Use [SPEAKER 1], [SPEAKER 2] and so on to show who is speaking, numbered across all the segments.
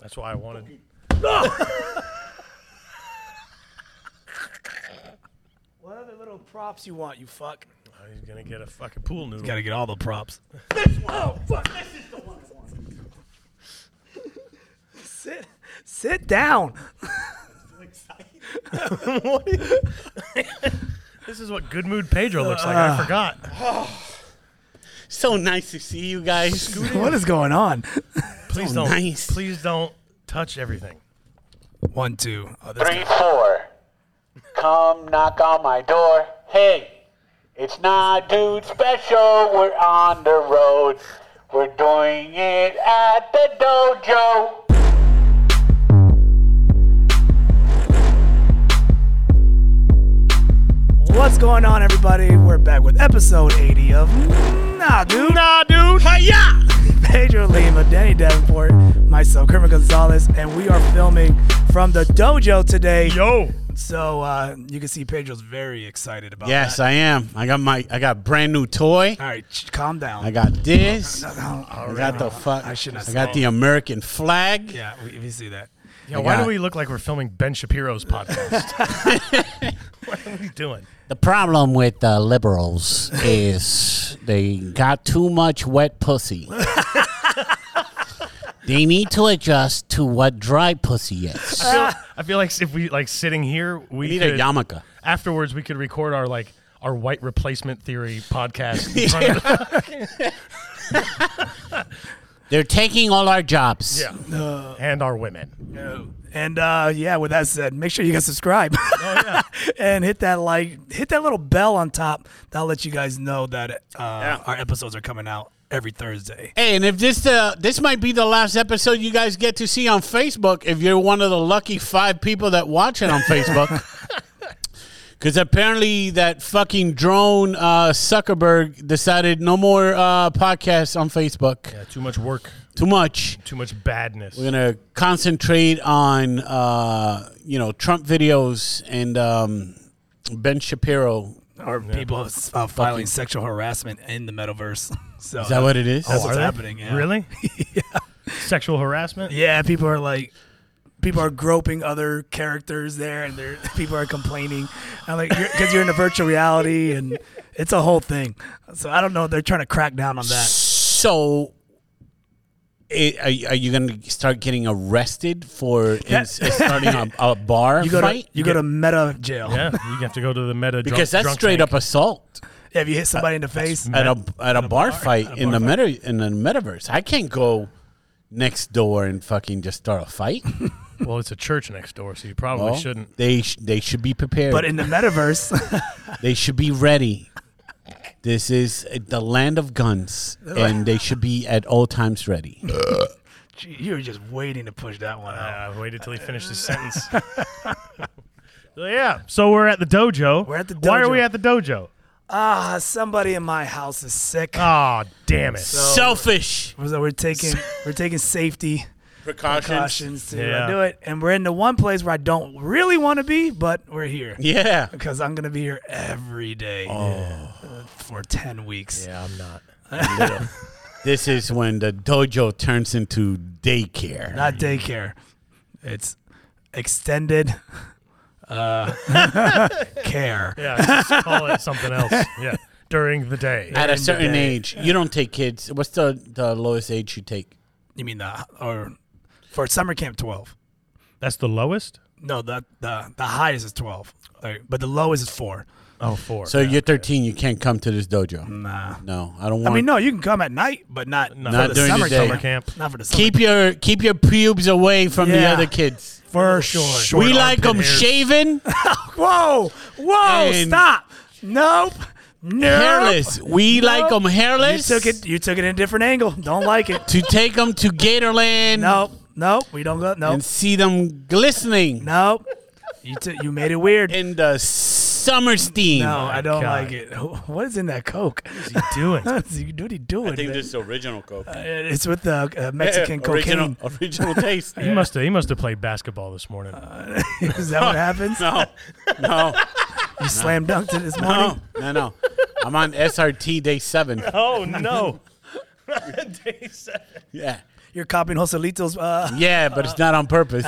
[SPEAKER 1] That's why I wanted.
[SPEAKER 2] What other little props you want, you fuck?
[SPEAKER 1] Oh, he's gonna get a fucking pool noodle.
[SPEAKER 3] Gotta get all the props.
[SPEAKER 2] Oh, fuck, this is the one I want. sit, sit down.
[SPEAKER 1] This is what good mood Pedro looks like. I
[SPEAKER 4] Ah.
[SPEAKER 1] forgot.
[SPEAKER 4] So nice to see you guys.
[SPEAKER 2] What is going on?
[SPEAKER 1] Please
[SPEAKER 4] so
[SPEAKER 1] don't.
[SPEAKER 4] nice.
[SPEAKER 1] Please don't touch everything.
[SPEAKER 3] One, two. Oh, this
[SPEAKER 5] Three, four. Come knock on my door. Hey, it's not dude special. We're on the road. We're doing it at the dojo.
[SPEAKER 2] What's going on, everybody? We're back with episode 80 of Nah, dude.
[SPEAKER 1] Nah, dude.
[SPEAKER 4] Hiya!
[SPEAKER 2] Pedro Lima, Danny Davenport, myself, Kermit Gonzalez, and we are filming from the dojo today.
[SPEAKER 1] Yo.
[SPEAKER 2] So uh, you can see Pedro's.
[SPEAKER 3] is very excited about
[SPEAKER 4] Yes,
[SPEAKER 3] that.
[SPEAKER 4] I am. I got my I got brand new toy.
[SPEAKER 3] All right. sh-
[SPEAKER 2] Calm down.
[SPEAKER 4] I got this. I
[SPEAKER 2] I
[SPEAKER 4] got the fuck. I,
[SPEAKER 3] shouldn't have
[SPEAKER 4] got
[SPEAKER 3] said
[SPEAKER 4] the American flag.
[SPEAKER 3] Yeah, we, we see that.
[SPEAKER 1] Yeah, why
[SPEAKER 4] got-
[SPEAKER 1] do we look like we're filming Ben Shapiro's podcast? what are we doing?
[SPEAKER 5] The problem with the liberals is they got too much wet pussy. they need to adjust to what dry pussy
[SPEAKER 1] Uh,
[SPEAKER 5] is.
[SPEAKER 1] I feel like if we like sitting here, we,
[SPEAKER 4] We need
[SPEAKER 1] could,
[SPEAKER 4] a yarmulke.
[SPEAKER 1] afterwards we could record our like our white replacement theory podcast. In front of the,
[SPEAKER 5] They're taking all our jobs.
[SPEAKER 1] yeah. and our women.
[SPEAKER 2] And uh, yeah, with that said, make sure you guys subscribe.
[SPEAKER 4] Oh,
[SPEAKER 2] and hit that like, hit that little bell on top. That'll let you guys know that uh,
[SPEAKER 3] Our episodes are coming out every Thursday.
[SPEAKER 4] Hey, and if this uh, this might be the last episode you guys get to see on Facebook, if you're one of the lucky five people that watch it on Facebook, because apparently that fucking drone uh, Zuckerberg decided no more uh, podcasts on Facebook.
[SPEAKER 1] Yeah, too much work,
[SPEAKER 4] Too much.
[SPEAKER 1] too much badness.
[SPEAKER 4] We're gonna concentrate on uh, you know Trump videos and um, Ben Shapiro.
[SPEAKER 3] Or people uh, filing sexual harassment in the metaverse. So
[SPEAKER 4] Is that what it is?
[SPEAKER 3] That's what's
[SPEAKER 1] Are they?
[SPEAKER 3] happening. Yeah.
[SPEAKER 1] Really? Sexual harassment?
[SPEAKER 2] uh, yeah, people are like, people are groping other characters there, and they're people are complaining, and like because you're in a virtual reality, and it's a whole thing. So I don't know. They're trying to crack down on that.
[SPEAKER 4] So, i are, are you going to start getting arrested for ins- starting a, a bar
[SPEAKER 2] You go
[SPEAKER 4] fight?
[SPEAKER 2] to you go to meta jail.
[SPEAKER 1] Yeah, you have to go to the meta drunk-
[SPEAKER 4] because that's
[SPEAKER 1] drunk
[SPEAKER 4] straight
[SPEAKER 1] tank.
[SPEAKER 4] up assault
[SPEAKER 2] Yeah, if you hit somebody in the face,
[SPEAKER 4] at a at a bar fight in the meta in the metaverse. I can't go next door and fucking just start a fight.
[SPEAKER 1] Well, it's a church next door, so you probably
[SPEAKER 4] Well,
[SPEAKER 1] shouldn't.
[SPEAKER 4] They sh- they should be prepared.
[SPEAKER 2] but in the metaverse,
[SPEAKER 4] They should be ready. This is uh, the land of guns, and they should be at all times ready.
[SPEAKER 2] gee, you were just waiting to push that one out.
[SPEAKER 1] I waited till uh, he finished his sentence. so, yeah, so we're at the dojo.
[SPEAKER 2] We're at the
[SPEAKER 1] Why are
[SPEAKER 2] dojo.
[SPEAKER 1] we at the dojo?
[SPEAKER 2] Ah, somebody in my house is sick.
[SPEAKER 1] Oh, damn it.
[SPEAKER 4] Selfish
[SPEAKER 2] So we're taking we're taking safety
[SPEAKER 4] precautions.
[SPEAKER 2] precautions to
[SPEAKER 1] Yeah.
[SPEAKER 2] do it, and we're in the one place where I don't really want to be, but we're here
[SPEAKER 4] Yeah.
[SPEAKER 2] because I'm gonna be here every day uh, for ten weeks.
[SPEAKER 1] yeah, I'm not.
[SPEAKER 4] This is when the dojo turns into daycare.
[SPEAKER 2] Not daycare, it's extended uh, care.
[SPEAKER 1] Yeah, just call it something else. Yeah, during the day.
[SPEAKER 4] At a certain
[SPEAKER 2] day.
[SPEAKER 4] age, you don't take kids. What's the, the lowest age you take?
[SPEAKER 2] You mean the or for summer camp twelve?
[SPEAKER 1] That's the lowest?
[SPEAKER 2] No, the the the highest is twelve, like, but the lowest is four.
[SPEAKER 1] Oh, four.
[SPEAKER 4] So you're 13, you can't come to this dojo.
[SPEAKER 2] Nah.
[SPEAKER 4] No, I don't
[SPEAKER 2] I
[SPEAKER 4] want.
[SPEAKER 2] mean, no, you can come at night, but not
[SPEAKER 1] No,
[SPEAKER 2] for
[SPEAKER 4] Not
[SPEAKER 2] the
[SPEAKER 4] during
[SPEAKER 2] summer,
[SPEAKER 4] the day.
[SPEAKER 2] camp.
[SPEAKER 1] Summer camp.
[SPEAKER 2] Not for the summer.
[SPEAKER 4] Keep your keep your pubes away from the
[SPEAKER 2] Yeah.
[SPEAKER 4] other kids.
[SPEAKER 2] for sure.
[SPEAKER 4] we like them shaven,
[SPEAKER 2] Whoa, whoa,
[SPEAKER 4] And-
[SPEAKER 2] stop! Nope, nope.
[SPEAKER 4] hairless. We like 'em like them
[SPEAKER 2] You
[SPEAKER 4] hairless.
[SPEAKER 2] took it. You took it in a different angle. Don't like it.
[SPEAKER 4] to take them to Gatorland.
[SPEAKER 2] nope, nope. We don't go. Nope,
[SPEAKER 4] and see them glistening
[SPEAKER 2] nope. You took. You made it weird.
[SPEAKER 4] in the summer steam.
[SPEAKER 2] no, I don't
[SPEAKER 1] God.
[SPEAKER 2] like it. What is in that Coke?
[SPEAKER 1] What are you doing?
[SPEAKER 2] what are you doing? man?
[SPEAKER 4] is original Coke.
[SPEAKER 2] it's with the uh, Mexican
[SPEAKER 4] original,
[SPEAKER 2] cocaine.
[SPEAKER 4] original taste.
[SPEAKER 1] He must have. He must have played basketball this morning.
[SPEAKER 4] Uh,
[SPEAKER 2] is that what happens?
[SPEAKER 4] No, no,
[SPEAKER 2] You slam dunked it this morning.
[SPEAKER 4] no, no, no. I'm on SRT day seven.
[SPEAKER 1] oh no! Day seven.
[SPEAKER 4] Yeah.
[SPEAKER 2] you're copying Joselito's. Uh,
[SPEAKER 4] Yeah, but it's not on purpose.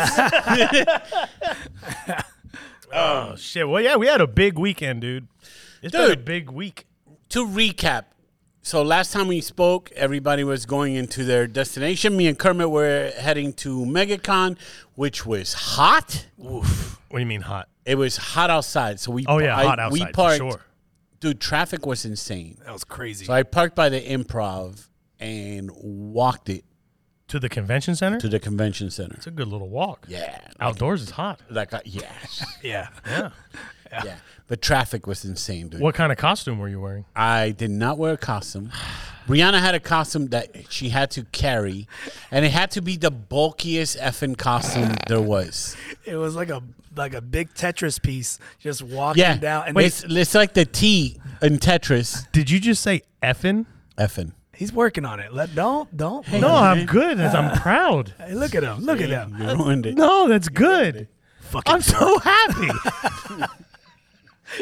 [SPEAKER 1] Oh shit. Well, yeah, we had a big weekend, dude. It's been a
[SPEAKER 4] Dude.
[SPEAKER 1] big week.
[SPEAKER 4] to recap, so last time we spoke, everybody was going into their destination. Me and Kermit were heading to MegaCon, which was hot.
[SPEAKER 1] What do you mean hot?
[SPEAKER 4] It was hot outside, so we
[SPEAKER 1] Oh yeah,
[SPEAKER 4] I-
[SPEAKER 1] hot outside.
[SPEAKER 4] We parked,
[SPEAKER 1] for sure.
[SPEAKER 4] dude. Traffic was insane.
[SPEAKER 3] That was crazy.
[SPEAKER 4] So I parked by the Improv and walked it
[SPEAKER 1] To the convention center.
[SPEAKER 4] to the convention center.
[SPEAKER 1] it's a good little walk.
[SPEAKER 4] Yeah,
[SPEAKER 1] Outdoors is hot.
[SPEAKER 4] like I, yes,
[SPEAKER 3] yeah.
[SPEAKER 4] yeah. But traffic was insane, dude.
[SPEAKER 1] What kind of costume were you wearing?
[SPEAKER 4] I did not wear a costume. Brianna had a costume that she had to carry, and it had to be the bulkiest effing costume there was.
[SPEAKER 2] it was like a like a big Tetris piece just walking
[SPEAKER 4] Yeah,
[SPEAKER 2] down. And
[SPEAKER 4] it's, it's like the T in Tetris.
[SPEAKER 1] Did you just say effin?
[SPEAKER 4] Effing.
[SPEAKER 2] he's working on it. Let don't don't.
[SPEAKER 1] No, I'm good. That's- I'm proud.
[SPEAKER 2] Hey, look at him. Look at him.
[SPEAKER 4] You ruined it.
[SPEAKER 1] No, that's good. I'm so happy.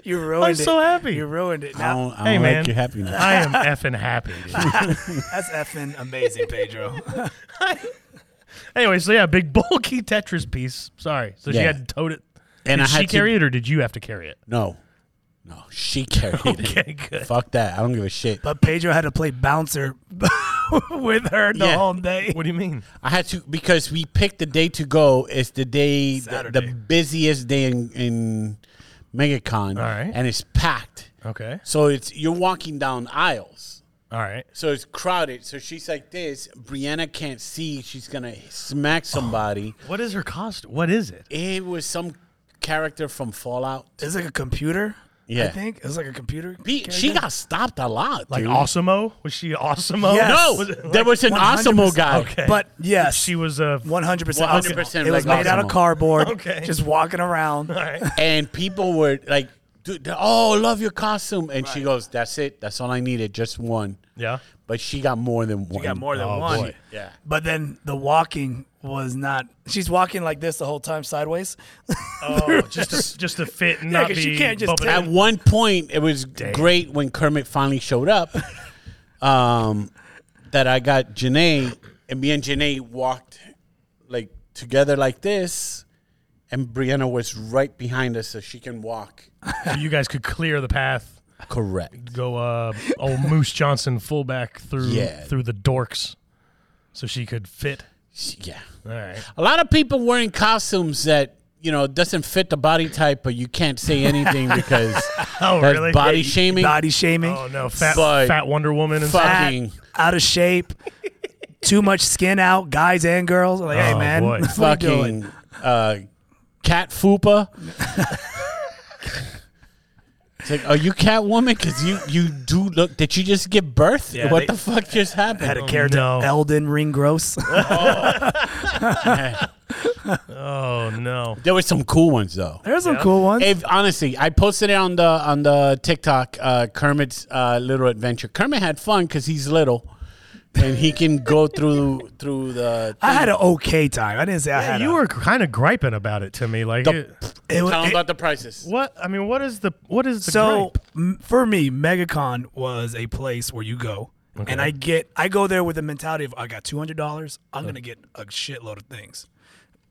[SPEAKER 2] You ruined
[SPEAKER 1] I'm
[SPEAKER 2] it.
[SPEAKER 1] so happy.
[SPEAKER 2] You ruined it.
[SPEAKER 4] I
[SPEAKER 2] Now
[SPEAKER 4] don't, I don't
[SPEAKER 1] hey
[SPEAKER 4] like
[SPEAKER 1] man,
[SPEAKER 4] your happiness.
[SPEAKER 1] I am effing happy. dude.
[SPEAKER 2] that's effing amazing.
[SPEAKER 3] Amazing, Pedro.
[SPEAKER 1] anyway, so yeah, big bulky Tetris piece. Sorry. So she
[SPEAKER 4] Yeah.
[SPEAKER 1] had to tote it.
[SPEAKER 4] And
[SPEAKER 1] did
[SPEAKER 4] I
[SPEAKER 1] she
[SPEAKER 4] had to-
[SPEAKER 1] carry it, or did you have to carry it?
[SPEAKER 4] No, no, she carried
[SPEAKER 1] Okay,
[SPEAKER 4] it.
[SPEAKER 1] good.
[SPEAKER 4] Fuck that. I don't give a shit.
[SPEAKER 2] But Pedro had to play bouncer with her the
[SPEAKER 4] Yeah.
[SPEAKER 2] whole day.
[SPEAKER 1] What do you mean?
[SPEAKER 4] I had to because we picked the day to go. It's the day, the, the
[SPEAKER 3] Saturday.
[SPEAKER 4] busiest day in, in MegaCon,
[SPEAKER 1] All right.
[SPEAKER 4] and it's packed.
[SPEAKER 1] Okay.
[SPEAKER 4] So it's you're walking down aisles.
[SPEAKER 1] All right.
[SPEAKER 4] So it's crowded. So she's like this. Brianna can't see. She's gonna smack somebody.
[SPEAKER 1] What is her cost? What is it?
[SPEAKER 4] It was some character from Fallout.
[SPEAKER 2] It's like a computer.
[SPEAKER 4] Yeah.
[SPEAKER 2] I think it was like a computer.
[SPEAKER 4] Be- she got stopped a lot.
[SPEAKER 1] Like
[SPEAKER 4] dude.
[SPEAKER 1] Osimo? Was she Osimo?
[SPEAKER 2] Yes.
[SPEAKER 4] No,
[SPEAKER 2] Was
[SPEAKER 4] there was an
[SPEAKER 2] 100%?
[SPEAKER 4] Osimo guy.
[SPEAKER 1] Okay.
[SPEAKER 2] But yes,
[SPEAKER 1] She was a.
[SPEAKER 2] one hundred percent.
[SPEAKER 4] 100%
[SPEAKER 2] It was
[SPEAKER 4] like
[SPEAKER 2] made out of
[SPEAKER 4] Osmo.
[SPEAKER 2] cardboard.
[SPEAKER 1] Okay.
[SPEAKER 2] Just walking around.
[SPEAKER 1] All right.
[SPEAKER 4] and people were like, "Dude, they're- oh, love your costume." And she goes, "That's it. That's all I needed. Just one."
[SPEAKER 1] Yeah.
[SPEAKER 4] But she got more than one.
[SPEAKER 2] You got more than
[SPEAKER 1] Oh,
[SPEAKER 2] one.
[SPEAKER 1] boy.
[SPEAKER 4] Yeah.
[SPEAKER 2] But then the walking was not. She's walking like this the whole time sideways.
[SPEAKER 1] Oh, just to, just to fit and
[SPEAKER 2] Yeah,
[SPEAKER 1] not
[SPEAKER 2] 'cause
[SPEAKER 1] be.
[SPEAKER 2] you can't just
[SPEAKER 1] bumping-
[SPEAKER 2] take-
[SPEAKER 4] At one point, it was great when Kermit finally showed up. Um, that I got Janae, and me and Janae walked like together like this, and Brianna was right behind us, so she can walk.
[SPEAKER 1] so you guys could clear the path.
[SPEAKER 4] Correct.
[SPEAKER 1] Go, uh, old Moose Johnson fullback through
[SPEAKER 4] Yeah.
[SPEAKER 1] through the dorks, so she could fit.
[SPEAKER 4] She- Yeah.
[SPEAKER 1] All right.
[SPEAKER 4] A lot of people wearing costumes that you know doesn't fit the body type, but you can't say anything because
[SPEAKER 1] Oh,
[SPEAKER 4] that's
[SPEAKER 1] really?
[SPEAKER 4] body shaming.
[SPEAKER 2] Body shaming.
[SPEAKER 1] Oh no, fat
[SPEAKER 4] But-
[SPEAKER 1] fat Wonder Woman and
[SPEAKER 4] Fuck.
[SPEAKER 1] stuff.
[SPEAKER 2] fat,
[SPEAKER 4] fucking-
[SPEAKER 2] out of shape. Too much skin out, guys and girls. Like, hey
[SPEAKER 1] Oh,
[SPEAKER 2] man,
[SPEAKER 1] boy.
[SPEAKER 2] what are you doing?
[SPEAKER 4] fucking uh, cat fupa. it's like, are you Catwoman? Because you you do look. Did you just give birth?
[SPEAKER 3] Yeah,
[SPEAKER 4] what
[SPEAKER 3] they-
[SPEAKER 4] the fuck just
[SPEAKER 2] Had
[SPEAKER 4] happened?
[SPEAKER 2] a character,
[SPEAKER 1] Oh, no.
[SPEAKER 2] Elden Ring Gross.
[SPEAKER 1] Oh no.
[SPEAKER 4] There were some cool ones though.
[SPEAKER 2] There's some cool ones.
[SPEAKER 4] If, honestly, I posted it on the on the TikTok uh, Kermit's uh, little adventure. Kermit had fun because he's little, and he can go through through the.
[SPEAKER 2] I had an okay time. I didn't say I
[SPEAKER 1] Yeah,
[SPEAKER 2] had.
[SPEAKER 1] you
[SPEAKER 2] a,
[SPEAKER 1] were kind of griping about it to me, like it-
[SPEAKER 2] it was-
[SPEAKER 4] Tell him
[SPEAKER 2] it-
[SPEAKER 4] about the prices.
[SPEAKER 1] what? I mean, what is the what is the
[SPEAKER 2] so
[SPEAKER 1] gripe?
[SPEAKER 2] m- for me, MegaCon was a place where you go, and I get I go there with the mentality of I got two hundred dollars.
[SPEAKER 1] Oh.
[SPEAKER 2] I'm gonna get a shitload of things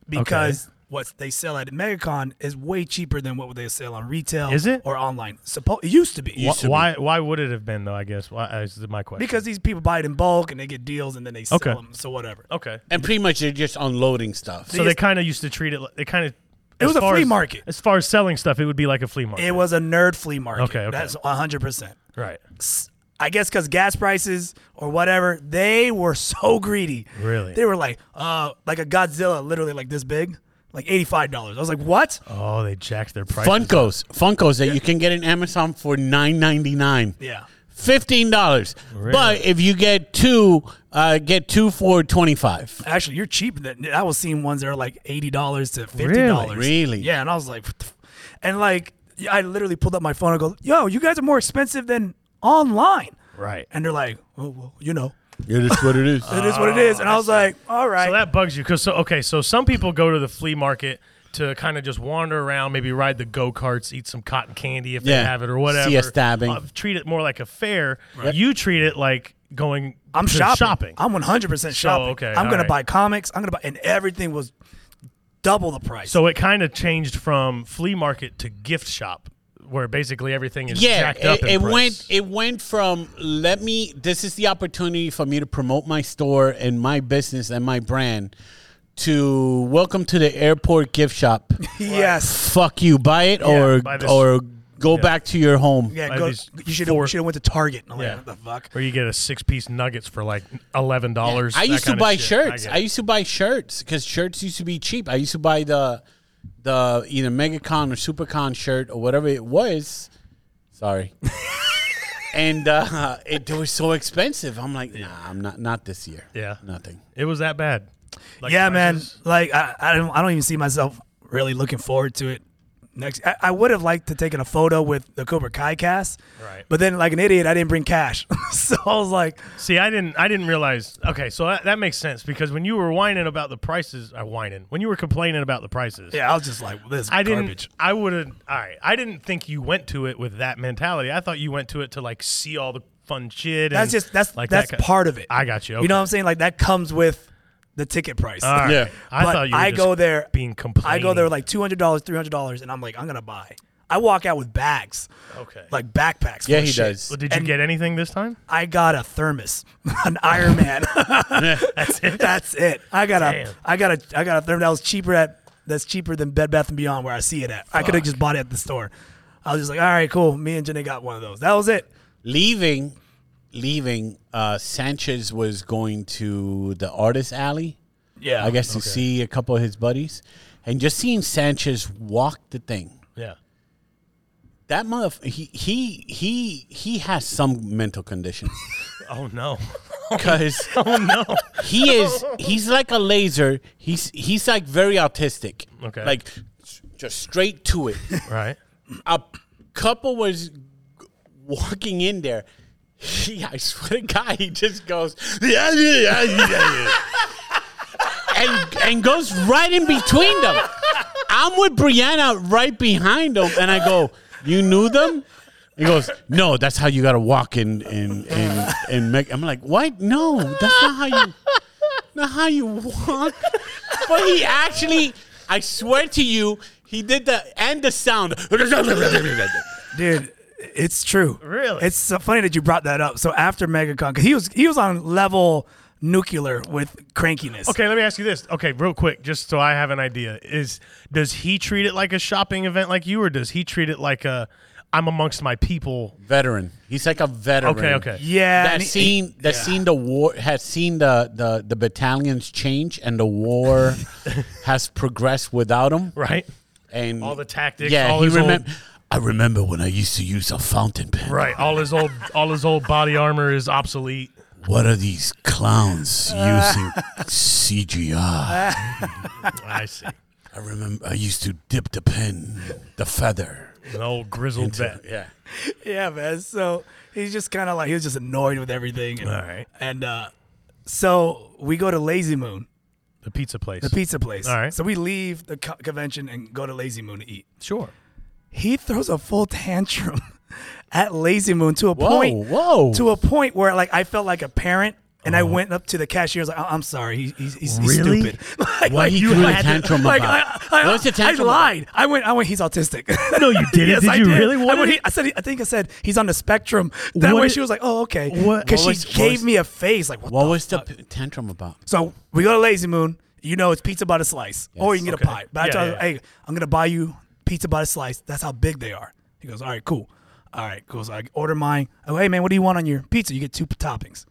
[SPEAKER 2] because what they sell at MegaCon is way cheaper than what they sell on retail.
[SPEAKER 1] Is it?
[SPEAKER 2] or online? Suppo- it used to be.
[SPEAKER 1] Wh- Why, why would it have been though? I guess why, uh, is my question.
[SPEAKER 2] because these people buy it in bulk and they get deals and then they sell
[SPEAKER 1] Okay.
[SPEAKER 2] them. So whatever.
[SPEAKER 1] okay,
[SPEAKER 4] And pretty much they're just unloading stuff.
[SPEAKER 1] so they kind of used to treat it. like They kind of it
[SPEAKER 2] was a flea market.
[SPEAKER 1] As far as selling stuff, it would be like a flea market.
[SPEAKER 2] It was a nerd flea market.
[SPEAKER 1] Okay, okay.
[SPEAKER 2] That's 100%.
[SPEAKER 1] right.
[SPEAKER 2] I guess because gas prices or whatever, they were so greedy.
[SPEAKER 1] Really?
[SPEAKER 2] They were like, uh, like a Godzilla, literally like this big, like $85. I was like, what?
[SPEAKER 1] Oh, they jacked their price.
[SPEAKER 4] Funkos, Funkos that you can get in Amazon for nine ninety nine.
[SPEAKER 2] Yeah.
[SPEAKER 4] Fifteen dollars, but if you get two, uh, get two for twenty five.
[SPEAKER 2] Actually, you're cheap. That I was seeing ones that are like $80 to $50.
[SPEAKER 4] Really?
[SPEAKER 2] Yeah. And I was like, what the f-? and like, I literally pulled up my phone and go, yo, you guys are more expenve than online.
[SPEAKER 1] Right.
[SPEAKER 2] And they're like, oh, well, you know,
[SPEAKER 4] It is what it is.
[SPEAKER 2] it is what it is. And I was like, all right.
[SPEAKER 1] Oh, So that bugs you because so okay, so some people go to the flea market to kind of just wander around, maybe ride the go karts, eat some cotton candy if
[SPEAKER 4] Yeah.
[SPEAKER 1] they have it or whatever.
[SPEAKER 4] See a stabbing.
[SPEAKER 1] Uh, treat it more like a fair. You treat it like going.
[SPEAKER 2] I'm
[SPEAKER 1] to
[SPEAKER 2] shopping.
[SPEAKER 1] shopping.
[SPEAKER 2] I'm 100 percent shopping.
[SPEAKER 1] okay,
[SPEAKER 2] I'm
[SPEAKER 1] all
[SPEAKER 2] gonna
[SPEAKER 1] right.
[SPEAKER 2] buy comics. I'm gonna buy, and everything was double the price.
[SPEAKER 1] So it kind of changed from flea market to gift shop, where basically everything is
[SPEAKER 4] yeah,
[SPEAKER 1] jacked up.
[SPEAKER 4] it,
[SPEAKER 1] in
[SPEAKER 4] it
[SPEAKER 1] price.
[SPEAKER 4] went. It went from let me. This is the opportunity for me to promote my store and my business and my brand. To welcome to the airport gift shop.
[SPEAKER 2] yes,
[SPEAKER 4] Fuck you, buy it or
[SPEAKER 1] buy this-
[SPEAKER 4] or go back to your home.
[SPEAKER 2] yeah.
[SPEAKER 1] Buy
[SPEAKER 2] Go,
[SPEAKER 1] these
[SPEAKER 2] you should
[SPEAKER 1] four-
[SPEAKER 2] have should have went to Target. I'm like,
[SPEAKER 1] Yeah.
[SPEAKER 2] what the fuck?
[SPEAKER 1] Where you get a six piece nuggets for like eleven dollars.
[SPEAKER 4] I used to buy shirts. I, used to buy shirts because shirts used to be cheap. I used to buy the the either MegaCon or SuperCon shirt or whatever it was. Sorry. and uh, it, they were so expensive. I'm like, nah, I'm not not this year.
[SPEAKER 1] Yeah.
[SPEAKER 4] nothing.
[SPEAKER 1] it was that bad. Like
[SPEAKER 2] yeah, man.
[SPEAKER 1] prices.
[SPEAKER 2] Like I, I don't I don't even see myself really looking forward to it. Next, I, I would have liked to taken a photo with the Cobra Kai cast,
[SPEAKER 1] Right.
[SPEAKER 2] But then, like an idiot, I didn't bring cash, so I was like,
[SPEAKER 1] See, I didn't. I didn't realize. Okay, so that, that makes sense because when you were whining about the prices, I whining when you were complaining about the prices.
[SPEAKER 2] yeah, I was just like, this is
[SPEAKER 1] I didn't.
[SPEAKER 2] garbage.
[SPEAKER 1] I would have. All right. I didn't think you went to it with that mentality. I thought you went to it to like see all the fun shit.
[SPEAKER 2] That's
[SPEAKER 1] and,
[SPEAKER 2] just that's
[SPEAKER 1] like
[SPEAKER 2] that's
[SPEAKER 1] that ki-
[SPEAKER 2] part of it.
[SPEAKER 1] I got you.
[SPEAKER 2] You
[SPEAKER 1] okay.
[SPEAKER 2] know what I'm saying? Like that comes with the ticket price.
[SPEAKER 1] All right.
[SPEAKER 4] Yeah.
[SPEAKER 1] I
[SPEAKER 2] But
[SPEAKER 1] thought you. Were
[SPEAKER 2] I
[SPEAKER 1] just
[SPEAKER 2] go there-
[SPEAKER 1] being complaining.
[SPEAKER 2] I go there with like two hundred dollars, three hundred dollars, and I'm like, I'm gonna buy. I walk out with bags,
[SPEAKER 1] Okay.
[SPEAKER 2] like backpacks. full
[SPEAKER 4] Yeah,
[SPEAKER 2] of
[SPEAKER 4] he
[SPEAKER 2] Oh, shit.
[SPEAKER 4] does.
[SPEAKER 1] Well, did you
[SPEAKER 2] and-
[SPEAKER 1] get anything this time?
[SPEAKER 2] I got a thermos, an Iron Man.
[SPEAKER 1] That's it.
[SPEAKER 2] that's it. I got
[SPEAKER 1] Damn.
[SPEAKER 2] a, I got a, I got a thermos that was cheaper at, that's cheaper than Bed Bath and Beyond where I see it at. I could have just bought it at the store. I was just like, all right, cool. Me and Jenny got one of those. That was it.
[SPEAKER 4] Leaving, leaving. Uh, Sanchez was going to the artist alley.
[SPEAKER 2] Yeah,
[SPEAKER 4] I guess to see a couple of his buddies, and just seeing Sanchez walk the thing.
[SPEAKER 1] Yeah.
[SPEAKER 4] That motherf he he he he has some mental condition
[SPEAKER 1] Oh no.
[SPEAKER 4] because oh no he is he's like a laser he's he's like very autistic
[SPEAKER 1] Okay.
[SPEAKER 4] like s- just straight to it
[SPEAKER 1] Right.
[SPEAKER 4] a couple was g- walking in there he I swear to God he just goes yeah yeah yeah yeah, yeah." and and goes right in between them I'm with Brianna right behind him, and I go, "You knew them?" He goes, "No, that's how you got to walk in in in in." Mex-" I'm like, "What? No, that's not how you not how you walk." But he actually, I swear to you, he did the and the sound.
[SPEAKER 2] dude. It's true.
[SPEAKER 1] Really?
[SPEAKER 2] It's so funny that you brought that up. So after MegaCon, 'cause he was he was on level nuclear with crankiness.
[SPEAKER 1] Okay, let me ask you this. Okay, real quick, just so I have an idea, is does he treat it like a shopping event like you, or does he treat it like a I'm amongst my people?
[SPEAKER 4] veteran. He's like a veteran.
[SPEAKER 1] Okay, okay.
[SPEAKER 2] Yeah.
[SPEAKER 4] That
[SPEAKER 2] and he-
[SPEAKER 4] seen that seen the war has seen the, the the battalions change and the war has progressed without him.
[SPEAKER 1] Right.
[SPEAKER 4] and
[SPEAKER 1] All the tactics,
[SPEAKER 4] Yeah,
[SPEAKER 1] all
[SPEAKER 4] he
[SPEAKER 1] his old-
[SPEAKER 4] remember. I remember when I used to use a fountain pen.
[SPEAKER 1] Right. All his old all his old body armor is obsolete.
[SPEAKER 4] What are these clowns using CGI?
[SPEAKER 1] I see.
[SPEAKER 4] I remember I used to dip the pen, the feather.
[SPEAKER 1] An old grizzled vet.
[SPEAKER 4] Yeah,
[SPEAKER 2] yeah, man. So he's just kind of like he was just annoyed with everything. And,
[SPEAKER 1] All right.
[SPEAKER 2] And uh, so we go to Lazy Moon,
[SPEAKER 1] The pizza place.
[SPEAKER 2] the pizza place.
[SPEAKER 1] All right.
[SPEAKER 2] So we leave the co- convention and go to Lazy Moon to eat.
[SPEAKER 1] Sure.
[SPEAKER 2] He throws a full tantrum at Lazy Moon to a
[SPEAKER 4] Whoa,
[SPEAKER 2] point.
[SPEAKER 4] whoa. Uh-huh.
[SPEAKER 2] To a point where like I felt like a parent. And I went up to the cashier. I was like, "I- "I'm sorry, he, he's, he's, he's
[SPEAKER 1] Really?
[SPEAKER 2] stupid."
[SPEAKER 4] What he
[SPEAKER 2] you
[SPEAKER 4] threw the
[SPEAKER 2] had to-
[SPEAKER 4] tantrum
[SPEAKER 2] like,
[SPEAKER 4] about?
[SPEAKER 2] I, I,
[SPEAKER 4] What was the tantrum
[SPEAKER 2] I
[SPEAKER 4] about?
[SPEAKER 2] lied. I went. I went. He's autistic.
[SPEAKER 1] No, you didn't.
[SPEAKER 2] yes,
[SPEAKER 1] did
[SPEAKER 2] I
[SPEAKER 1] you
[SPEAKER 2] did.
[SPEAKER 1] really
[SPEAKER 2] I,
[SPEAKER 1] want
[SPEAKER 2] went-
[SPEAKER 1] it?
[SPEAKER 2] he- I said. I think I said he's on the spectrum. That
[SPEAKER 1] What
[SPEAKER 2] way,
[SPEAKER 1] did-
[SPEAKER 2] she was like, "Oh, okay,"
[SPEAKER 1] What-
[SPEAKER 2] because
[SPEAKER 4] What
[SPEAKER 2] she
[SPEAKER 4] was- what
[SPEAKER 2] gave
[SPEAKER 4] was-
[SPEAKER 2] me a face like, "What?"
[SPEAKER 4] What
[SPEAKER 2] the
[SPEAKER 4] was the
[SPEAKER 2] fuck?
[SPEAKER 4] p- tantrum about?
[SPEAKER 2] So we go to Lazy Moon. You know, it's pizza by the slice, or you can get
[SPEAKER 1] Okay.
[SPEAKER 2] a pie. But I
[SPEAKER 1] Yeah,
[SPEAKER 2] tell
[SPEAKER 1] yeah,
[SPEAKER 2] her,
[SPEAKER 1] yeah.
[SPEAKER 2] hey, I'm gonna buy you pizza by the slice. That's how big they are. He goes, all right, cool. All right, cool. So I order mine. Oh, hey man, what do you want on your pizza? You get two p- toppings.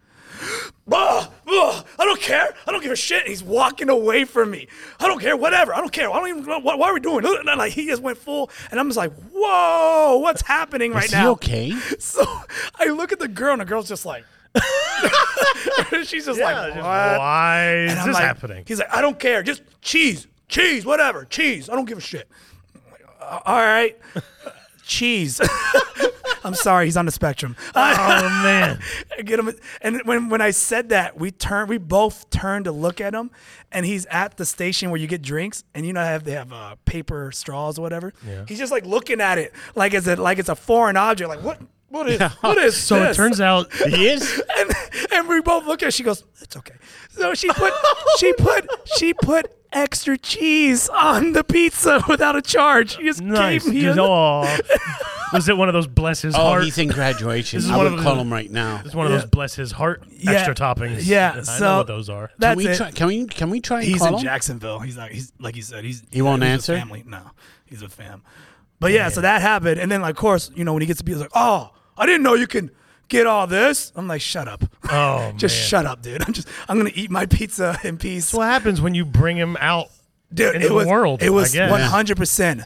[SPEAKER 2] Bah, bah, I don't care. I don't give a shit. He's walking away from me. I don't care. Whatever. I don't care. I don't even. What, what are we doing? And Like he just went full, and I'm just like, whoa, what's happening right
[SPEAKER 4] Is he
[SPEAKER 2] now?
[SPEAKER 4] okay?
[SPEAKER 2] So I look at the girl, and the girl's just like, she's just
[SPEAKER 1] Yeah,
[SPEAKER 2] like,
[SPEAKER 1] just,
[SPEAKER 2] what?
[SPEAKER 1] why is
[SPEAKER 2] And I'm
[SPEAKER 1] this
[SPEAKER 2] like-
[SPEAKER 1] happening?
[SPEAKER 2] He's like, I don't care. Just cheese, cheese, whatever, cheese. I don't give a shit. I'm like, "Uh, All right, cheese. I'm sorry, he's on the spectrum.
[SPEAKER 1] Oh man.
[SPEAKER 2] I get him, and when when I said that, we turned, we both turned to look at him, and he's at the station where you get drinks, and you know how they have uh, paper straws or whatever. He's just like looking at it, like it's a like it's a foreign object. Like what?
[SPEAKER 6] What is what is
[SPEAKER 1] So it
[SPEAKER 6] this?
[SPEAKER 1] turns out
[SPEAKER 4] He is.
[SPEAKER 2] and, and we both look at her. She goes, "It's okay." So she put she put she put extra cheese on the pizza without a charge. She just
[SPEAKER 1] nice.
[SPEAKER 2] gave me
[SPEAKER 1] Just-
[SPEAKER 2] a,
[SPEAKER 1] aw. was it one of those bless his
[SPEAKER 4] Oh,
[SPEAKER 1] heart?
[SPEAKER 4] he's in graduation.
[SPEAKER 1] This is
[SPEAKER 4] I
[SPEAKER 1] one
[SPEAKER 4] would
[SPEAKER 1] of
[SPEAKER 4] call
[SPEAKER 1] the-
[SPEAKER 4] him right now.
[SPEAKER 1] It's one of those bless his heart
[SPEAKER 2] Yeah.
[SPEAKER 1] extra toppings.
[SPEAKER 2] Yeah,
[SPEAKER 1] I
[SPEAKER 2] so-
[SPEAKER 1] know what those are.
[SPEAKER 4] Can
[SPEAKER 2] That's
[SPEAKER 4] we
[SPEAKER 2] it.
[SPEAKER 4] try? Can we? Can we try? And
[SPEAKER 2] he's
[SPEAKER 4] call
[SPEAKER 2] in
[SPEAKER 4] him?
[SPEAKER 2] Jacksonville. He's like he's like he said he's
[SPEAKER 4] He won't
[SPEAKER 2] he's with
[SPEAKER 4] answer?
[SPEAKER 2] Family, no, he's with fam. But yeah, so that happened, and then like, of course, you know when he gets to be he's like, oh, I didn't know you can get all this. I'm like, shut up,
[SPEAKER 1] Oh,
[SPEAKER 2] just
[SPEAKER 1] man.
[SPEAKER 2] shut up, dude. I'm just I'm gonna eat my pizza in peace.
[SPEAKER 1] What happens when you bring him out?
[SPEAKER 2] Dude,
[SPEAKER 1] in
[SPEAKER 2] it
[SPEAKER 1] the
[SPEAKER 2] was
[SPEAKER 1] world,
[SPEAKER 2] it was
[SPEAKER 1] I guess.
[SPEAKER 2] 100. percent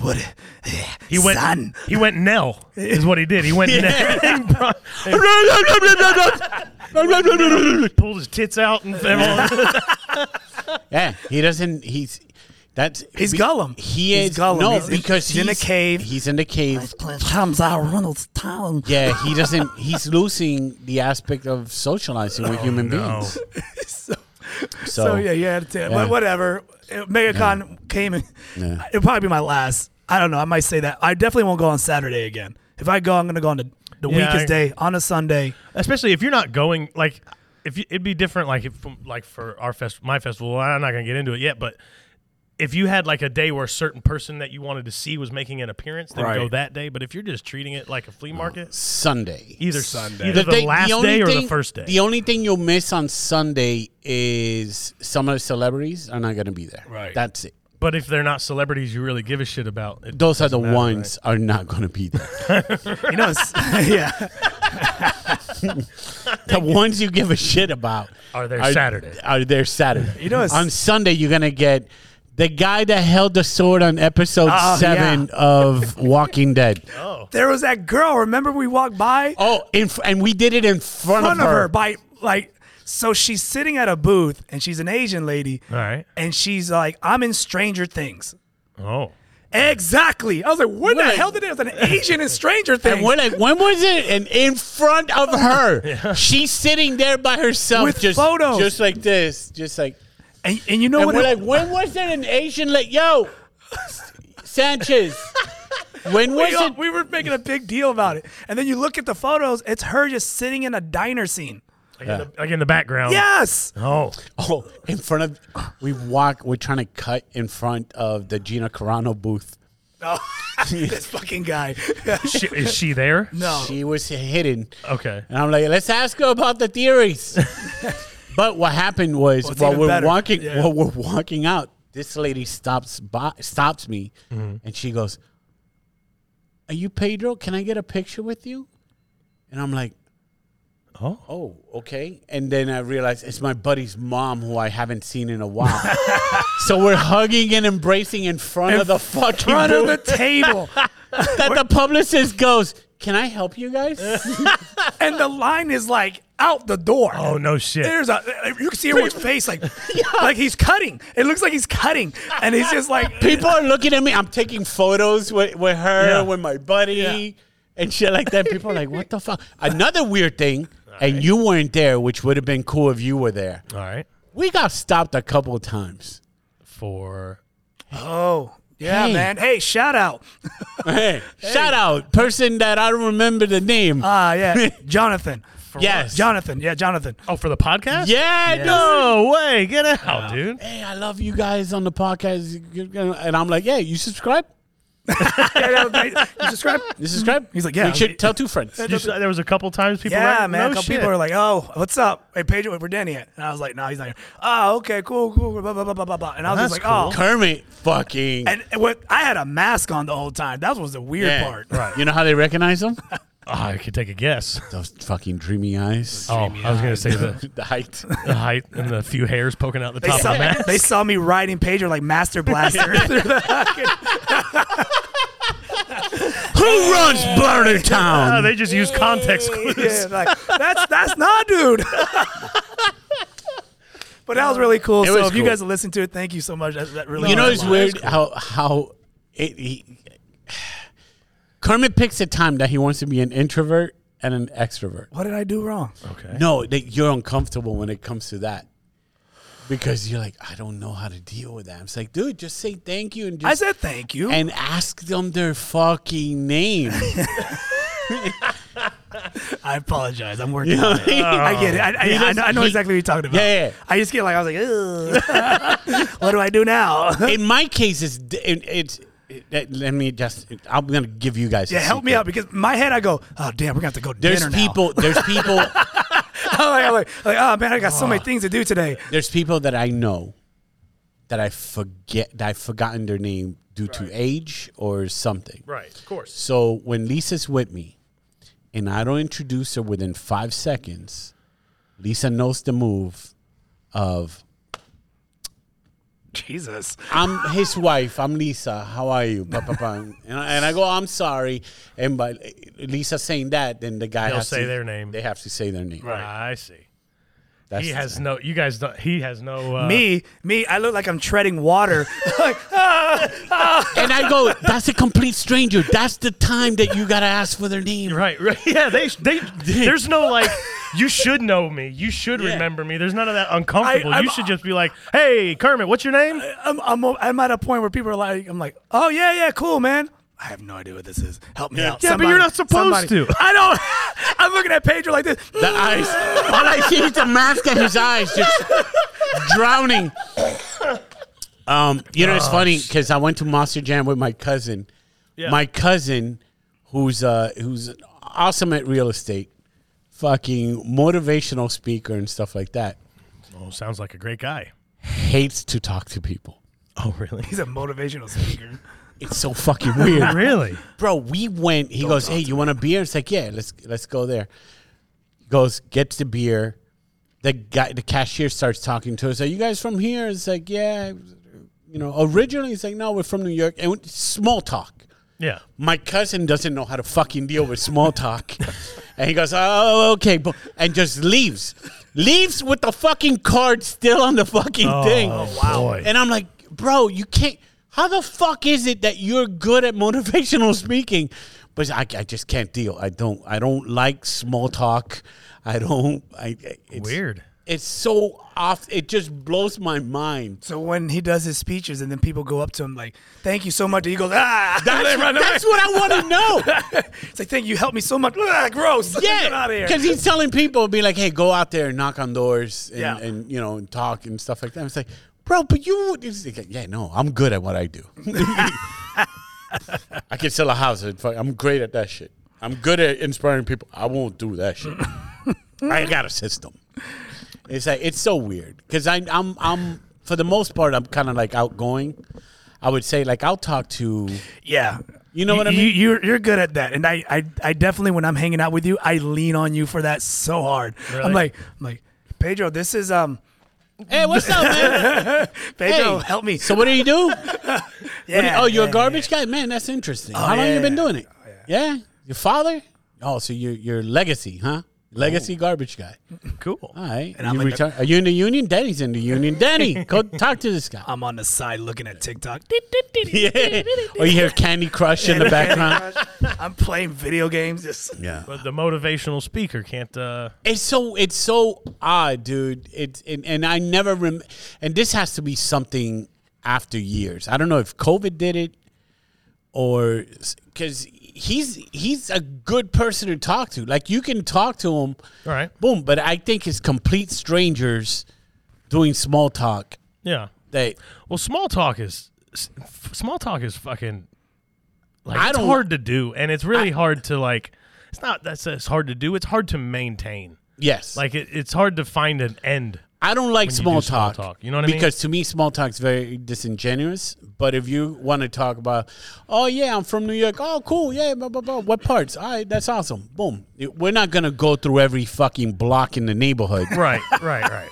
[SPEAKER 2] What?
[SPEAKER 1] He went.
[SPEAKER 2] Son.
[SPEAKER 1] He went Nell is what he did. He went Nell and brought- and pulled his tits out and everyone-
[SPEAKER 4] Yeah, he doesn't. He's that's
[SPEAKER 2] He's Gollum.
[SPEAKER 4] He
[SPEAKER 2] He's
[SPEAKER 4] is
[SPEAKER 2] Gollum.
[SPEAKER 4] no
[SPEAKER 2] He's in-
[SPEAKER 4] because
[SPEAKER 2] he's in a cave.
[SPEAKER 4] He's in the cave.
[SPEAKER 2] Comes out Ronald's town.
[SPEAKER 4] Yeah, he doesn't. He's losing the aspect of socializing with human
[SPEAKER 1] no.
[SPEAKER 4] beings.
[SPEAKER 2] Oh, So,
[SPEAKER 4] So,
[SPEAKER 2] so, yeah, you had to.
[SPEAKER 4] yeah.
[SPEAKER 2] But whatever. It- MegaCon came. and
[SPEAKER 4] Yeah.
[SPEAKER 2] It'll probably be my last. I don't know. I might say that. I definitely won't go on Saturday again. If I go, I'm gonna go on the, the
[SPEAKER 1] Yeah,
[SPEAKER 2] weakest
[SPEAKER 1] I-
[SPEAKER 2] day on a Sunday.
[SPEAKER 1] Especially if you're not going, like, if you, it'd be different, like, if, like for our fest, my festival. I'm not gonna get into it yet, but if you had like a day where a certain person that you wanted to see was making an appearance, then go
[SPEAKER 6] Right.
[SPEAKER 1] that day. But if you're just treating it like a flea market,
[SPEAKER 4] Sunday.
[SPEAKER 1] either
[SPEAKER 6] Sunday.
[SPEAKER 1] Sunday, either the,
[SPEAKER 4] thing-
[SPEAKER 1] last
[SPEAKER 4] only
[SPEAKER 1] day or the
[SPEAKER 4] thing-
[SPEAKER 1] first day.
[SPEAKER 4] The only thing you'll miss on Sunday is some of the celebrities are not going to be there.
[SPEAKER 6] Right.
[SPEAKER 4] That's it.
[SPEAKER 1] but if they're not celebrities, you really give a shit about. It
[SPEAKER 4] Those are the ones are not going to be there.
[SPEAKER 2] You know, it's, yeah.
[SPEAKER 4] the ones you give a shit about
[SPEAKER 1] Are there Saturday.
[SPEAKER 4] Are there Saturday?
[SPEAKER 2] You know, it's-
[SPEAKER 4] on Sunday you're gonna get the guy that held the sword on episode
[SPEAKER 2] Oh,
[SPEAKER 4] seven of Walking Dead.
[SPEAKER 2] There was that girl. Remember we walked by
[SPEAKER 4] Oh, in, fr- and we did it in front,
[SPEAKER 2] in front
[SPEAKER 4] of, her.
[SPEAKER 2] by like. So she's sitting at a booth, and she's an Asian lady,
[SPEAKER 1] All right.
[SPEAKER 2] and she's like, "I'm in Stranger Things."
[SPEAKER 1] Oh.
[SPEAKER 2] Exactly. I was like, "What the
[SPEAKER 4] What?
[SPEAKER 2] hell did it?" It was an Asian in Stranger Things.
[SPEAKER 4] And we're like, when was it? And in front of her, she's sitting there by herself,
[SPEAKER 2] With
[SPEAKER 4] just
[SPEAKER 2] photos.
[SPEAKER 4] just like this, just like.
[SPEAKER 2] And, and you know
[SPEAKER 4] And
[SPEAKER 2] what?
[SPEAKER 4] we're
[SPEAKER 2] it-
[SPEAKER 4] like, when was it an Asian? Like, yo, Sanchez, when was
[SPEAKER 2] we, all-
[SPEAKER 4] it?
[SPEAKER 2] we were making a big deal about it. And then you look at the photos, it's her just sitting in a diner scene.
[SPEAKER 1] Like, in the, like in the background.
[SPEAKER 2] Yes.
[SPEAKER 1] Oh.
[SPEAKER 4] Oh, in front of we walk. We're trying to cut in front of the Gina Carano booth.
[SPEAKER 2] Oh, this fucking guy.
[SPEAKER 1] She, is she there?
[SPEAKER 2] no.
[SPEAKER 4] She was hidden,
[SPEAKER 1] Okay.
[SPEAKER 4] and I'm like, let's ask her about the theories. but what happened was
[SPEAKER 2] What's
[SPEAKER 4] while
[SPEAKER 2] even
[SPEAKER 4] we're
[SPEAKER 2] better,
[SPEAKER 4] walking,
[SPEAKER 2] yeah.
[SPEAKER 4] while we're walking out, this lady stops by, stops me,
[SPEAKER 2] Mm-hmm.
[SPEAKER 4] and she goes, "Are you Pedro? Can I get a picture with you?" And I'm like,
[SPEAKER 1] Oh.
[SPEAKER 4] Oh, okay. And then I realized it's my buddy's mom who I haven't seen in a while. so we're hugging and embracing in front of the fucking
[SPEAKER 2] Front of the
[SPEAKER 4] booth.
[SPEAKER 2] table.
[SPEAKER 4] that the publicist goes, "Can I help you guys?"
[SPEAKER 2] and the line is like out the door.
[SPEAKER 1] Oh no shit.
[SPEAKER 2] There's a you can see everyone's face like like he's cutting. It looks like he's cutting. And he's just like
[SPEAKER 4] People are looking at me. I'm taking photos with, with her,
[SPEAKER 1] Yeah.
[SPEAKER 4] with my buddy, and shit like that. People are like, "What the fuck?" Another weird thing, and you weren't there, which would have been cool if you were there.
[SPEAKER 1] All right.
[SPEAKER 4] We got stopped a couple of times.
[SPEAKER 1] For
[SPEAKER 2] Oh. Yeah,
[SPEAKER 4] Hey.
[SPEAKER 2] man. Hey, shout out.
[SPEAKER 4] Hey, shout out person that I don't remember the name.
[SPEAKER 2] Ah, yeah. Jonathan.
[SPEAKER 4] yes,
[SPEAKER 2] Jonathan. Yeah, Jonathan.
[SPEAKER 1] oh for the podcast.
[SPEAKER 4] Yeah, no.
[SPEAKER 1] No way. Get out, dude.
[SPEAKER 4] Hey, I love you guys on the podcast. And I'm like, yeah, you subscribe?
[SPEAKER 2] Yeah, that was nice. You subscribe?
[SPEAKER 4] You subscribe?
[SPEAKER 2] Mm-hmm. He's like, yeah.
[SPEAKER 4] You should tell two friends.
[SPEAKER 1] You saw- there was a couple times people.
[SPEAKER 2] Yeah,
[SPEAKER 1] like,
[SPEAKER 2] man.
[SPEAKER 1] No
[SPEAKER 2] a couple
[SPEAKER 1] shit.
[SPEAKER 2] people are like, "Oh, what's up? Hey, Pedro, where Danny at?" And I was like, "No, he's not here." Oh, okay, cool, cool, blah blah blah blah blah. blah. And I was
[SPEAKER 1] That's
[SPEAKER 2] just like, "Oh."
[SPEAKER 4] Kermit fucking.
[SPEAKER 2] And what I had a mask on the whole time. That was the weird
[SPEAKER 4] Yeah.
[SPEAKER 2] part.
[SPEAKER 4] You know how they recognize him?
[SPEAKER 1] Oh, I could take a guess.
[SPEAKER 4] Those fucking dreamy eyes.
[SPEAKER 1] Oh, I was gonna say the,
[SPEAKER 4] The height.
[SPEAKER 1] the height and the few hairs poking out the
[SPEAKER 2] They
[SPEAKER 1] top
[SPEAKER 2] saw,
[SPEAKER 1] of that.
[SPEAKER 2] they saw me riding Pedro like Master Blaster. through the-
[SPEAKER 4] Who runs Blurter
[SPEAKER 1] Oh,
[SPEAKER 4] Town?
[SPEAKER 1] they just use context clues.
[SPEAKER 2] yeah, like that's that's not, dude. but that was really cool.
[SPEAKER 4] It
[SPEAKER 2] so
[SPEAKER 4] was
[SPEAKER 2] if you
[SPEAKER 4] cool.
[SPEAKER 2] guys listen to it, thank you so much. That, that really
[SPEAKER 4] you know,
[SPEAKER 2] meant
[SPEAKER 4] it's
[SPEAKER 2] a lot.
[SPEAKER 4] weird how, how it, he, Kermit picks a time that he wants to be an introvert and an extrovert.
[SPEAKER 2] What did I do wrong?
[SPEAKER 4] No, they, you're uncomfortable when it comes to that because you're like, I don't know how to deal with that. It's like, dude, just say thank you and just
[SPEAKER 2] I said thank you.
[SPEAKER 4] and ask them their fucking name.
[SPEAKER 2] I apologize. I'm working. on it. I get it. I, I, I know, I know
[SPEAKER 4] he-
[SPEAKER 2] exactly what you're talking about.
[SPEAKER 4] Yeah, yeah.
[SPEAKER 2] I just get like I was like, Ugh. what do I do now?
[SPEAKER 4] in my case, it's d- it, it's. It, let me just. I'm gonna give you guys. a
[SPEAKER 2] yeah, help me
[SPEAKER 4] secret.
[SPEAKER 2] out because in my head I go, oh damn, we're gonna have to go to
[SPEAKER 4] There's
[SPEAKER 2] dinner
[SPEAKER 4] people. There's people.
[SPEAKER 2] Now. I'm like, I'm like, like, oh man, I got so many things to do today.
[SPEAKER 4] There's people that I know that I forget. That I've forgotten their name due to age or something.
[SPEAKER 1] Right, of course.
[SPEAKER 4] So when Lisa's with me, and I don't introduce her within five seconds, Lisa knows the move of
[SPEAKER 2] Jesus.
[SPEAKER 4] I'm his wife. I'm Lisa. How are you? Ba, ba, ba. And, I, and I go, I'm sorry. And by Lisa saying that, then the guy
[SPEAKER 1] They'll
[SPEAKER 4] has
[SPEAKER 1] say
[SPEAKER 4] to-
[SPEAKER 1] their name.
[SPEAKER 4] They have to say their name.
[SPEAKER 1] I see.
[SPEAKER 4] That's
[SPEAKER 1] He has no. You guys. Don't, he has no. Uh,
[SPEAKER 2] me, me, I look like I'm treading water. Like, ah, ah.
[SPEAKER 4] and I go, that's a complete stranger. That's the time that you gotta ask for their name.
[SPEAKER 1] Right. Right. Yeah. They. They. there's no like. You should know me. You should remember me. There's none of that uncomfortable.
[SPEAKER 2] I- I'm-
[SPEAKER 1] you should just be like, "Hey, Kermit, what's your name?"
[SPEAKER 2] I'm, I'm, I'm at a point where people are like, I'm like, oh yeah, yeah, cool, man. I have no idea what this is. Help me out.
[SPEAKER 1] Yeah, but you're not supposed to.
[SPEAKER 2] I don't. I'm looking at Pedro like this.
[SPEAKER 4] The eyes. All I see is the mask and his eyes just drowning. Um, you know, it's funny because I went to Monster Jam with my cousin. My cousin, who's uh, who's awesome at real estate, fucking motivational speaker and stuff like that,
[SPEAKER 1] Oh, sounds like a great guy.
[SPEAKER 4] hates to talk to people.
[SPEAKER 1] Oh, really?
[SPEAKER 2] He's a motivational speaker.
[SPEAKER 4] It's so fucking weird.
[SPEAKER 1] really?
[SPEAKER 4] bro, we went. He goes, hey, you want a beer? It's like, yeah, let's let's go there. He goes, gets the beer. The guy, the cashier, starts talking to us. Are you guys from here? It's like, yeah, you know. Originally, it's like, no, we're from New York, and it's small talk.
[SPEAKER 1] Yeah.
[SPEAKER 4] My cousin doesn't know how to fucking deal with small talk, and he goes, oh, okay, but, and just leaves, leaves with the fucking card still on the fucking
[SPEAKER 1] Oh,
[SPEAKER 4] thing.
[SPEAKER 1] Boy.
[SPEAKER 4] Oh, And I'm like, bro, you can't. How the fuck is it that you're good at motivational speaking, but I, I just can't deal. I don't. I don't like small talk. I don't. I I- it's,
[SPEAKER 1] Weird.
[SPEAKER 4] It's so off. It just blows my mind.
[SPEAKER 2] So when he does his speeches and then people go up to him like, "Thank you so much," he goes, "Ah!"
[SPEAKER 4] That's,
[SPEAKER 2] They run away.
[SPEAKER 4] that's what I want to know.
[SPEAKER 2] It's like, "Thank you, help me so much." Ah, gross. Get
[SPEAKER 4] Yeah,
[SPEAKER 2] out of here.
[SPEAKER 4] because he's telling people, be like, hey, go out there and knock on doors and,
[SPEAKER 2] Yeah.
[SPEAKER 4] and you know and talk and stuff like that. It's like, bro, but you, it's like, yeah, no, I'm good at what I do. I can sell a house. and fuck- I'm great at that shit. I'm good at inspiring people. I won't do that shit. I got a system. It's like it's so weird because I I'm I'm for the most part I'm kind of like outgoing. I would say like I'll talk to
[SPEAKER 2] Yeah.
[SPEAKER 4] You know what I
[SPEAKER 2] You,
[SPEAKER 4] mean?
[SPEAKER 2] you're you're good at that, and I, I I definitely when I'm hanging out with you, I lean on you for that so hard. I'm like I'm like Pedro, this is um
[SPEAKER 4] hey what's up man
[SPEAKER 2] Pedro,
[SPEAKER 4] Hey.
[SPEAKER 2] help me.
[SPEAKER 4] so what do you do What do you-
[SPEAKER 2] yeah,
[SPEAKER 4] oh, you're
[SPEAKER 2] yeah, Oh,
[SPEAKER 4] a garbage guy, man. That's interesting. How long
[SPEAKER 2] yeah, Oh,
[SPEAKER 4] you been
[SPEAKER 2] yeah.
[SPEAKER 4] doing it? yeah. your father. Oh, so your your legacy, huh? Legacy garbage guy.
[SPEAKER 2] Cool.
[SPEAKER 4] All right.
[SPEAKER 2] Oh. I'm
[SPEAKER 4] you
[SPEAKER 2] like
[SPEAKER 4] retire- Are you in the union? Daddy's in the union. Daddy, go talk to this guy.
[SPEAKER 2] I'm on the side looking at TikTok.
[SPEAKER 4] yeah. Or Oh, you hear Candy Crush in the background.
[SPEAKER 2] I'm playing video games. Just
[SPEAKER 4] Yeah.
[SPEAKER 1] But the motivational speaker can't. Uh,
[SPEAKER 4] It's so it's so odd, dude. It's and, and I never rem- and this has to be something after years. I don't know if COVID did it or because he's he's a good person to talk to. Like you can talk to him,
[SPEAKER 1] all right.
[SPEAKER 4] boom. But I think it's complete strangers doing small talk.
[SPEAKER 1] Yeah.
[SPEAKER 4] That
[SPEAKER 1] Well, small talk is s- f- small talk is fucking like
[SPEAKER 4] I
[SPEAKER 1] it's
[SPEAKER 4] don't-
[SPEAKER 1] hard to do, and it's really hard to like. It's not that's it's hard to do. It's hard to maintain.
[SPEAKER 4] yes,
[SPEAKER 1] Like it, it's hard to find an end.
[SPEAKER 4] I don't like
[SPEAKER 1] you
[SPEAKER 4] small
[SPEAKER 1] do small
[SPEAKER 4] talk,
[SPEAKER 1] talk, you know what I mean?
[SPEAKER 4] Because to me, small talk's very disingenuous. But if you want to talk about, oh yeah, I'm from New York. Oh cool, yeah, blah blah blah. What parts? All right, that's awesome. Boom. It- We're not gonna go through every fucking block in the neighborhood.
[SPEAKER 1] Right. Right. Right.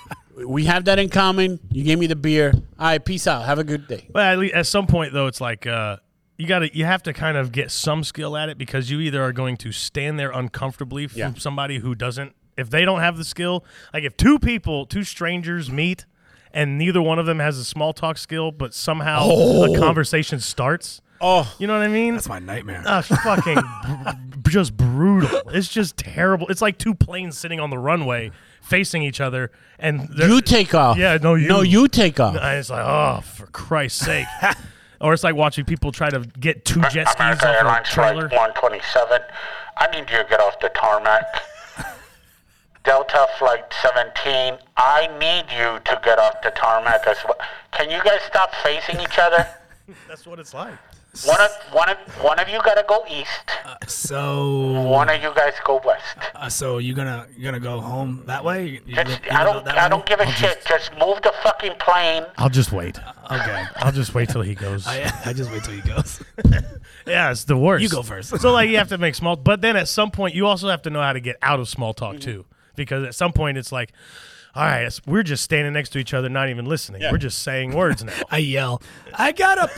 [SPEAKER 4] we have that in common. You gave me the beer. All right, peace out. Have a good day.
[SPEAKER 1] But at, least, at some point, though, it's like uh, you got to you have to kind of get some skill at it because you either are going to stand there uncomfortably from
[SPEAKER 4] Yeah.
[SPEAKER 1] somebody who doesn't. If they don't have the skill, like if two people, two strangers meet, and neither one of them has a small talk skill, but somehow a conversation starts.
[SPEAKER 4] Oh.
[SPEAKER 1] you know what I mean?
[SPEAKER 2] that's my nightmare.
[SPEAKER 1] Uh, fucking br- br- just brutal. It's just terrible. It's like two planes sitting on the runway facing each other, and they're-
[SPEAKER 4] You take off.
[SPEAKER 1] Yeah, no, you.
[SPEAKER 4] No, you take off.
[SPEAKER 1] and it's like, oh, for Christ's sake. or it's like watching people try to get two jet skis
[SPEAKER 5] American
[SPEAKER 1] off a
[SPEAKER 5] Airlines Flight
[SPEAKER 1] trailer.
[SPEAKER 5] 127 I need you to get off the tarmac. Delta Flight 17, I need you to get off the tarmac as well. Can you guys stop facing each other?
[SPEAKER 1] That's what it's like.
[SPEAKER 5] One of one of one of you gotta go east.
[SPEAKER 2] So,
[SPEAKER 5] One of you guys go west.
[SPEAKER 2] uh, so you gonna you gonna go home that way? You- you
[SPEAKER 5] Just,
[SPEAKER 2] live- you live
[SPEAKER 5] I
[SPEAKER 2] out
[SPEAKER 5] don't
[SPEAKER 2] that
[SPEAKER 5] I
[SPEAKER 2] way?
[SPEAKER 5] don't give a
[SPEAKER 2] Okay.
[SPEAKER 5] shit. Just move the fucking plane.
[SPEAKER 1] I'll just wait.
[SPEAKER 2] Okay,
[SPEAKER 1] I'll just wait till he goes.
[SPEAKER 2] I, I just wait till he goes.
[SPEAKER 1] yeah, it's the worst.
[SPEAKER 2] You go first.
[SPEAKER 1] so like you have to make small, but then at some point you also have to know how to get out of small talk too, because at some point it's like, all right, it's- we're just standing next to each other, not even listening. We're just saying words now.
[SPEAKER 2] I yell, I gotta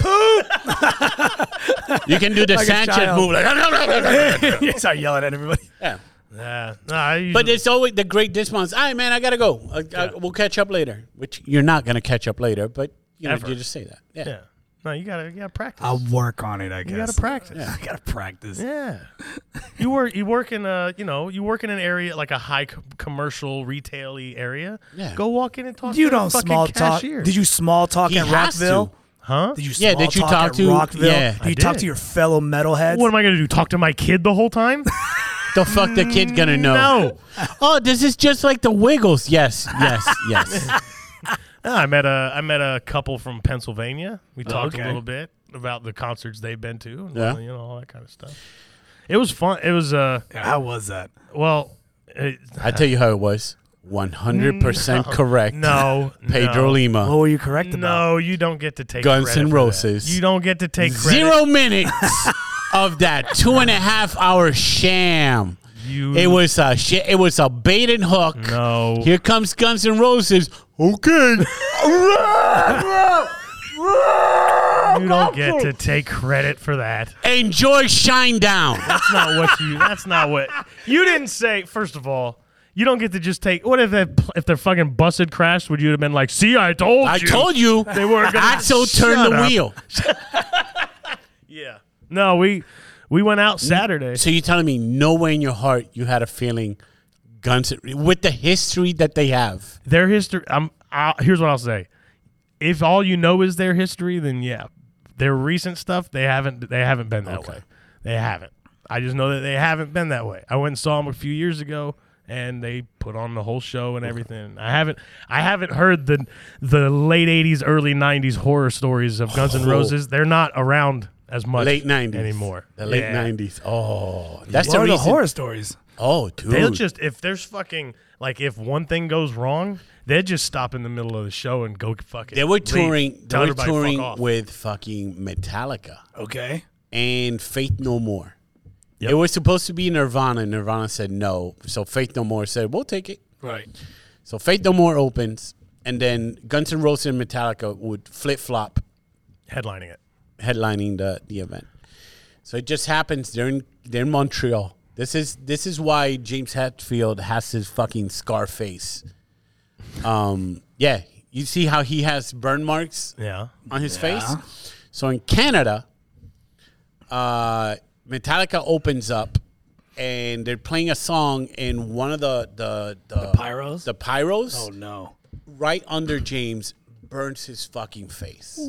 [SPEAKER 2] poop.
[SPEAKER 4] You can do the
[SPEAKER 2] Like a
[SPEAKER 4] Sanchez
[SPEAKER 2] child.
[SPEAKER 4] move. Like,
[SPEAKER 2] you start yelling at everybody.
[SPEAKER 4] yeah.
[SPEAKER 1] yeah, no, I usually,
[SPEAKER 4] But it's always the great dismounts. All right, man, I gotta go. I, I- we'll catch up later. Which you're not gonna catch up later, but you know,
[SPEAKER 1] Ever.
[SPEAKER 4] you just say that. Yeah.
[SPEAKER 1] yeah, no, you gotta you gotta practice.
[SPEAKER 2] I'll work on it. I guess
[SPEAKER 1] you gotta practice.
[SPEAKER 2] I gotta practice.
[SPEAKER 1] Yeah, you work. You work in a you know you work in an area like a high co- commercial retail-y area.
[SPEAKER 4] Yeah.
[SPEAKER 1] go walk in and talk.
[SPEAKER 2] You
[SPEAKER 1] to
[SPEAKER 2] don't
[SPEAKER 1] the fucking
[SPEAKER 2] small talk.
[SPEAKER 1] cashier.
[SPEAKER 2] Did you small talk
[SPEAKER 4] He
[SPEAKER 2] at
[SPEAKER 4] has to.
[SPEAKER 2] Rockville?
[SPEAKER 1] Huh?
[SPEAKER 2] Did you small
[SPEAKER 4] Yeah, did you
[SPEAKER 2] talk,
[SPEAKER 4] talk
[SPEAKER 2] at
[SPEAKER 4] to-
[SPEAKER 2] Rockville?
[SPEAKER 4] yeah,
[SPEAKER 2] did
[SPEAKER 1] I
[SPEAKER 2] you talk
[SPEAKER 1] did.
[SPEAKER 2] to your fellow metalheads?
[SPEAKER 1] What am I gonna do? Talk to my kid the whole time?
[SPEAKER 4] The fuck the kid gonna
[SPEAKER 1] Mm,
[SPEAKER 4] know?
[SPEAKER 1] no.
[SPEAKER 4] Oh, this is just like the Wiggles. Yes, yes, yes.
[SPEAKER 1] No, I met a I met a couple from Pennsylvania. We talked
[SPEAKER 2] okay.
[SPEAKER 1] a little bit about the concerts they've been to. And
[SPEAKER 4] Oh, Yeah.
[SPEAKER 1] you know all that kind of stuff. It was fun. It was uh
[SPEAKER 2] How was that?
[SPEAKER 1] well. It,
[SPEAKER 4] I tell you how it was. One hundred percent correct.
[SPEAKER 1] Mm, no,
[SPEAKER 4] Pedro
[SPEAKER 1] no.
[SPEAKER 4] Lima.
[SPEAKER 2] What were you correct about?
[SPEAKER 1] No, you don't get to take
[SPEAKER 4] Guns
[SPEAKER 1] credit
[SPEAKER 4] N'
[SPEAKER 1] for that.
[SPEAKER 4] Roses.
[SPEAKER 1] You don't get to take credit.
[SPEAKER 4] Zero minutes of that two and a half hour sham.
[SPEAKER 1] You
[SPEAKER 4] It was a sh- it was a bait and hook.
[SPEAKER 1] Mm. no.
[SPEAKER 4] Here comes Guns N' Roses. Okay.
[SPEAKER 1] You don't get to take credit for that.
[SPEAKER 4] Enjoy Shine Down.
[SPEAKER 1] That's not what you. That's not what you didn't say. First of all, you don't get to just take. What if that if their fucking bus had crashed? Would you have been like, "See, I told
[SPEAKER 4] I
[SPEAKER 1] you."
[SPEAKER 4] told you.
[SPEAKER 1] They weren't gonna-
[SPEAKER 4] Axel turned
[SPEAKER 1] Shut
[SPEAKER 4] the
[SPEAKER 1] up.
[SPEAKER 4] wheel.
[SPEAKER 1] Yeah. No, we we went out Saturday.
[SPEAKER 4] So you're telling me nowhere in your heart you had a feeling Guns N- with the history that they have.
[SPEAKER 1] Their history. I'm. i here's what I'll say. If all you know is their history, then yeah, their recent stuff they haven't they haven't been that way. They haven't. I just know that they haven't been that way. I went and saw them a few years ago, and they put on the whole show and everything. I haven't I haven't heard the the late '80s, early '90s horror stories of Guns N'
[SPEAKER 4] Oh.
[SPEAKER 1] Roses. They're not around as much
[SPEAKER 4] Late nineties
[SPEAKER 1] anymore.
[SPEAKER 4] The late
[SPEAKER 1] Yeah.
[SPEAKER 4] nineties. Oh, that's
[SPEAKER 2] What
[SPEAKER 4] the
[SPEAKER 2] are the
[SPEAKER 4] reason.
[SPEAKER 2] horror stories?
[SPEAKER 4] Oh, dude.
[SPEAKER 1] They'll just if there's fucking like if one thing goes wrong, they'll just stop in the middle of the show and go fucking.
[SPEAKER 4] they were
[SPEAKER 1] leave.
[SPEAKER 4] touring. They
[SPEAKER 1] Tell
[SPEAKER 4] were
[SPEAKER 1] everybody fuck
[SPEAKER 4] touring
[SPEAKER 1] off.
[SPEAKER 4] with fucking Metallica
[SPEAKER 2] Okay.
[SPEAKER 4] and Faith No More. It was supposed to be Nirvana. and Nirvana said no, so Faith No More said we'll take it.
[SPEAKER 2] Right.
[SPEAKER 4] So Faith No More opens, and then Guns N' Roses and Metallica would flip flop
[SPEAKER 1] headlining it.
[SPEAKER 4] headlining the the event. So it just happens. They're in they're in Montreal. This is this is why James Hetfield has his fucking scar face. Um, yeah, you see how he has burn marks
[SPEAKER 1] Yeah,
[SPEAKER 4] on his face. So in Canada, uh, Metallica opens up and they're playing a song in one of the the the,
[SPEAKER 2] pyros?
[SPEAKER 4] the pyros
[SPEAKER 2] Oh no.
[SPEAKER 4] right under James burns his fucking face.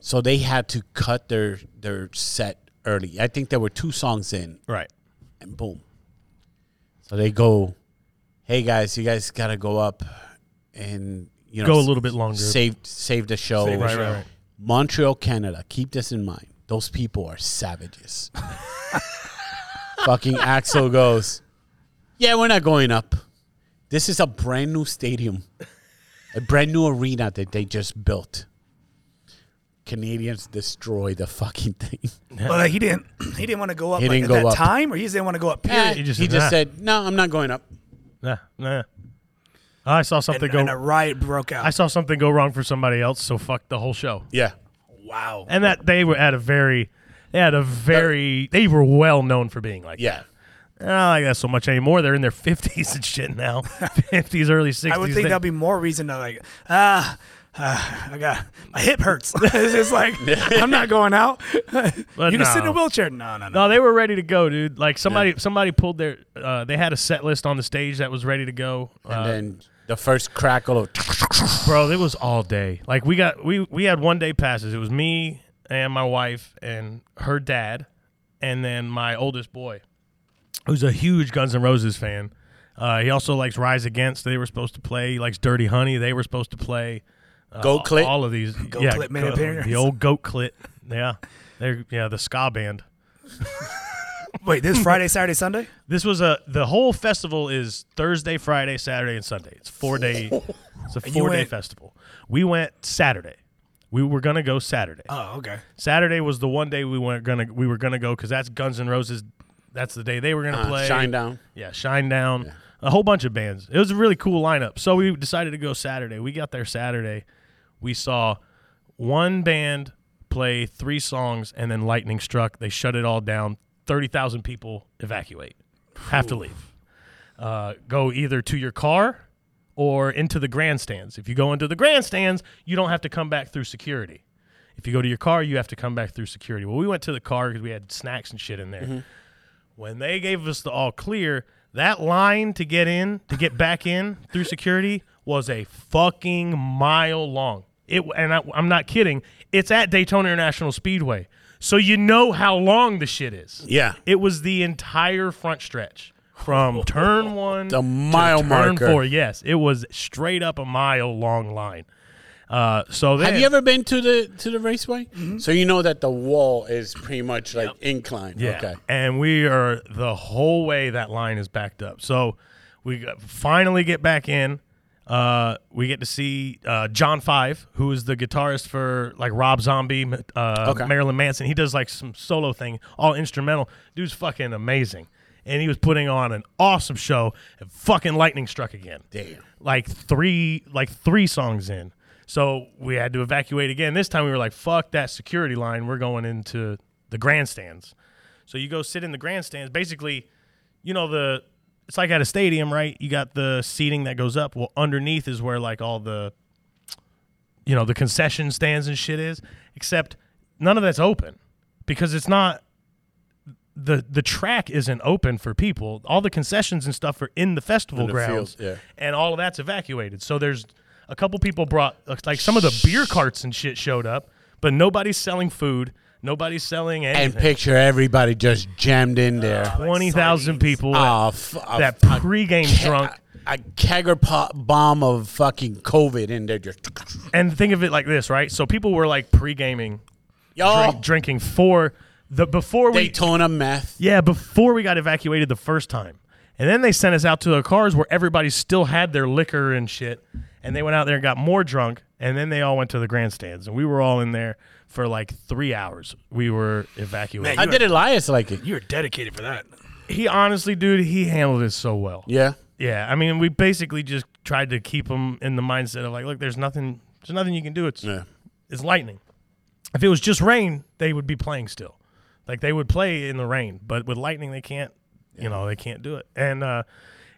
[SPEAKER 4] So they had to cut their their set early. I think there were two songs in,
[SPEAKER 1] right.
[SPEAKER 4] and boom. So they go, "Hey guys, you guys gotta go up, and you know,
[SPEAKER 1] Go a little bit longer.
[SPEAKER 4] Save save the show.
[SPEAKER 1] the Right, show. right, right.
[SPEAKER 4] Montreal, Canada. Keep this in mind. Those people are savages. fucking Axel goes, yeah, we're not going up. This is a brand new stadium, a brand new arena that they just built. Canadians destroy the fucking thing.
[SPEAKER 2] Well, like, he didn't. He didn't want to go up
[SPEAKER 4] He
[SPEAKER 2] like,
[SPEAKER 4] didn't
[SPEAKER 2] at
[SPEAKER 4] go
[SPEAKER 2] that
[SPEAKER 4] up.
[SPEAKER 2] time, or he just didn't want to go up. Period.
[SPEAKER 4] Eh,
[SPEAKER 1] he
[SPEAKER 4] he
[SPEAKER 1] just
[SPEAKER 4] just,
[SPEAKER 1] said, "Nah."
[SPEAKER 4] said, no, I'm not going up.
[SPEAKER 1] Yeah, yeah. I saw something
[SPEAKER 2] And,
[SPEAKER 1] go.
[SPEAKER 2] and a riot broke out.
[SPEAKER 1] I saw something go wrong for somebody else, so fuck the whole show.
[SPEAKER 4] Yeah.
[SPEAKER 2] wow.
[SPEAKER 1] And that they were at a very, they had a very, they were well known for being like,
[SPEAKER 4] Yeah.
[SPEAKER 1] that. I don't like that so much anymore. They're in their fifties and shit now, fifties, early sixties.
[SPEAKER 2] I would think that'd be more reason to like ah. ah, I got my hip hurts. it's just like I'm not going out. you can sit in
[SPEAKER 1] no.
[SPEAKER 2] a wheelchair. No, no, no.
[SPEAKER 1] No, they were ready to go, dude. Like somebody, somebody pulled their. Uh, they had a set list on the stage that was ready to go,
[SPEAKER 4] And
[SPEAKER 1] uh,
[SPEAKER 4] then the first crackle of,
[SPEAKER 1] bro. It was all day. Like we got, we we had one day passes. It was me and my wife and her dad, and then my oldest boy. who's a huge Guns N' Roses fan. Uh, he also likes Rise Against. They were supposed to play. He likes Dirty Honey. They were supposed to play. Uh,
[SPEAKER 4] Goat Clit?
[SPEAKER 1] All of these. Goat
[SPEAKER 2] Clit made an appearance.
[SPEAKER 1] The old Goat Clit. Yeah. They're, yeah, the ska band.
[SPEAKER 2] Wait, this Friday, Saturday, Sunday?
[SPEAKER 1] This was a the whole festival is Thursday, Friday, Saturday, and Sunday. It's four day. It's a
[SPEAKER 2] And you
[SPEAKER 1] four day
[SPEAKER 2] went-
[SPEAKER 1] festival. We went Saturday. We were gonna go Saturday.
[SPEAKER 2] Oh, okay.
[SPEAKER 1] Saturday was the one day we weren't gonna we were gonna go because that's Guns N' Roses. That's the day they were
[SPEAKER 2] Ah,
[SPEAKER 1] gonna
[SPEAKER 4] Uh,
[SPEAKER 1] play.
[SPEAKER 4] Shine Down.
[SPEAKER 1] Yeah, Shine Down. A whole bunch of bands. It was a really cool lineup. So we decided to go Saturday. We got there Saturday. We saw one band play three songs and then lightning struck. They shut it all down. 30,000 people evacuate, have to leave. Uh, go either to your car or into the grandstands. If you go into the grandstands, you don't have to come back through security. If you go to your car, you have to come back through security. Well, we went to the car because we had snacks and shit in there when they gave us the all clear, that line to get in, to get back in through security was a fucking mile long. It and I, I'm not kidding. It's at Daytona International Speedway, so you know how long the shit is.
[SPEAKER 4] Yeah.
[SPEAKER 1] It was the entire front stretch from turn one
[SPEAKER 4] The mile
[SPEAKER 1] to turn
[SPEAKER 4] marker.
[SPEAKER 1] Four. Yes, it was straight up a mile long line. Uh, so then,
[SPEAKER 4] Have you ever been to the to the raceway?
[SPEAKER 1] Mm-hmm.
[SPEAKER 4] So you know that the wall is pretty much like inclined.
[SPEAKER 1] Yeah.
[SPEAKER 4] Okay.
[SPEAKER 1] And we are the whole way that line is backed up. So we got- finally get back in. Uh, we get to see uh, John Five, who is the guitarist for like Rob Zombie, uh,
[SPEAKER 4] Okay.
[SPEAKER 1] Marilyn Manson. He does like some solo thing, all instrumental. Dude's fucking amazing. And he was putting on an awesome show, and fucking lightning struck again.
[SPEAKER 4] Damn.
[SPEAKER 1] Like three, like three songs in. So we had to evacuate again. This time we were like, "Fuck that security line! We're going into the grandstands." So you go sit in the grandstands. Basically, you know the it's like at a stadium, right? You got the seating that goes up. Well, underneath is where like all the you know the concession stands and shit is. Except none of that's open because it's not the the track isn't open for people. All the concessions and stuff are in the festival
[SPEAKER 4] the
[SPEAKER 1] grounds,
[SPEAKER 4] fields, yeah.
[SPEAKER 1] and all of that's evacuated. So there's a couple people brought like some of the beer carts and shit showed up, but nobody's selling food. Nobody's selling anything.
[SPEAKER 4] And picture everybody just jammed in there.
[SPEAKER 1] Twenty thousand people.
[SPEAKER 4] Ah, f- a-
[SPEAKER 1] Uh, that
[SPEAKER 4] a
[SPEAKER 1] pregame
[SPEAKER 4] ca-
[SPEAKER 1] drunk.
[SPEAKER 4] A kegger pop bomb of fucking COVID in there. Just
[SPEAKER 1] And think of it like this, right? So people were like pre-gaming,
[SPEAKER 4] Yo,
[SPEAKER 1] drink, drinking for the before we
[SPEAKER 4] Daytona meth.
[SPEAKER 1] yeah before we got evacuated the first time, and then they sent us out to the cars where everybody still had their liquor and shit, and they went out there and got more drunk, and then they all went to the grandstands, and we were all in there for like three hours. We were evacuated.
[SPEAKER 4] I did Elias like it.
[SPEAKER 2] You were dedicated for that.
[SPEAKER 1] he honestly, dude, he handled it so well.
[SPEAKER 4] Yeah.
[SPEAKER 1] Yeah, I mean, we basically just tried to keep them in the mindset of like, look, there's nothing, there's nothing you can do. It's
[SPEAKER 4] Yeah.
[SPEAKER 1] it's lightning. If it was just rain, they would be playing still. Like they would play in the rain, but with lightning, they can't. You know, they can't do it. And uh,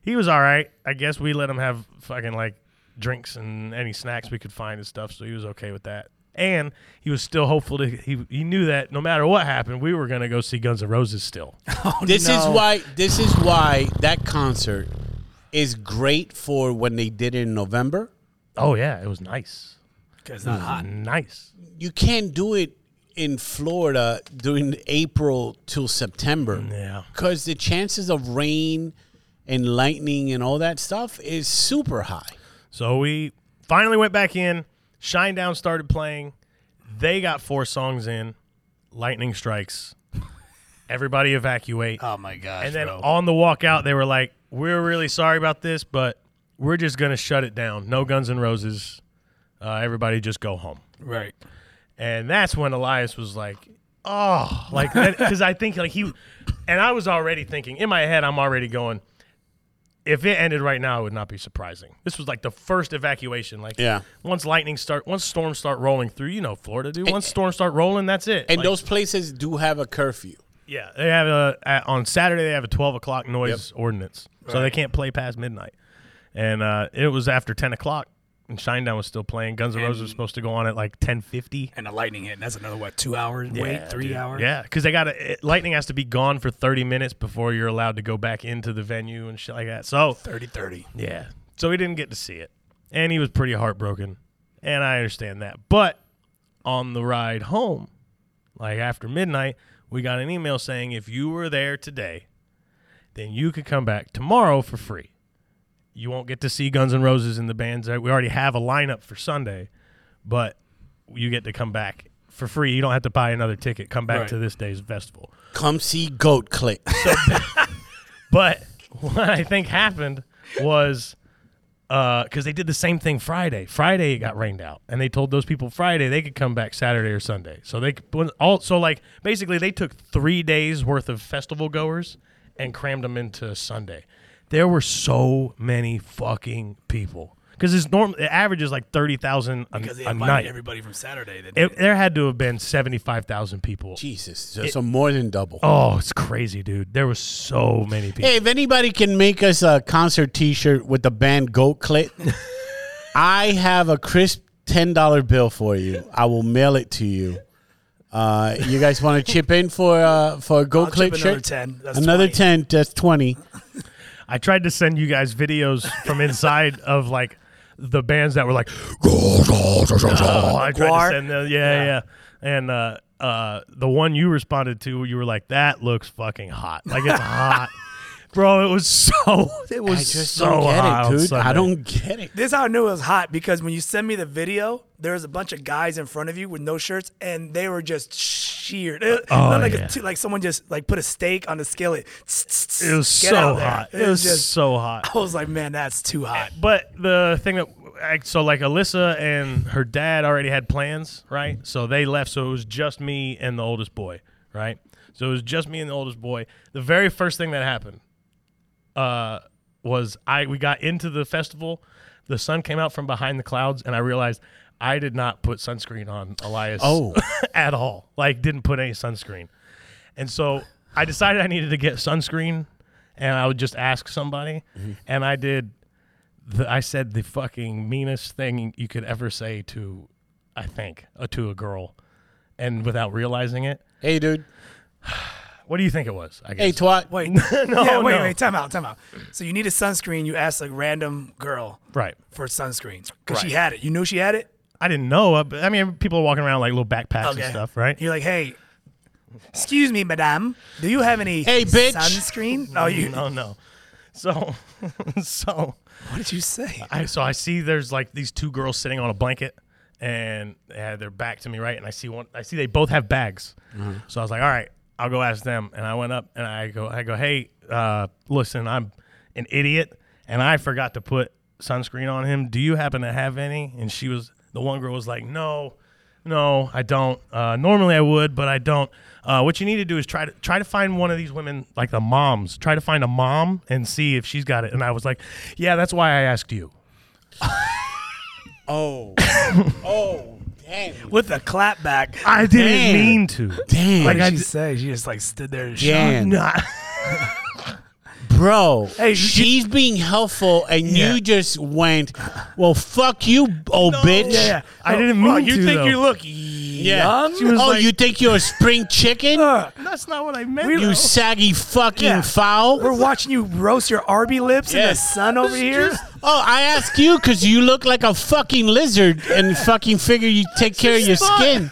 [SPEAKER 1] he was all right. I guess we let him have fucking like drinks and any snacks we could find and stuff. So he was okay with that. And he was still hopeful. To, he he knew that no matter what happened, we were gonna go see Guns N' Roses still.
[SPEAKER 4] This is
[SPEAKER 2] Oh, no.
[SPEAKER 4] why this is why that concert is great for when they did it in November.
[SPEAKER 1] oh yeah, it was nice.
[SPEAKER 2] Because not
[SPEAKER 1] Mm-hmm.
[SPEAKER 2] hot.
[SPEAKER 1] Nice.
[SPEAKER 4] You can't do it in Florida during April till September.
[SPEAKER 1] Yeah.
[SPEAKER 4] Cuz the chances of rain and lightning and all that stuff is super high.
[SPEAKER 1] So we finally went back in. Shinedown started playing. They got four songs in. Lightning strikes. Everybody evacuate.
[SPEAKER 2] Oh, my gosh.
[SPEAKER 1] and then on the walkout, they were like, "We're really sorry about this, but we're just gonna shut it down. No Guns and Roses. Uh, everybody just go home."
[SPEAKER 2] right.
[SPEAKER 1] And that's when Elias was like, "Oh, like because I think like he," and I was already thinking in my head, I'm already going. If it ended right now, it would not be surprising. This was like the first evacuation. Like,
[SPEAKER 4] Yeah.
[SPEAKER 1] Once lightning start, once storms start rolling through, you know, Florida, dude. Once storms start rolling, that's it.
[SPEAKER 4] And
[SPEAKER 1] Like,
[SPEAKER 4] those places do have a curfew.
[SPEAKER 1] yeah, they have a at, on Saturday they have a twelve o'clock noise ordinance, so they can't play past midnight. And uh, it was after ten o'clock, and Shinedown was still playing. Guns N' Roses was supposed to go on at like ten fifty.
[SPEAKER 2] And a lightning hit. And that's another, what, two hours
[SPEAKER 1] Yeah,
[SPEAKER 2] wait? Three
[SPEAKER 1] dude.
[SPEAKER 2] hours?
[SPEAKER 1] Yeah, because they got to lightning has to be gone for thirty minutes before you're allowed to go back into the venue and shit like that. So
[SPEAKER 2] 30 30.
[SPEAKER 1] yeah, so he didn't get to see it, and he was pretty heartbroken, and I understand that. But on the ride home, like after midnight, we got an email saying if you were there today, then you could come back tomorrow for free. You won't get to see Guns N' Roses in the bands. that- We already have a lineup for Sunday, but you get to come back for free. You don't have to buy another ticket. Come back to this day's festival.
[SPEAKER 4] Come see Goat Click.
[SPEAKER 1] But what I think happened was because they did the same thing Friday. Friday it got rained out, and they told those people Friday they could come back Saturday or Sunday. So they could, when all so like basically they took three days worth of festival goers and crammed them into Sunday. There were so many fucking people because it's normal. It averages like thirty thousand a,
[SPEAKER 3] because they
[SPEAKER 1] a
[SPEAKER 3] invited
[SPEAKER 1] night.
[SPEAKER 3] everybody from Saturday. That
[SPEAKER 1] It- there had to have been seventy five thousand people.
[SPEAKER 4] Jesus, so, so more than double.
[SPEAKER 1] Oh, it's crazy, dude. There were so many people.
[SPEAKER 4] Hey, if anybody can make us a concert T-shirt with the band Goat Clit, I have a crisp ten dollar bill for you. I will mail it to you. Uh, you guys want to chip in for uh, for a Goat
[SPEAKER 2] I'll chip
[SPEAKER 4] Clit
[SPEAKER 2] another
[SPEAKER 4] shirt?
[SPEAKER 2] 10. That's
[SPEAKER 4] Another
[SPEAKER 2] 20.
[SPEAKER 4] ten. That's twenty.
[SPEAKER 1] I tried to send you guys videos from inside of like the bands that were like, oh, I tried
[SPEAKER 2] Guar.
[SPEAKER 1] to send them, yeah, yeah, and uh, uh, the one you responded to, you were like, that looks fucking hot, like it's hot, bro. It was so, it was
[SPEAKER 4] I just
[SPEAKER 1] so
[SPEAKER 4] don't
[SPEAKER 1] hot
[SPEAKER 4] get it,
[SPEAKER 1] on
[SPEAKER 4] dude.
[SPEAKER 1] Sunday.
[SPEAKER 4] I don't get it.
[SPEAKER 2] This is how I knew it was hot because when you send me the video, there was a bunch of guys in front of you with no shirts, and they were just sheared. It, it
[SPEAKER 1] Oh,
[SPEAKER 2] looked like,
[SPEAKER 1] yeah.
[SPEAKER 2] a, t- like someone just like put a steak on the skillet.
[SPEAKER 1] It was so hot. It was
[SPEAKER 2] just.
[SPEAKER 1] so hot.
[SPEAKER 2] I was like, man, that's too hot.
[SPEAKER 1] But the thing that I- so like Alyssa and her dad already had plans, right? So they left. So it was just me and the oldest boy, right? So it was just me and the oldest boy. The very first thing that happened uh, was I we got into the festival. The sun came out from behind the clouds, and I realized I did not put sunscreen on Elias.
[SPEAKER 4] Oh.
[SPEAKER 1] at all. Like didn't put any sunscreen. And so I decided I needed to get sunscreen and I would just ask somebody. And I did, the, I said the fucking meanest thing you could ever say to, I think, uh, to a girl and without realizing it.
[SPEAKER 4] Hey, dude.
[SPEAKER 1] What do you think it was? I guess.
[SPEAKER 4] Hey, twat.
[SPEAKER 2] Wait,
[SPEAKER 1] no,
[SPEAKER 2] yeah, wait,
[SPEAKER 1] no.
[SPEAKER 2] wait, time out, time out. So you need a sunscreen. You asked a random girl
[SPEAKER 1] Right.
[SPEAKER 2] for sunscreen because she had it. You knew she had it.
[SPEAKER 1] I didn't know. uh, but- I mean, people are walking around like little backpacks and stuff, right?
[SPEAKER 2] You're like, hey, excuse me, madame, do you have any
[SPEAKER 4] Hey, bitch."
[SPEAKER 2] sunscreen? Oh, you.
[SPEAKER 1] No, no. So, so.
[SPEAKER 2] What did you say?
[SPEAKER 1] I so I see there's like these two girls sitting on a blanket and they had their back to me, right? And I see one I see they both have bags. So I was like, all right, I'll go ask them. And I went up and I go I go, Hey, uh, listen, I'm an idiot and I forgot to put sunscreen on him. Do you happen to have any? And she was the one girl was like, No, no, I don't. Uh, normally I would, but I don't. Uh, what you need to do is try to try to find one of these women, like the moms. Try to find a mom and see if she's got it. And I was like, "Yeah, that's why I asked you."
[SPEAKER 4] Oh. oh. Damn.
[SPEAKER 2] With a clap back.
[SPEAKER 1] I didn't
[SPEAKER 4] Damn.
[SPEAKER 1] mean to.
[SPEAKER 4] Damn.
[SPEAKER 2] What did
[SPEAKER 1] I
[SPEAKER 2] she
[SPEAKER 1] d-
[SPEAKER 2] say? She just like stood there. And yeah.
[SPEAKER 4] Damn.
[SPEAKER 1] Nah.
[SPEAKER 4] Bro,
[SPEAKER 2] Hey,
[SPEAKER 4] she's being helpful, and
[SPEAKER 1] Yeah.
[SPEAKER 4] you just went, "Well, fuck you, old bitch."
[SPEAKER 1] Yeah, yeah. I didn't mean
[SPEAKER 2] oh,
[SPEAKER 1] to.
[SPEAKER 2] you think
[SPEAKER 1] though.
[SPEAKER 2] you look
[SPEAKER 4] Yeah.
[SPEAKER 2] young?
[SPEAKER 1] She was
[SPEAKER 4] oh,
[SPEAKER 1] like-
[SPEAKER 4] you think you're a spring chicken?
[SPEAKER 1] That's not what I meant.
[SPEAKER 4] Uh, you saggy fucking
[SPEAKER 2] Yeah.
[SPEAKER 4] foul.
[SPEAKER 2] We're watching you roast your Arby lips in
[SPEAKER 4] Yeah.
[SPEAKER 2] the sun over here.
[SPEAKER 4] Oh, I ask you because you look like a fucking lizard and fucking figure you take care of your
[SPEAKER 1] She's not.
[SPEAKER 4] skin.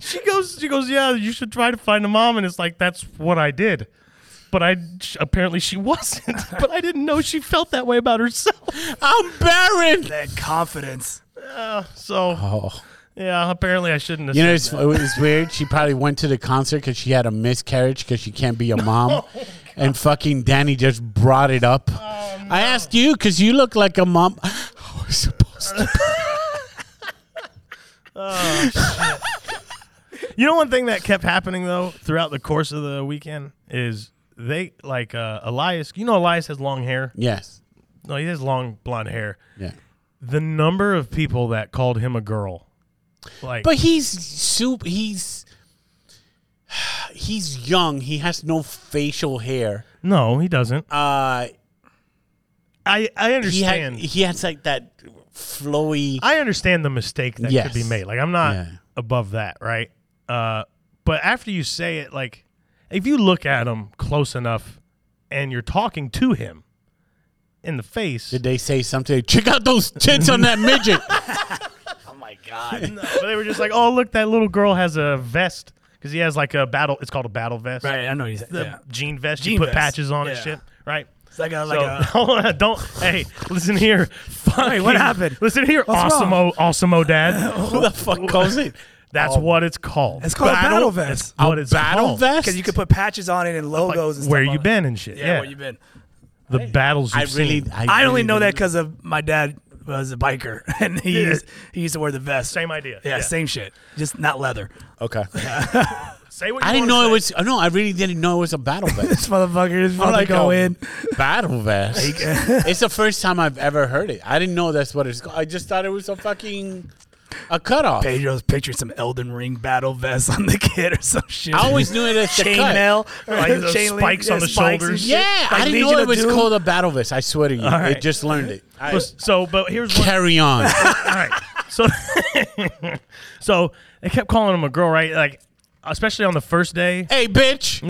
[SPEAKER 1] she goes. She goes. Yeah, you should try to find a mom. And it's like that's what I did. But I sh- apparently she wasn't. but I didn't know she felt that way about herself.
[SPEAKER 4] I'm barren.
[SPEAKER 2] That confidence.
[SPEAKER 1] So
[SPEAKER 4] Oh,
[SPEAKER 1] yeah, apparently I shouldn't have.
[SPEAKER 4] you know
[SPEAKER 1] said
[SPEAKER 4] it's, it's weird. She probably went to the concert because she had a miscarriage because she can't be a mom, and fucking Danny just brought it up. I asked you because you look like a mom. I was supposed to.
[SPEAKER 1] You know, one thing that kept happening though throughout the course of the weekend is they like uh, Elias. You know, Elias has long hair.
[SPEAKER 4] Yes.
[SPEAKER 1] No, he has long blonde hair.
[SPEAKER 4] Yeah.
[SPEAKER 1] The number of people that called him a girl, like,
[SPEAKER 4] But he's soup. He's he's young. He has no facial hair.
[SPEAKER 1] no, he doesn't.
[SPEAKER 4] Uh,
[SPEAKER 1] I I
[SPEAKER 4] he had,
[SPEAKER 1] understand.
[SPEAKER 4] he has like that flowy.
[SPEAKER 1] I understand the mistake that
[SPEAKER 4] Yes.
[SPEAKER 1] could be made. Like, I'm not
[SPEAKER 4] Yeah.
[SPEAKER 1] above that, right? Uh, but after you say it, like, if you look at him close enough, and you're talking to him in the face,
[SPEAKER 4] Did they say something? Check out those tits on that midget.
[SPEAKER 2] Oh my god.
[SPEAKER 1] No, but they were just like, "Oh, look, that little girl has a vest because he has like a battle. It's called a battle vest.
[SPEAKER 2] Right, I know what he's
[SPEAKER 1] The
[SPEAKER 2] yeah.
[SPEAKER 1] jean vest. you
[SPEAKER 2] Jean
[SPEAKER 1] put
[SPEAKER 2] vest,
[SPEAKER 1] patches on and
[SPEAKER 2] yeah.
[SPEAKER 1] shit. Right.
[SPEAKER 2] It's like a, like a
[SPEAKER 1] hold on, don't. Hey, listen here. Fucking-
[SPEAKER 2] what happened?
[SPEAKER 1] Listen here,
[SPEAKER 2] What's
[SPEAKER 1] awesome,
[SPEAKER 2] wrong?
[SPEAKER 1] awesome, dad.
[SPEAKER 4] Who the fuck calls it?
[SPEAKER 1] That's what it's called.
[SPEAKER 2] it's called a battle vest
[SPEAKER 1] That's what it's
[SPEAKER 4] Battle
[SPEAKER 1] called.
[SPEAKER 4] vest?
[SPEAKER 2] because you could put patches on it and logos and stuff.
[SPEAKER 1] Where you
[SPEAKER 2] on it.
[SPEAKER 1] been and shit.
[SPEAKER 2] Yeah,
[SPEAKER 1] Yeah.
[SPEAKER 2] where you been?
[SPEAKER 1] the battles
[SPEAKER 4] I
[SPEAKER 1] you've
[SPEAKER 4] really,
[SPEAKER 1] seen.
[SPEAKER 4] I,
[SPEAKER 2] I only
[SPEAKER 4] really
[SPEAKER 2] know that
[SPEAKER 4] didn't-
[SPEAKER 2] because of my dad was a biker and he
[SPEAKER 1] Yeah.
[SPEAKER 2] used, he used to wear the vest.
[SPEAKER 1] Same idea.
[SPEAKER 2] Yeah,
[SPEAKER 1] Yeah.
[SPEAKER 2] same shit, just not leather.
[SPEAKER 4] Okay.
[SPEAKER 1] Say what you
[SPEAKER 4] I
[SPEAKER 1] wanna
[SPEAKER 4] didn't know it
[SPEAKER 1] say.
[SPEAKER 4] was. No, I really didn't know it was a battle vest.
[SPEAKER 2] This motherfucker is
[SPEAKER 4] I'm
[SPEAKER 2] going to go
[SPEAKER 4] oh,
[SPEAKER 2] in.
[SPEAKER 4] Battle vest. it's the first time I've ever heard it. I didn't know that's what it's called. I just thought it was a fucking a cutoff. I
[SPEAKER 2] Pedro's pictured some Elden Ring battle vest on the kid or some shit.
[SPEAKER 4] always knew it as the cut.
[SPEAKER 2] chainmail,
[SPEAKER 1] Like those
[SPEAKER 2] chain link,
[SPEAKER 1] spikes
[SPEAKER 2] yeah,
[SPEAKER 1] on the
[SPEAKER 2] spikes and
[SPEAKER 1] shoulders.
[SPEAKER 2] shit,
[SPEAKER 4] Yeah,
[SPEAKER 2] like
[SPEAKER 4] I didn't
[SPEAKER 2] Legion
[SPEAKER 4] know it
[SPEAKER 2] of
[SPEAKER 4] was
[SPEAKER 2] Doom.
[SPEAKER 4] called a battle vest. I swear to you, I
[SPEAKER 1] right.
[SPEAKER 4] just learned it. I-
[SPEAKER 1] So, but here's what.
[SPEAKER 4] carry on.
[SPEAKER 1] All right. So, so they kept calling him a girl, right? Like, especially on the first day.
[SPEAKER 4] hey, bitch.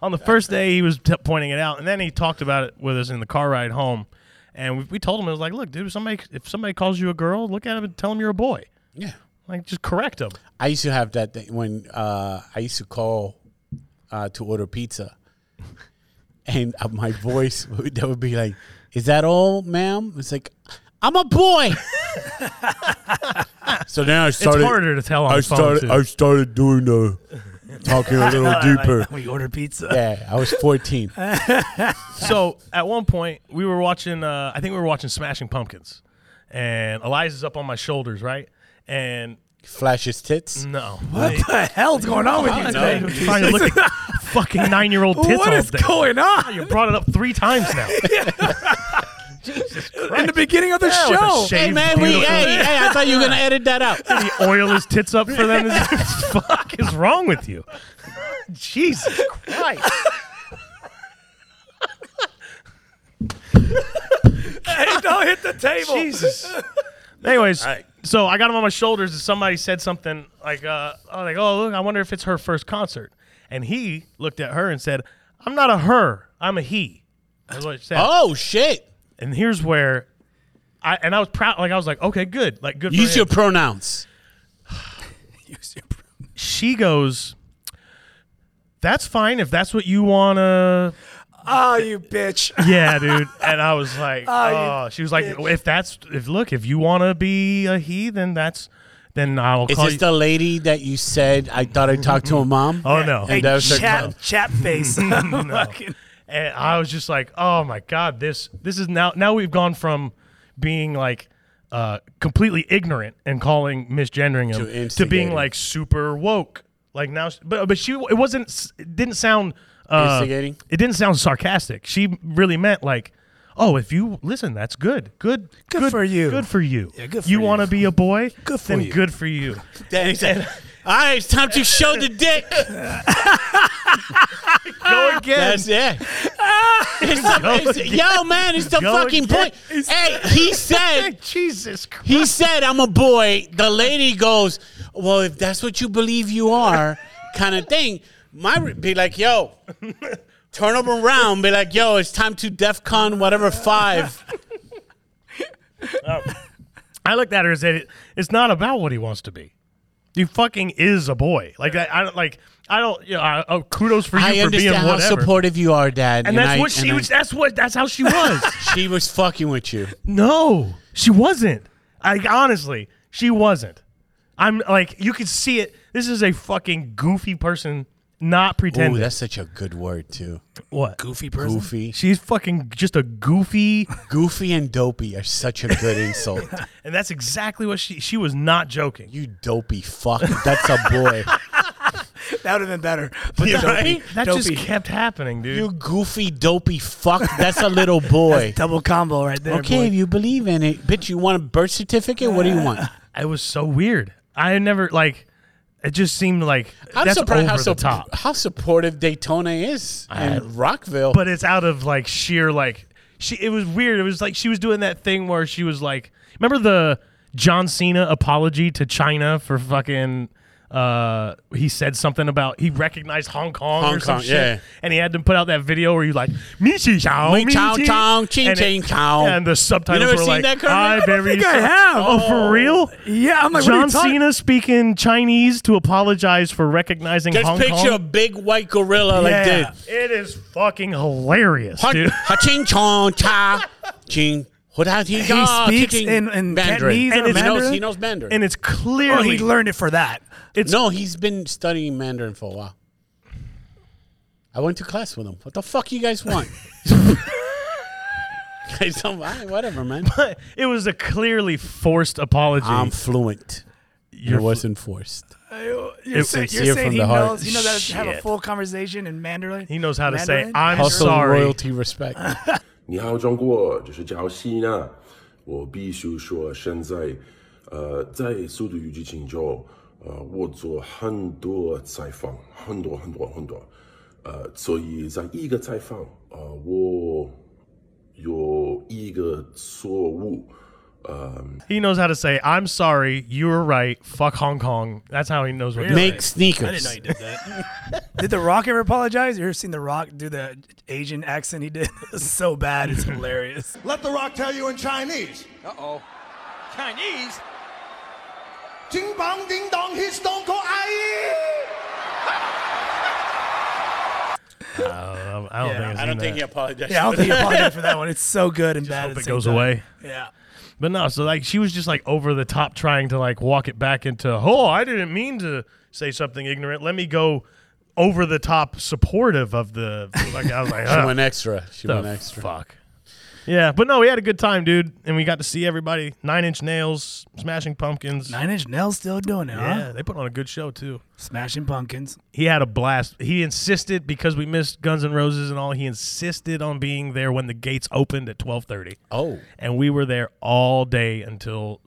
[SPEAKER 1] on the first day, he was t- pointing it out, and then he talked about it with us in the car ride home. And we, we told him it was like, look, dude, if somebody if somebody calls you a girl, look at him and tell him you're a boy.
[SPEAKER 4] Yeah.
[SPEAKER 1] Like, just correct him.
[SPEAKER 4] I used to have that thing when uh, I used to call uh, to order pizza, and uh, my voice would, that would be like, "Is that all, ma'am?" It's like, "I'm a boy." so then I
[SPEAKER 1] It's
[SPEAKER 4] started.
[SPEAKER 1] harder to tell on
[SPEAKER 4] I
[SPEAKER 1] the phone.
[SPEAKER 4] started.
[SPEAKER 1] too.
[SPEAKER 4] I started doing the talking a little deeper.
[SPEAKER 2] Like, we order pizza.
[SPEAKER 4] Yeah, I was 14.
[SPEAKER 1] so at one point we were watching uh, i think we were watching smashing pumpkins and eliza's up on my shoulders right and
[SPEAKER 4] Flashes tits.
[SPEAKER 1] no
[SPEAKER 2] What the hell's going on with you
[SPEAKER 1] Hey,
[SPEAKER 2] today?
[SPEAKER 1] I'm trying to look at fucking nine-year-old tits
[SPEAKER 2] What
[SPEAKER 1] all
[SPEAKER 2] is
[SPEAKER 1] day.
[SPEAKER 2] going on?
[SPEAKER 1] you brought it up three times now
[SPEAKER 2] In the beginning of the
[SPEAKER 1] Yeah, with the
[SPEAKER 2] show.
[SPEAKER 1] shaved,
[SPEAKER 4] Hey man, we, hey,
[SPEAKER 1] beautiful-
[SPEAKER 4] hey, I thought you were gonna edit that out.
[SPEAKER 1] the oil his tits up for them what the fuck is wrong with you jesus christ
[SPEAKER 2] hey, don't hit the table.
[SPEAKER 1] Jesus. Anyways, so I got him on my shoulders, and somebody said something like, uh, I was like, "Oh, look, I wonder if it's her first concert." And he looked at her and said, "I'm not a her, I'm a he." That's what it said.
[SPEAKER 4] Oh shit!
[SPEAKER 1] And here's where, I and I was proud. Like I was like, "Okay, good. Like good." For
[SPEAKER 4] Use
[SPEAKER 1] him.
[SPEAKER 4] your pronouns.
[SPEAKER 1] she goes, "That's fine if that's what you wanna."
[SPEAKER 2] Oh, you bitch.
[SPEAKER 1] Yeah, dude. And I was like,
[SPEAKER 2] you
[SPEAKER 1] "Oh,", she was like, "If that's if look if you wanna be a he, then that's." Then I'll
[SPEAKER 4] Is
[SPEAKER 1] call
[SPEAKER 4] this
[SPEAKER 1] you.
[SPEAKER 4] the lady that you said I thought I talked to a mom?
[SPEAKER 1] Oh no!
[SPEAKER 4] And that was her
[SPEAKER 2] Chap,
[SPEAKER 4] clown.
[SPEAKER 2] chap face. Fucking-
[SPEAKER 1] and I was just like, "Oh my god, this this is now now we've gone from being like uh, completely ignorant and calling misgendering
[SPEAKER 4] To
[SPEAKER 1] him to,
[SPEAKER 4] instigating.
[SPEAKER 1] being like super woke." Like now, but but she it wasn't s- it didn't sound uh,
[SPEAKER 4] Instigating?
[SPEAKER 1] It didn't sound sarcastic. She really meant like. Oh, if you listen, that's good. Good,
[SPEAKER 2] Good for you.
[SPEAKER 1] Good for you. Yeah,
[SPEAKER 2] good for
[SPEAKER 1] you
[SPEAKER 2] you.
[SPEAKER 1] want to be a boy?
[SPEAKER 2] Good for
[SPEAKER 1] then
[SPEAKER 2] you.
[SPEAKER 1] Good for you.
[SPEAKER 4] Then he said, "All right, it's time to show the dick."
[SPEAKER 2] Ah,
[SPEAKER 1] Go again.
[SPEAKER 4] That's it. It's the- it's- yo, man, it's the
[SPEAKER 1] Go
[SPEAKER 4] fucking
[SPEAKER 1] again.
[SPEAKER 4] point. Hey, he said,
[SPEAKER 1] Jesus Christ.
[SPEAKER 4] he said, "I'm a boy." The lady goes, "Well, if that's what you believe you are," kind of thing. My re- be like, "Yo, turn them around." Be like, "Yo, it's time to DefCon whatever five."
[SPEAKER 1] I looked at her and said, it, "It's not about what he wants to be. He fucking is a boy. Like I, I don't like. I don't. You know, I, oh, kudos for you
[SPEAKER 4] I
[SPEAKER 1] for being
[SPEAKER 4] understand how
[SPEAKER 1] whatever.
[SPEAKER 4] supportive you are, Dad.
[SPEAKER 1] and that's
[SPEAKER 4] I-
[SPEAKER 1] what she
[SPEAKER 4] and I-
[SPEAKER 1] was. That's what. That's how she was.
[SPEAKER 4] she was fucking with you.
[SPEAKER 1] no, she wasn't. Like honestly, she wasn't. I'm like you could see it. This is a fucking goofy person, not
[SPEAKER 4] Ooh,
[SPEAKER 1] pretending.
[SPEAKER 4] that's such a good word too.
[SPEAKER 1] what?
[SPEAKER 2] Goofy person.
[SPEAKER 4] Goofy,
[SPEAKER 1] She's fucking just a goofy,
[SPEAKER 4] goofy, and dopey are such a good insult.
[SPEAKER 1] and that's exactly what she. She was not joking.
[SPEAKER 4] You dopey fuck. That's a boy.
[SPEAKER 2] That would have been better. But
[SPEAKER 4] Yeah,
[SPEAKER 2] dopey-
[SPEAKER 4] right?
[SPEAKER 1] That
[SPEAKER 2] dopey.
[SPEAKER 1] just kept happening, dude.
[SPEAKER 4] You goofy dopey fuck. That's a little boy.
[SPEAKER 2] double combo right there.
[SPEAKER 4] Okay, if
[SPEAKER 2] boy.
[SPEAKER 4] you believe in it, bitch. You want a birth certificate? What do you want?
[SPEAKER 1] It was so weird. I never like. It just seemed like
[SPEAKER 4] I'm
[SPEAKER 1] that's
[SPEAKER 4] surprised
[SPEAKER 1] over
[SPEAKER 4] how,
[SPEAKER 1] the
[SPEAKER 4] sup-
[SPEAKER 1] top,
[SPEAKER 4] how supportive Daytona is and Rockville.
[SPEAKER 1] but it's out of like sheer like she. It was weird. It was like she was doing that thing where she was like, remember the John Cena apology to China for fucking Uh, he said something about he recognized Hong Kong
[SPEAKER 4] Hong
[SPEAKER 1] or some
[SPEAKER 4] Kong,
[SPEAKER 1] shit,
[SPEAKER 4] yeah.
[SPEAKER 1] and he had them put out that video where he was like me chi chao
[SPEAKER 4] Me chow
[SPEAKER 1] chi."
[SPEAKER 4] chong, ching
[SPEAKER 1] And it-
[SPEAKER 4] ching chow.
[SPEAKER 1] and the subtitles
[SPEAKER 4] never
[SPEAKER 1] were like
[SPEAKER 4] seen that, Kermit? I
[SPEAKER 1] I
[SPEAKER 4] don't
[SPEAKER 1] very
[SPEAKER 2] think I
[SPEAKER 1] sorry."
[SPEAKER 2] have.
[SPEAKER 1] oh for real
[SPEAKER 2] Yeah, I'm like, what are
[SPEAKER 1] John
[SPEAKER 2] you talking-
[SPEAKER 1] Cena speaking Chinese to apologize for recognizing
[SPEAKER 4] Just
[SPEAKER 1] Hong
[SPEAKER 4] picture a
[SPEAKER 1] Kong.
[SPEAKER 4] big white gorilla like this.
[SPEAKER 1] it is fucking hilarious,
[SPEAKER 4] Ha-
[SPEAKER 1] dude.
[SPEAKER 4] ha- ching chong cha ching. What has he
[SPEAKER 2] He speaks in- in Cantonese
[SPEAKER 1] or
[SPEAKER 4] he knows
[SPEAKER 2] Mandarin?
[SPEAKER 4] he knows Mandarin.
[SPEAKER 1] And it's
[SPEAKER 2] Oh,
[SPEAKER 1] clearly
[SPEAKER 2] he learned it for that.
[SPEAKER 4] no, he's been studying Mandarin for a while. I went to class with him. What the fuck you guys want? Guys, don't- I- whatever, man.
[SPEAKER 1] it was a clearly forced apology.
[SPEAKER 4] I'm fluent.
[SPEAKER 1] You're
[SPEAKER 4] it wasn't forced.
[SPEAKER 2] You're,
[SPEAKER 1] It's
[SPEAKER 2] say, you're
[SPEAKER 4] sincere
[SPEAKER 2] saying
[SPEAKER 4] from
[SPEAKER 2] he
[SPEAKER 4] the heart.
[SPEAKER 2] knows he knows how to have a
[SPEAKER 1] Shit.
[SPEAKER 2] full conversation in Mandarin.
[SPEAKER 1] he knows how to say
[SPEAKER 2] Mandarin?
[SPEAKER 1] I'm
[SPEAKER 4] Hustle,
[SPEAKER 1] sorry.
[SPEAKER 4] royalty, respect.
[SPEAKER 6] 你好，中国，这是焦希娜。我必须说，现在，呃，在《速度与激情》中，呃，我做很多采访，很多很多很多，呃，所以在一个采访，呃，我有一个错误，呃，
[SPEAKER 1] He knows how to say I'm sorry. You were right. Fuck Hong Kong. That's how he knows what. to
[SPEAKER 4] Make
[SPEAKER 1] say.
[SPEAKER 4] sneakers.
[SPEAKER 2] did that. did The Rock ever apologize? You ever seen The Rock do the Asian accent he did? It's so bad, it's hilarious.
[SPEAKER 7] Let The Rock tell you in Chinese. Uh oh. Chinese? Ding bong ding dong, he's stone cold. Aye.
[SPEAKER 1] Um, I don't think. I've
[SPEAKER 4] I don't
[SPEAKER 1] seen
[SPEAKER 4] think he
[SPEAKER 1] that.
[SPEAKER 4] apologized.
[SPEAKER 2] Yeah, I don't think he apologized for that one. It's so good and
[SPEAKER 1] Hope
[SPEAKER 2] bad. at the
[SPEAKER 1] it
[SPEAKER 2] same
[SPEAKER 1] goes
[SPEAKER 2] time.
[SPEAKER 1] away.
[SPEAKER 2] Yeah.
[SPEAKER 1] But no, so like she was just like over the top trying to like walk it back into, oh, I didn't mean to say something ignorant. Let me go over the top supportive of the. Like, I was like,
[SPEAKER 4] She
[SPEAKER 1] "Huh,
[SPEAKER 4] went extra. She
[SPEAKER 1] the
[SPEAKER 4] went extra.
[SPEAKER 1] fuck. Yeah, but no, we had a good time, dude, and we got to see everybody. Nine Inch Nails, Smashing Pumpkins.
[SPEAKER 2] Nine Inch Nails still doing it,
[SPEAKER 1] Yeah,
[SPEAKER 2] huh?
[SPEAKER 1] they put on a good show too.
[SPEAKER 2] Smashing Pumpkins.
[SPEAKER 1] He had a blast. He insisted because we missed Guns N' Roses and all. He insisted on being there when the gates opened at twelve thirty.
[SPEAKER 4] Oh.
[SPEAKER 1] and we were there all day until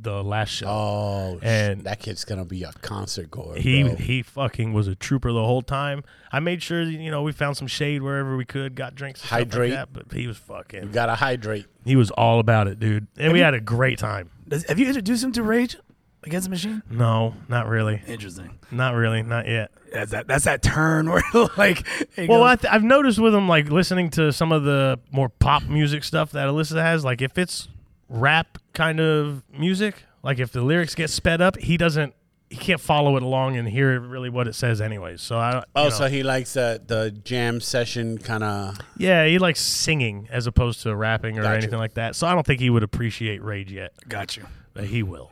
[SPEAKER 1] the last show.
[SPEAKER 4] Oh,
[SPEAKER 1] And-
[SPEAKER 4] and that kid's gonna be a concert goer.
[SPEAKER 1] He
[SPEAKER 4] bro.
[SPEAKER 1] he fucking was a trooper the whole time. I made sure you know we found some shade wherever we could, got drinks, and stuff like
[SPEAKER 4] Hydrate.
[SPEAKER 1] that, but he was
[SPEAKER 4] you
[SPEAKER 1] fucking.
[SPEAKER 4] gotta hydrate.
[SPEAKER 1] He was all about it, dude, and we had a great time.
[SPEAKER 2] Does, have you introduced him to Rage Against the Machine?
[SPEAKER 1] No, not really,
[SPEAKER 2] Interesting.
[SPEAKER 1] not really, not yet.
[SPEAKER 2] That's that, that's that turn where, like, it
[SPEAKER 1] Well,
[SPEAKER 2] goes-
[SPEAKER 1] I th- I've noticed with him, like listening to some of the more pop music stuff that Alyssa has, like if it's rap kind of music, like if the lyrics get sped up, he doesn't, he can't follow it along and hear really what it says, anyways. So I, don't- you
[SPEAKER 4] Oh,
[SPEAKER 1] know.
[SPEAKER 4] so he likes uh, the jam session kind of.
[SPEAKER 1] yeah, he likes singing as opposed to rapping or
[SPEAKER 4] Gotcha.
[SPEAKER 1] anything like that. So I don't think he would appreciate Rage yet,
[SPEAKER 2] got you.
[SPEAKER 1] but he will.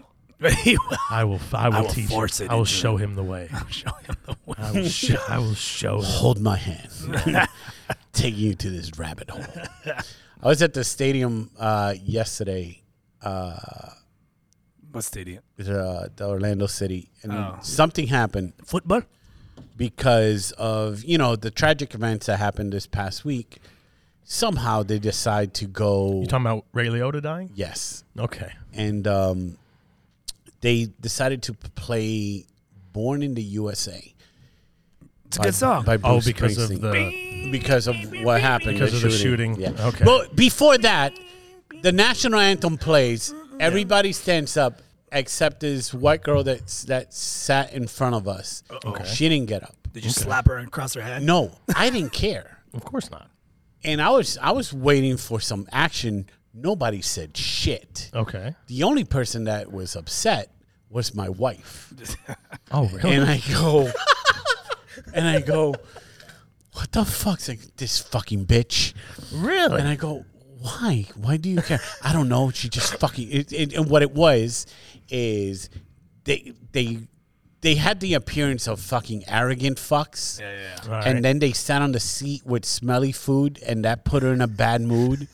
[SPEAKER 2] He
[SPEAKER 1] I will. I will,
[SPEAKER 2] will
[SPEAKER 1] teach.
[SPEAKER 2] force
[SPEAKER 1] him.
[SPEAKER 2] it
[SPEAKER 1] I will
[SPEAKER 2] into
[SPEAKER 1] show him the way.
[SPEAKER 2] will show him the way.
[SPEAKER 1] I will. Sh- I will show him.
[SPEAKER 4] Hold my hand. Taking you to this rabbit hole. I was at the stadium uh, yesterday,
[SPEAKER 2] What stadium?
[SPEAKER 4] uh, the Orlando City, and something happened
[SPEAKER 2] Football?
[SPEAKER 4] because of you know the tragic events that happened this past week. Somehow they decide to go.
[SPEAKER 1] You talking about Ray Liotta dying?
[SPEAKER 4] yes,
[SPEAKER 1] Okay.
[SPEAKER 4] and um, they decided to p- play "Born in the USA"
[SPEAKER 2] It's a good song.
[SPEAKER 4] by
[SPEAKER 1] Oh,
[SPEAKER 4] Bruce
[SPEAKER 1] because of
[SPEAKER 4] Springsteen.
[SPEAKER 1] the.
[SPEAKER 4] because of what happened
[SPEAKER 1] Because of the shooting.
[SPEAKER 4] Yeah.
[SPEAKER 1] Okay.
[SPEAKER 4] Well, before that, the national anthem plays. Everybody stands up except this white girl that that sat in front of us. She didn't get up.
[SPEAKER 2] Did you slap her and cross her head?
[SPEAKER 4] No, I didn't care.
[SPEAKER 1] Of course not.
[SPEAKER 4] And I was I was waiting for some action. Nobody said shit.
[SPEAKER 1] Okay.
[SPEAKER 4] The only person that was upset was my wife.
[SPEAKER 1] Oh, really?
[SPEAKER 4] and I go, and I go, what the fuck's like this fucking bitch?
[SPEAKER 1] Really?
[SPEAKER 4] And I go, why? Why do you care? I don't know. She just fucking. It, it, and what it was is they they they had the appearance of fucking arrogant fucks. Yeah, yeah.
[SPEAKER 1] All right.
[SPEAKER 4] And then they sat on the seat with smelly food, and that put her in a bad mood.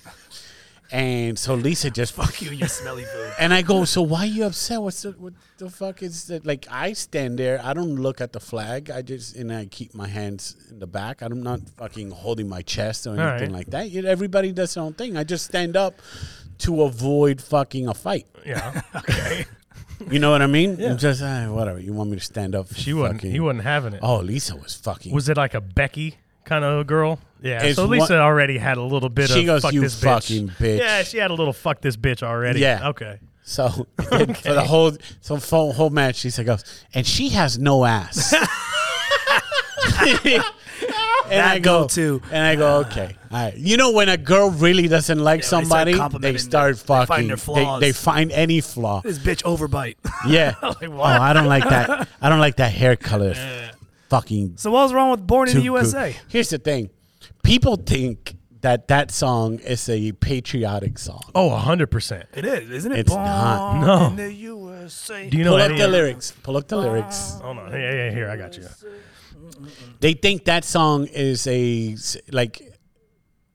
[SPEAKER 4] And so Lisa just fuck
[SPEAKER 2] You and your smelly food.
[SPEAKER 4] and I go, so why are you upset? What's the what the fuck is that? Like I stand there, I don't look at the flag. I just and I keep my hands in the back. I'm not fucking holding my chest or
[SPEAKER 1] right.
[SPEAKER 4] anything like that. Yet Everybody does their own thing. I just stand up to avoid fucking a fight.
[SPEAKER 1] yeah.
[SPEAKER 4] You know what I mean? I'm just ah, whatever. You want me to stand up? for
[SPEAKER 1] She wasn't. He
[SPEAKER 4] fucking-
[SPEAKER 1] wasn't having it.
[SPEAKER 4] Oh, Lisa was fucking.
[SPEAKER 1] Was it like a Becky kind of girl? Yeah.
[SPEAKER 4] It's
[SPEAKER 1] so
[SPEAKER 4] one-
[SPEAKER 1] Lisa already had a little bit
[SPEAKER 4] She
[SPEAKER 1] of
[SPEAKER 4] goes,
[SPEAKER 1] fuck
[SPEAKER 4] "You
[SPEAKER 1] this
[SPEAKER 4] fucking bitch."
[SPEAKER 1] Yeah, she had a little fuck this bitch already.
[SPEAKER 4] Yeah.
[SPEAKER 1] Okay.
[SPEAKER 4] So for the whole so for whole match, she said goes, and she has no ass. and I go
[SPEAKER 2] go-to. Ah.
[SPEAKER 4] and I go okay. All right. You know when a girl really doesn't like
[SPEAKER 2] start
[SPEAKER 4] somebody, they
[SPEAKER 2] complimenting
[SPEAKER 4] start
[SPEAKER 2] them. They find
[SPEAKER 4] fucking.
[SPEAKER 2] their
[SPEAKER 4] they,
[SPEAKER 2] flaws.
[SPEAKER 4] they find any flaw.
[SPEAKER 2] This bitch overbite.
[SPEAKER 4] Yeah. oh, I don't like that. I don't like that hair color. Fucking
[SPEAKER 2] so what was wrong with Born in the
[SPEAKER 4] too good.
[SPEAKER 2] USA?
[SPEAKER 4] Here's the thing: people think that that song is a patriotic song.
[SPEAKER 1] Oh, 100%.
[SPEAKER 2] It is, isn't it?
[SPEAKER 4] It's
[SPEAKER 2] Born
[SPEAKER 4] not.
[SPEAKER 1] No.
[SPEAKER 2] in the USA.
[SPEAKER 1] Do you know
[SPEAKER 4] Pull up
[SPEAKER 1] any
[SPEAKER 4] the lyrics. Pull up the lyrics.
[SPEAKER 1] Hold on. Yeah, yeah, here. I got you.
[SPEAKER 4] They think that song is a s- like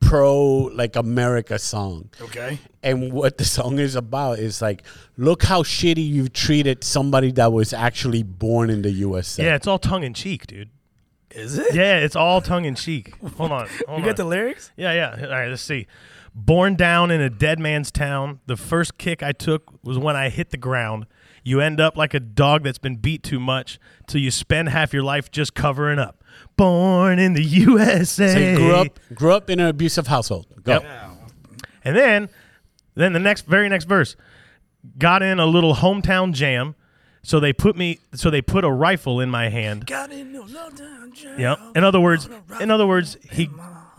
[SPEAKER 4] pro like America song.
[SPEAKER 2] Okay.
[SPEAKER 4] And what the song is about is like, look how shitty you treated somebody that was actually born in the USA.
[SPEAKER 1] Yeah, it's all tongue in cheek, dude.
[SPEAKER 2] Is it?
[SPEAKER 1] Yeah, it's all tongue in cheek. Hold on. Hold
[SPEAKER 2] You
[SPEAKER 1] on.
[SPEAKER 2] got the lyrics?
[SPEAKER 1] Yeah, yeah. All right, let's see. Born down in a dead man's town. The first kick I took was when I hit the ground. You end up like a dog that's been beat too much till you spend half your life just covering up. Born in the USA.
[SPEAKER 4] So you grew up grew up in an abusive household. Go.
[SPEAKER 1] And then then the next very next verse got in a little hometown jam. So they put me so they put a rifle in my hand.
[SPEAKER 2] Got in no down jail.
[SPEAKER 1] Yep. In other words, in other words, he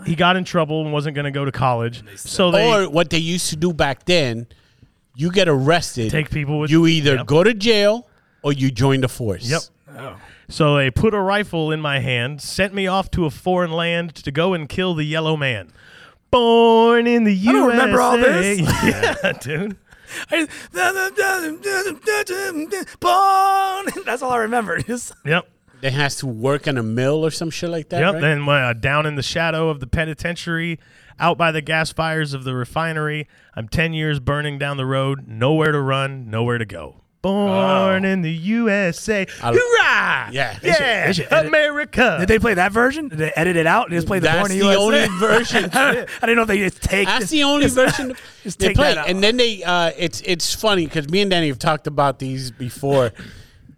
[SPEAKER 1] he got in trouble and wasn't going to go to college. So they
[SPEAKER 4] or what they used to do back then, you get arrested.
[SPEAKER 1] Take people with-
[SPEAKER 4] you either
[SPEAKER 1] Yep.
[SPEAKER 4] go to jail or you join the force.
[SPEAKER 1] Yep.
[SPEAKER 2] oh."
[SPEAKER 1] so they put a rifle in my hand, sent me off to a foreign land to go and kill the yellow man. Born in the USA.
[SPEAKER 2] don't remember all this.
[SPEAKER 1] yeah, dude.
[SPEAKER 2] Born. That's all I remember. Just-
[SPEAKER 1] Yep.
[SPEAKER 4] They has to work in a mill or some shit like that.
[SPEAKER 1] Yep.
[SPEAKER 4] right?
[SPEAKER 1] Then uh, down in the shadow of the penitentiary, out by the gas fires of the refinery, I'm 10 years burning down the road, nowhere to run, nowhere to go. Born
[SPEAKER 2] Oh.
[SPEAKER 1] in the USA. Hoorah!
[SPEAKER 4] Yeah. They should-
[SPEAKER 1] Yeah. America.
[SPEAKER 2] Did they play that version? Did they edit it out and just play the
[SPEAKER 4] that's
[SPEAKER 2] Born in
[SPEAKER 4] the
[SPEAKER 2] the USA?
[SPEAKER 4] only version.
[SPEAKER 2] I don't- I didn't know if they just take.
[SPEAKER 4] That's
[SPEAKER 2] just-
[SPEAKER 4] the only
[SPEAKER 2] just-
[SPEAKER 4] version
[SPEAKER 2] just
[SPEAKER 4] they
[SPEAKER 2] take
[SPEAKER 4] play.
[SPEAKER 2] that out.
[SPEAKER 4] And then they, uh, it's it's funny because me and Danny have talked about these before.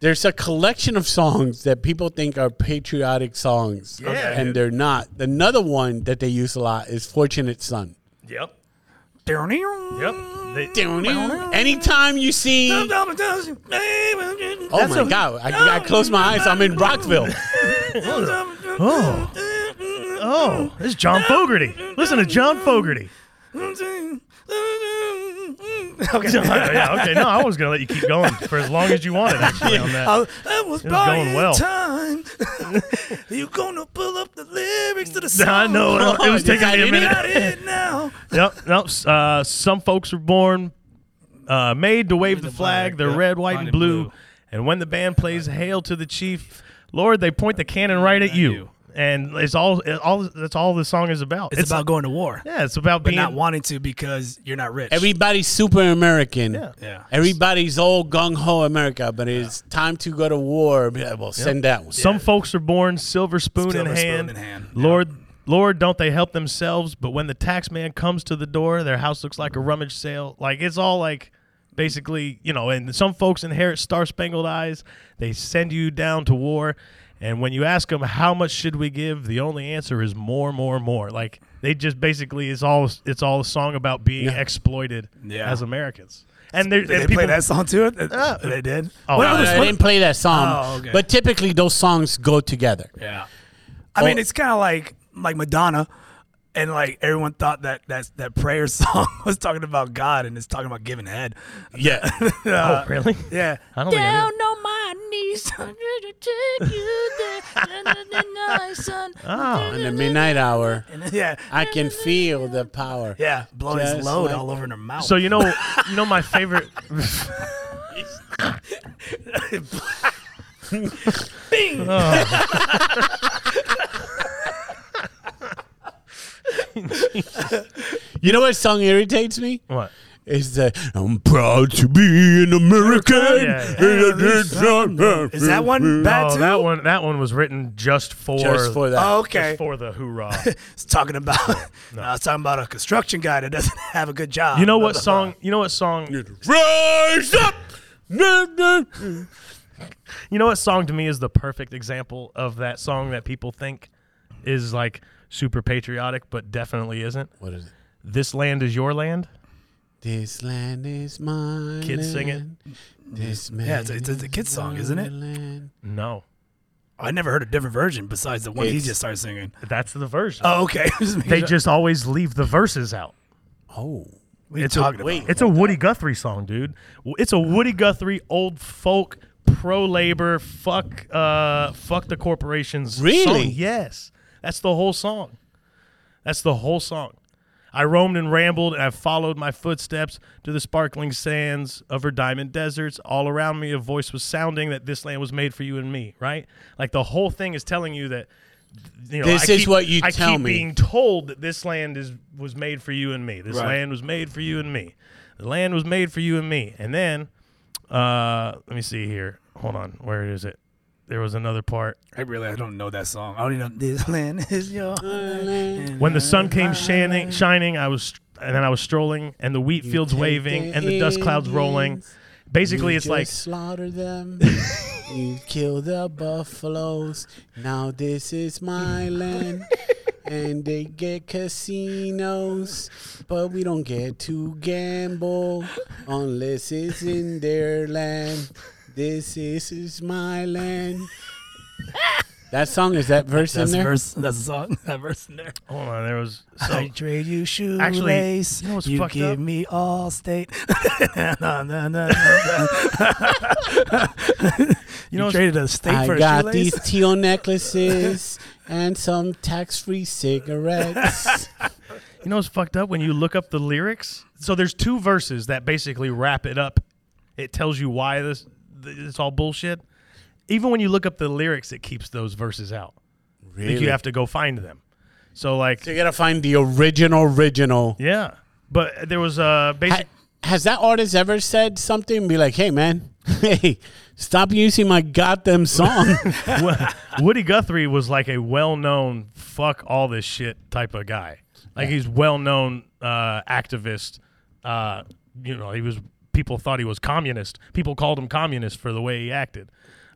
[SPEAKER 4] There's a collection of songs that people think are patriotic songs,
[SPEAKER 1] Yeah,
[SPEAKER 4] and
[SPEAKER 1] dude.
[SPEAKER 4] they're not. Another one that they use a lot is "Fortunate Son."
[SPEAKER 1] Yep. Yep.
[SPEAKER 2] Yep.
[SPEAKER 1] They-
[SPEAKER 4] Anytime you see, oh Mm. my god, I, I close my eyes, I'm in Rockville.
[SPEAKER 2] Oh.
[SPEAKER 1] oh, this is John Fogerty. Listen to John Fogerty.
[SPEAKER 2] Okay.
[SPEAKER 1] Oh, yeah, okay. No, I was going to let you keep going for as long as you wanted, actually, on that.
[SPEAKER 2] I, I
[SPEAKER 1] was
[SPEAKER 2] was
[SPEAKER 1] going
[SPEAKER 2] buying
[SPEAKER 1] well.
[SPEAKER 2] time. you gonna pull up the lyrics to the song?
[SPEAKER 1] I know. I know. It was
[SPEAKER 4] Is that
[SPEAKER 1] taking me a
[SPEAKER 4] in
[SPEAKER 1] minute.
[SPEAKER 2] Got it now.
[SPEAKER 1] Yep, nope. Uh, some folks were born uh, made to wave the flag. They're red, white, and blue. And when the band plays "Hail to the Chief," Lord, they point the cannon right at you. And it's all, it- all that's all the song is about.
[SPEAKER 2] It's, about going to war,
[SPEAKER 1] yeah, it's about
[SPEAKER 2] but
[SPEAKER 1] being
[SPEAKER 2] not wanting to because you're not rich.
[SPEAKER 4] Everybody's super American.
[SPEAKER 1] Yeah.
[SPEAKER 2] Yeah.
[SPEAKER 4] Everybody's all gung ho America, but it's time to go to war. Yeah, Well, send that one.
[SPEAKER 1] Some folks are born silver spoon,
[SPEAKER 2] Silver
[SPEAKER 1] in,
[SPEAKER 2] spoon
[SPEAKER 1] hand.
[SPEAKER 2] in hand.
[SPEAKER 1] Lord, Lord, don't they help themselves? But when the tax man comes to the door, their house looks like a rummage sale. Like it's all like basically, you know. And some folks inherit star spangled eyes. They send you down to war, and when you ask them how much should we give, the only answer is more, more, more. Like they just basically it's all it's all a song about being exploited
[SPEAKER 2] Yeah.
[SPEAKER 1] as Americans. And, there-
[SPEAKER 2] Did
[SPEAKER 1] and
[SPEAKER 2] they play
[SPEAKER 1] people
[SPEAKER 2] that song too? Uh, they did.
[SPEAKER 1] Oh,
[SPEAKER 2] What
[SPEAKER 1] no,
[SPEAKER 2] other-
[SPEAKER 4] I
[SPEAKER 2] what-
[SPEAKER 4] didn't play that song,
[SPEAKER 2] Oh, okay.
[SPEAKER 4] but typically those songs go together.
[SPEAKER 2] Yeah. I mean, it's kind of like like Madonna, and like everyone thought that that that prayer song was talking about God, and it's talking about giving head. Uh,
[SPEAKER 4] Yeah,
[SPEAKER 1] Oh, really?
[SPEAKER 2] Yeah.
[SPEAKER 1] I don't think I knew.
[SPEAKER 8] on my knees, I'm ready to take you there. Na-na-na-na, son.
[SPEAKER 1] Oh,
[SPEAKER 4] in the midnight hour,
[SPEAKER 2] Yeah.
[SPEAKER 4] I can feel the power.
[SPEAKER 2] Yeah. Blowing
[SPEAKER 4] Just
[SPEAKER 2] his load
[SPEAKER 4] like-
[SPEAKER 2] all over in her mouth.
[SPEAKER 1] So you know, you know my favorite.
[SPEAKER 2] Bing!
[SPEAKER 4] You know what song irritates me?
[SPEAKER 1] what?
[SPEAKER 4] Is the I'm proud to be an American.
[SPEAKER 1] Yeah, yeah.
[SPEAKER 2] Is that one bad
[SPEAKER 1] Oh,
[SPEAKER 2] too?
[SPEAKER 1] that one. That one was written just for
[SPEAKER 4] Just for that.
[SPEAKER 2] Oh,
[SPEAKER 1] just
[SPEAKER 2] okay.
[SPEAKER 1] for the hoorah.
[SPEAKER 2] It's talking about. No. it's talking about a construction guy that doesn't have a good job.
[SPEAKER 1] You know what song? You know what song?
[SPEAKER 4] Rise up.
[SPEAKER 1] You know what song to me is the perfect example of that song that people think is like super patriotic, but definitely isn't.
[SPEAKER 4] What is it?
[SPEAKER 1] This land is your land.
[SPEAKER 4] This land is mine.
[SPEAKER 1] Kids sing it?
[SPEAKER 4] This man.
[SPEAKER 2] Yeah, it's, it's, it's a kid's song, isn't it?
[SPEAKER 4] it?
[SPEAKER 1] No,
[SPEAKER 2] I never heard a different version besides the one he
[SPEAKER 4] It's-
[SPEAKER 2] just started singing.
[SPEAKER 1] that's the version.
[SPEAKER 2] Oh, okay. Just making
[SPEAKER 1] they
[SPEAKER 2] sure.
[SPEAKER 1] just always leave the verses out.
[SPEAKER 4] Oh.
[SPEAKER 2] What are you
[SPEAKER 1] it's a-
[SPEAKER 2] talking about?
[SPEAKER 1] It's a Woody Guthrie song, dude. W- It's a Woody Guthrie old folk pro labor fuck uh fuck the corporations.
[SPEAKER 4] Really?
[SPEAKER 1] song. Yes. That's the whole song. That's the whole song. I roamed and rambled and I followed my footsteps to the sparkling sands of her diamond deserts. All around me a voice was sounding that this land was made for you and me, right? Like the whole thing is telling you that you know,
[SPEAKER 4] This
[SPEAKER 1] I
[SPEAKER 4] is
[SPEAKER 1] keep-
[SPEAKER 4] what you
[SPEAKER 1] I
[SPEAKER 4] tell
[SPEAKER 1] keep
[SPEAKER 4] me.
[SPEAKER 1] being told that this land is was made for you and me. This
[SPEAKER 4] Right.
[SPEAKER 1] land was made for you and me. The land was made for you and me. And then, uh, let me see here. Hold on. Where is it? There was another part.
[SPEAKER 2] I really I don't know that song. I don't even know. This land is your.
[SPEAKER 1] When the sun came shining, shining, I was, and then I was strolling, and the wheat fields waving, and the dust clouds rolling.
[SPEAKER 4] Indians,
[SPEAKER 1] Basically,
[SPEAKER 4] you
[SPEAKER 1] it's like
[SPEAKER 4] just slaughter them. you kill the buffaloes. Now this is my land. And they get casinos, but we don't get to gamble unless it's in their land. This is, is my land. That song is that verse
[SPEAKER 2] That's
[SPEAKER 4] in there?
[SPEAKER 2] verse. That's a song. That verse in there.
[SPEAKER 1] hold on. There was
[SPEAKER 2] I
[SPEAKER 1] so
[SPEAKER 2] trade you shoelace.
[SPEAKER 1] you know what's
[SPEAKER 2] you
[SPEAKER 1] fucked
[SPEAKER 2] give
[SPEAKER 1] up?
[SPEAKER 2] me all state. no, no, no, no. you know,
[SPEAKER 1] what's-
[SPEAKER 2] traded a state
[SPEAKER 4] I
[SPEAKER 2] for
[SPEAKER 4] got
[SPEAKER 2] a
[SPEAKER 4] these
[SPEAKER 2] shoelace.
[SPEAKER 4] teal necklaces and some tax-free cigarettes.
[SPEAKER 1] You know what's fucked up when you look up the lyrics? So there's two verses that basically wrap it up. It tells you why this th- it's all bullshit. Even when you look up the lyrics, it keeps those verses out.
[SPEAKER 4] really?
[SPEAKER 1] Like you have to go find them. So like,
[SPEAKER 4] So you gotta find the original, original.
[SPEAKER 1] yeah. But there was uh, a basic.
[SPEAKER 4] Ha- has that artist ever said something and be like, "Hey, man, hey, stop using my goddamn song"?
[SPEAKER 1] Woody Guthrie was like a well-known fuck all this shit type of guy. Like he's well-known uh, activist. Uh, you know, he was. People thought he was communist. People called him communist for the way he acted.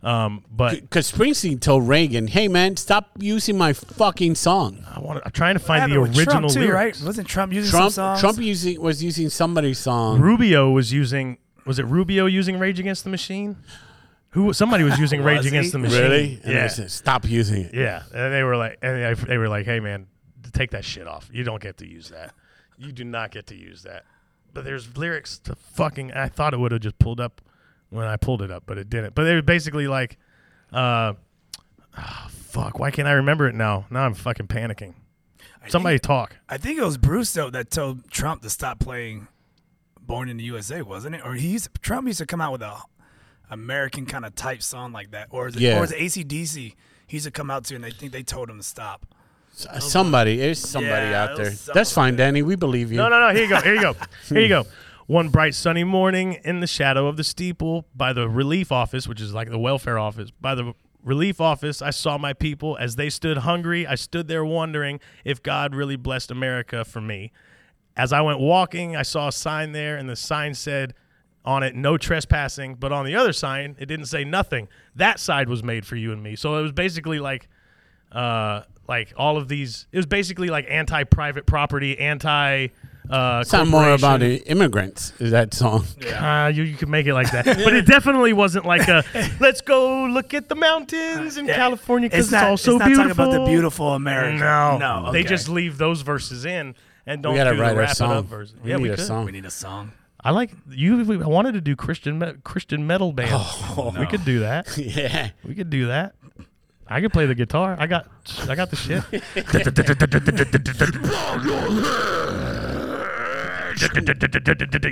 [SPEAKER 1] Um, but
[SPEAKER 4] Because Springsteen told Reagan, "Hey, man, stop using my fucking song."
[SPEAKER 1] I want. I'm trying to find
[SPEAKER 2] Happened
[SPEAKER 1] the
[SPEAKER 2] with
[SPEAKER 1] original
[SPEAKER 2] Trump too,
[SPEAKER 1] lyrics.
[SPEAKER 2] right? Wasn't Trump using
[SPEAKER 4] Trump,
[SPEAKER 2] some songs?
[SPEAKER 4] Trump using was using somebody's song.
[SPEAKER 1] Rubio was using. Was it Rubio using Rage Against the Machine? Who? Somebody was using Rage
[SPEAKER 2] Was he?
[SPEAKER 1] Against the Machine.
[SPEAKER 4] Really? And
[SPEAKER 1] Yeah.
[SPEAKER 4] they said, stop using it.
[SPEAKER 1] Yeah. And they were like, and they- they were like, hey man, take that shit off. You don't get to use that. You do not get to use that. But there's lyrics to fucking. I thought it would have just pulled up when I pulled it up, but it didn't. But they were basically like, uh, ah, fuck. Why can't I remember it now? Now I'm fucking panicking. Somebody talk.
[SPEAKER 2] I think it was Bruce though that told Trump to stop playing "Born in the USA," wasn't it? Or he used Trump used to come out with a American kind of type song like that, or is it,
[SPEAKER 4] Yeah.
[SPEAKER 2] or is it ACDC? He used to come out to, and I think they told him to stop.
[SPEAKER 4] S- Somebody, there's somebody
[SPEAKER 2] Yeah,
[SPEAKER 4] out
[SPEAKER 2] it
[SPEAKER 4] there.
[SPEAKER 2] was
[SPEAKER 4] That's fine, Danny. We believe you.
[SPEAKER 1] No, no, no. Here you go. Here you go. Here you go. One bright sunny morning in the shadow of the steeple by the relief office, which is like the welfare office, by the relief office, I saw my people as they stood hungry. I stood there wondering if God really blessed America for me. As I went walking, I saw a sign there, and the sign said on it, no trespassing. But on the other sign, it didn't say nothing. That side was made for you and me. So it was basically like uh, like all of these. It was basically like anti-private property, anti. Uh,
[SPEAKER 4] It's not more about
[SPEAKER 1] corporation.
[SPEAKER 4] the immigrants. Is that song?
[SPEAKER 1] Uh, you, you can make it like that, but it definitely wasn't like a. Let's go look at the mountains in California because it's,
[SPEAKER 2] not,
[SPEAKER 1] all so
[SPEAKER 2] it's not
[SPEAKER 1] beautiful.
[SPEAKER 2] talking about the beautiful America.
[SPEAKER 1] No,
[SPEAKER 2] no,
[SPEAKER 1] they
[SPEAKER 2] okay.
[SPEAKER 1] just leave those verses in and don't
[SPEAKER 4] We gotta
[SPEAKER 1] do
[SPEAKER 4] write
[SPEAKER 1] the
[SPEAKER 4] our
[SPEAKER 1] wrap it up
[SPEAKER 4] song.
[SPEAKER 1] version.
[SPEAKER 4] We
[SPEAKER 1] yeah,
[SPEAKER 4] need
[SPEAKER 1] we
[SPEAKER 4] a
[SPEAKER 1] could.
[SPEAKER 4] song.
[SPEAKER 2] We need a song.
[SPEAKER 1] I like you. We I wanted to do Christian me- Christian metal band. We could do that.
[SPEAKER 4] yeah.
[SPEAKER 1] We could do that. I could play the guitar. I got I got the shit.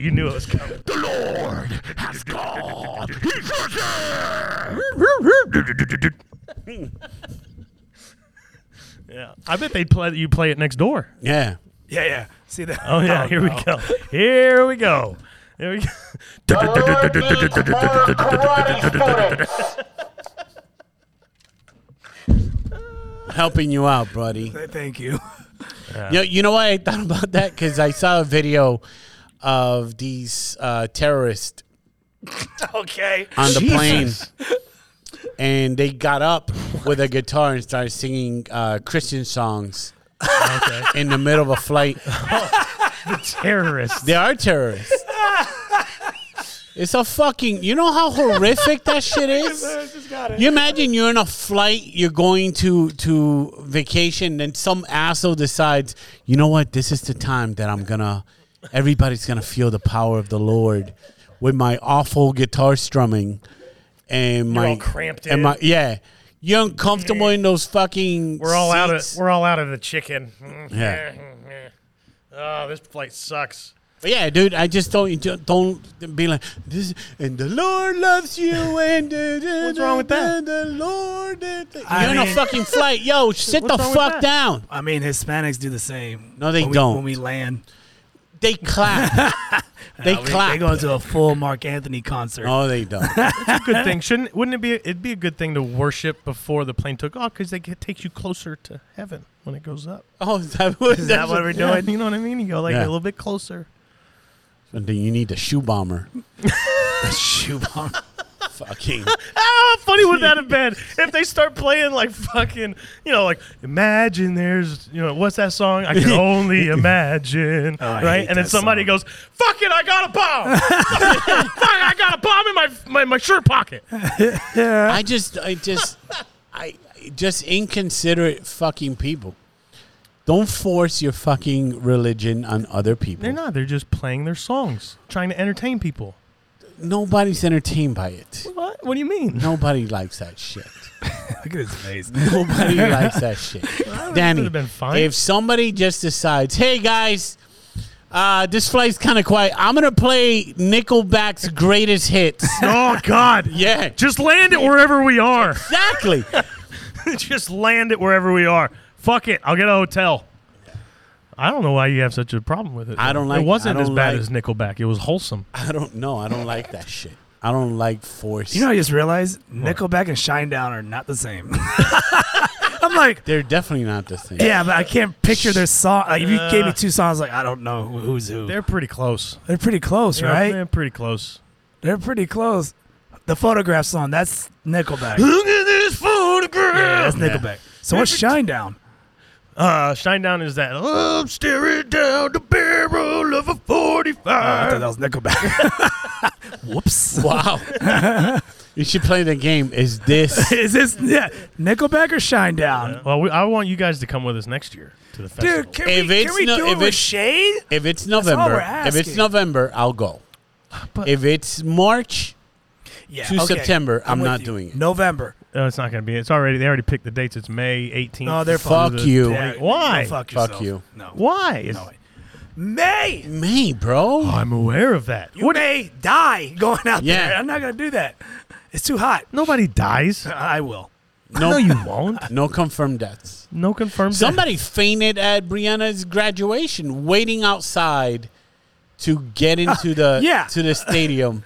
[SPEAKER 1] you knew it was coming. The Lord has called. yeah, I bet they play you play it next door.
[SPEAKER 4] Yeah.
[SPEAKER 2] Yeah, yeah. See that?
[SPEAKER 1] Oh yeah, here we go. Here we go. Here we go.
[SPEAKER 5] The Lord needs more karate students.
[SPEAKER 4] Helping you out, buddy.
[SPEAKER 2] Thank you.
[SPEAKER 4] You know, you know why I thought about that? Because I saw a video of these uh, terrorists
[SPEAKER 2] okay.
[SPEAKER 4] on the plane, and they got up with a guitar and started singing uh, Christian songs in the middle of a flight.
[SPEAKER 1] terrorists.
[SPEAKER 4] They are terrorists. it's a fucking. You know how horrific that shit is. You imagine you're in a flight, you're going to to vacation, and some asshole decides, you know what, this is the time that I'm gonna. Everybody's gonna feel the power of the Lord with my awful guitar strumming, and my
[SPEAKER 1] all cramped
[SPEAKER 4] and
[SPEAKER 1] in.
[SPEAKER 4] my yeah. You're uncomfortable in those fucking.
[SPEAKER 1] We're all out of
[SPEAKER 4] seats.
[SPEAKER 1] we're all out of the chicken.
[SPEAKER 4] Yeah.
[SPEAKER 1] Oh, this flight sucks.
[SPEAKER 4] But yeah, dude, I just don't don't- don't be like this. And the Lord loves you, and da, da,
[SPEAKER 1] What's wrong with that?
[SPEAKER 4] da, The Lord, da, da.
[SPEAKER 2] I
[SPEAKER 4] you're in a
[SPEAKER 2] mean-
[SPEAKER 4] fucking flight, yo. Sit the
[SPEAKER 1] what's wrong with
[SPEAKER 4] fuck
[SPEAKER 1] that?
[SPEAKER 4] down.
[SPEAKER 2] I mean, Hispanics do the same.
[SPEAKER 4] No, they
[SPEAKER 2] When we-
[SPEAKER 4] don't.
[SPEAKER 2] When we land,
[SPEAKER 4] They clap. they
[SPEAKER 2] Uh, we-
[SPEAKER 4] clap.
[SPEAKER 2] They go to a full Mark Anthony concert.
[SPEAKER 4] no, they don't.
[SPEAKER 1] Good thing shouldn't wouldn't it be it'd be a good thing to worship before the plane took off because they get, takes you closer to heaven when it goes up.
[SPEAKER 4] Oh, is that what,
[SPEAKER 2] Is that what we're
[SPEAKER 1] Yeah,
[SPEAKER 2] doing?
[SPEAKER 1] you know what I mean? You go like
[SPEAKER 4] Yeah.
[SPEAKER 1] a little bit closer.
[SPEAKER 4] Then you need a shoe bomber.
[SPEAKER 2] Shoe bomb.
[SPEAKER 4] Fucking.
[SPEAKER 1] Ah, How funny would that have been if they start playing like fucking, you know, like imagine there's, you know, what's that song? I can only imagine,
[SPEAKER 2] Oh,
[SPEAKER 1] right?
[SPEAKER 2] I hate
[SPEAKER 1] And then
[SPEAKER 2] that
[SPEAKER 1] somebody
[SPEAKER 2] song.
[SPEAKER 1] goes, "Fuck it, I got a bomb! Fuck, I got a bomb in my my, my shirt pocket."
[SPEAKER 4] I just, I just, I just inconsiderate fucking people. Don't force your fucking religion on other people.
[SPEAKER 1] They're not. They're just playing their songs, trying to entertain people.
[SPEAKER 4] Nobody's entertained by it.
[SPEAKER 1] What? What do you mean?
[SPEAKER 4] Nobody likes that shit.
[SPEAKER 2] Look at his face.
[SPEAKER 4] Nobody likes that shit. Danny,
[SPEAKER 1] have been fine.
[SPEAKER 4] if somebody just decides, hey guys, uh, this flight's kind of quiet. I'm gonna play Nickelback's greatest hits.
[SPEAKER 1] Oh God!
[SPEAKER 4] Yeah,
[SPEAKER 1] Just land it wherever we are.
[SPEAKER 4] exactly.
[SPEAKER 1] just land it wherever we are. Fuck it. I'll get a hotel. I don't know why you have such a problem with it.
[SPEAKER 4] I don't like-
[SPEAKER 1] It wasn't
[SPEAKER 4] I
[SPEAKER 1] as
[SPEAKER 4] don't
[SPEAKER 1] bad
[SPEAKER 4] like-
[SPEAKER 1] as Nickelback. It was wholesome.
[SPEAKER 4] I don't know. I don't like that shit. I don't like force.
[SPEAKER 2] You know, I just realized Nickelback and Shinedown are not the same. I'm like,
[SPEAKER 4] they're definitely not the same.
[SPEAKER 2] yeah, but I can't picture their song. Like, if you gave me two songs, like I don't know who- who's who. They're,
[SPEAKER 1] They're pretty close,
[SPEAKER 2] pretty close, right?
[SPEAKER 1] They're pretty close.
[SPEAKER 2] They're pretty close. The photograph song, that's Nickelback.
[SPEAKER 1] Look at this photograph.
[SPEAKER 2] that's Nickelback. So what's Shinedown?
[SPEAKER 1] Uh, Shinedown is that. I'm staring down the barrel of a
[SPEAKER 2] I thought
[SPEAKER 1] 45.
[SPEAKER 2] that was Nickelback. Whoops.
[SPEAKER 4] Wow. you should play the game. Is this?
[SPEAKER 2] Is this yeah, Nickelback or Shinedown?
[SPEAKER 1] well, we, I want you guys to come with us next year to the festival.
[SPEAKER 2] Dude, can
[SPEAKER 4] If
[SPEAKER 2] we,
[SPEAKER 4] it's
[SPEAKER 2] can we
[SPEAKER 4] no-
[SPEAKER 2] do
[SPEAKER 4] if
[SPEAKER 2] it with
[SPEAKER 4] it's-
[SPEAKER 2] Shade?
[SPEAKER 4] If it's
[SPEAKER 2] all we're
[SPEAKER 4] November, if it's
[SPEAKER 2] asking.
[SPEAKER 4] November, I'll go.
[SPEAKER 1] But-
[SPEAKER 4] if it's March,
[SPEAKER 2] Yeah,
[SPEAKER 4] To September, I'm
[SPEAKER 2] with
[SPEAKER 4] not
[SPEAKER 2] you.
[SPEAKER 4] doing it.
[SPEAKER 2] November.
[SPEAKER 1] No, it's not going to be. It's already. They already picked the dates. It's May 18th.
[SPEAKER 2] No, they're
[SPEAKER 4] Mm. Fuck
[SPEAKER 1] through the-
[SPEAKER 4] you.
[SPEAKER 2] Yeah,
[SPEAKER 1] Why?
[SPEAKER 2] go Fuck,
[SPEAKER 4] Fuck
[SPEAKER 2] yourself.
[SPEAKER 4] you.
[SPEAKER 2] No.
[SPEAKER 1] Why? Is-
[SPEAKER 2] No. May.
[SPEAKER 4] May,
[SPEAKER 2] Oh,
[SPEAKER 4] bro.
[SPEAKER 1] I'm aware of that.
[SPEAKER 2] You may die going out
[SPEAKER 4] Yeah.
[SPEAKER 2] there. I'm not gonna do that. It's too hot.
[SPEAKER 1] Nobody dies.
[SPEAKER 2] I will.
[SPEAKER 4] No,
[SPEAKER 1] No, you won't.
[SPEAKER 4] no confirmed deaths.
[SPEAKER 1] No confirmed. death.
[SPEAKER 4] Somebody fainted at Brianna's graduation, waiting outside to get into the
[SPEAKER 2] yeah.
[SPEAKER 4] to the stadium.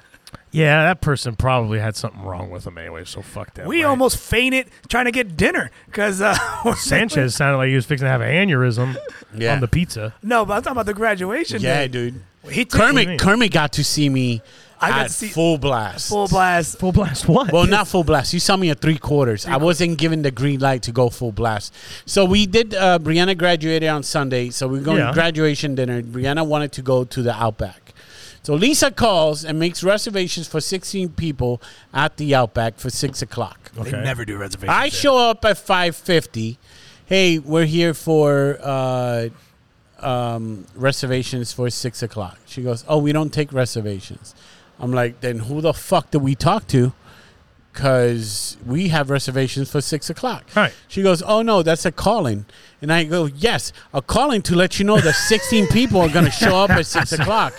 [SPEAKER 1] Yeah, that person probably had something wrong with him anyway. So fuck that.
[SPEAKER 2] We
[SPEAKER 1] right?
[SPEAKER 2] almost fainted trying to get dinner because uh,
[SPEAKER 1] Sanchez sounded like he was fixing to have an aneurysm
[SPEAKER 4] Yeah.
[SPEAKER 1] on the pizza.
[SPEAKER 2] No, but I'm talking about the graduation.
[SPEAKER 4] yeah,
[SPEAKER 2] day.
[SPEAKER 4] dude.
[SPEAKER 2] He took
[SPEAKER 1] do you mean?
[SPEAKER 4] Kermit Kermit got to see me
[SPEAKER 2] I got
[SPEAKER 4] at
[SPEAKER 2] to see-
[SPEAKER 4] full blast.
[SPEAKER 2] full blast.
[SPEAKER 1] Full blast. What?
[SPEAKER 4] Well, not full blast. You saw me at three quarters. I wasn't given the green light to go full blast. So we did. Uh, Brianna graduated on Sunday, so we are going
[SPEAKER 1] Yeah.
[SPEAKER 4] to graduation dinner. Brianna wanted to go to the Outback. So Lisa calls and makes reservations for 16 people at the Outback for six o'clock.
[SPEAKER 2] They never do reservations.
[SPEAKER 4] I show up at 5:50. Hey, we're here for uh, um, reservations for six o'clock. She goes, "Oh, we don't take reservations." I'm like, "Then who the fuck did we talk to?" Because we have reservations for six o'clock.
[SPEAKER 1] Right.
[SPEAKER 4] She goes, "Oh no, that's a calling," and I go, "Yes, a calling to let you know that 16 people are going to show up at six o'clock."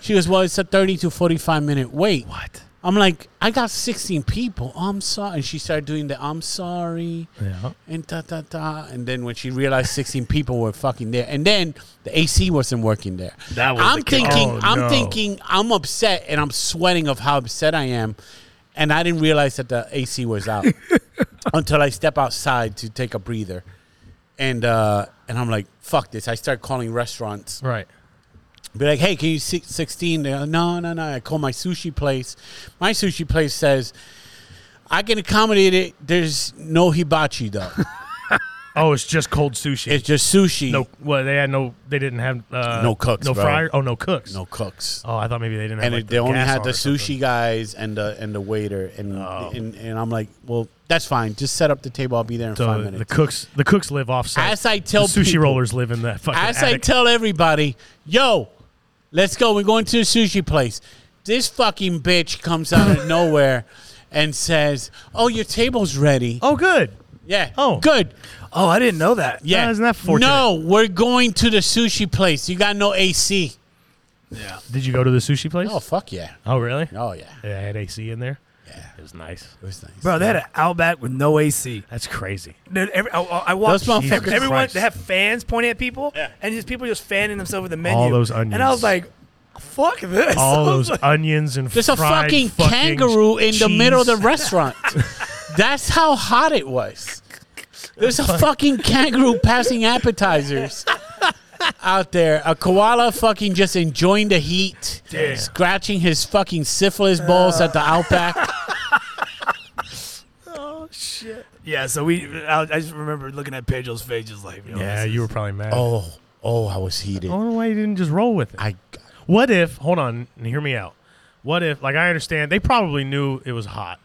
[SPEAKER 4] She goes, "Well, it's a 30 to 45 minute wait."
[SPEAKER 1] What?
[SPEAKER 4] I'm like, I got 16 people. I'm sorry. And she started doing the I'm sorry.
[SPEAKER 1] Yeah.
[SPEAKER 4] And da da da. And then when she realized 16 people were fucking there, and then the AC wasn't working there.
[SPEAKER 2] That was
[SPEAKER 4] I'm
[SPEAKER 2] the kicker.
[SPEAKER 4] thinking,
[SPEAKER 1] Oh,
[SPEAKER 4] I'm
[SPEAKER 1] no.
[SPEAKER 4] thinking, I'm upset, and I'm sweating of how upset I am, and I didn't realize that the AC was out until I step outside to take a breather, and uh, and I'm like, fuck this. I start calling restaurants.
[SPEAKER 1] Right.
[SPEAKER 4] Be like, hey, can you see 16? They go, no, no, no. I call my sushi place. My sushi place says, I can accommodate it. There's no hibachi, though.
[SPEAKER 1] Oh, it's just cold sushi.
[SPEAKER 4] It's just sushi.
[SPEAKER 1] no, well, they had no, they didn't have uh,
[SPEAKER 4] No cooks,
[SPEAKER 1] no
[SPEAKER 4] bro.
[SPEAKER 1] fryer. Oh, no cooks.
[SPEAKER 4] No cooks.
[SPEAKER 1] Oh, I thought maybe they didn't. have
[SPEAKER 4] and
[SPEAKER 1] like,
[SPEAKER 4] it,
[SPEAKER 1] the
[SPEAKER 4] they only
[SPEAKER 1] gas
[SPEAKER 4] had
[SPEAKER 1] on
[SPEAKER 4] the
[SPEAKER 1] or something. Oh.
[SPEAKER 4] sushi guys and the and the waiter and, and and I'm like, well, that's fine. Just set up the table. I'll be there in
[SPEAKER 1] So
[SPEAKER 4] five
[SPEAKER 1] the- the
[SPEAKER 4] minutes.
[SPEAKER 1] cooks, the cooks live off site.
[SPEAKER 4] As I tell
[SPEAKER 1] the sushi
[SPEAKER 4] people-
[SPEAKER 1] rollers live in that fucking
[SPEAKER 4] As I
[SPEAKER 1] attic.
[SPEAKER 4] tell everybody, yo, let's go. We're going to a sushi place. This fucking bitch comes out of nowhere and says, "Oh, your table's ready."
[SPEAKER 1] oh, good.
[SPEAKER 4] yeah.
[SPEAKER 1] oh.
[SPEAKER 4] good.
[SPEAKER 2] Oh, I didn't know that.
[SPEAKER 4] Yeah.
[SPEAKER 1] Uh, isn't that fortunate?
[SPEAKER 4] No, we're going to the sushi place. You got no AC.
[SPEAKER 1] Did you go to the sushi place?
[SPEAKER 4] Oh fuck yeah.
[SPEAKER 1] Oh, really?
[SPEAKER 4] Oh yeah.
[SPEAKER 1] They had AC in there.
[SPEAKER 4] Yeah.
[SPEAKER 1] It was nice.
[SPEAKER 4] It was nice.
[SPEAKER 2] Bro, they had an Outback with no AC.
[SPEAKER 1] That's crazy.
[SPEAKER 2] Dude, every, I, I I watched
[SPEAKER 4] Those motherfuckers-
[SPEAKER 2] everyone
[SPEAKER 1] Christ.
[SPEAKER 2] they have fans pointing at people, and just people just fanning themselves with the menu.
[SPEAKER 1] All those
[SPEAKER 2] And I
[SPEAKER 1] onions.
[SPEAKER 2] was like, fuck this.
[SPEAKER 1] All
[SPEAKER 2] I was
[SPEAKER 1] those
[SPEAKER 2] like-
[SPEAKER 1] onions and
[SPEAKER 4] There's a
[SPEAKER 1] fried
[SPEAKER 4] fucking, kangaroo in the
[SPEAKER 1] cheese.
[SPEAKER 4] middle of the restaurant. That's how hot it was. There's a fucking kangaroo passing appetizers out there. A koala fucking just enjoying the heat, scratching his fucking syphilis balls at the outback.
[SPEAKER 2] yeah, so we. I, I just remember looking at Pedro's face, just like, yo,
[SPEAKER 1] Yeah,
[SPEAKER 2] this
[SPEAKER 1] you
[SPEAKER 2] is-
[SPEAKER 1] were probably mad.
[SPEAKER 4] Oh, oh, I was heated.
[SPEAKER 1] I don't know why you didn't just roll with it.
[SPEAKER 4] I
[SPEAKER 1] What if? Hold on, and hear me out. What if? Like I understand, they probably knew it was hot.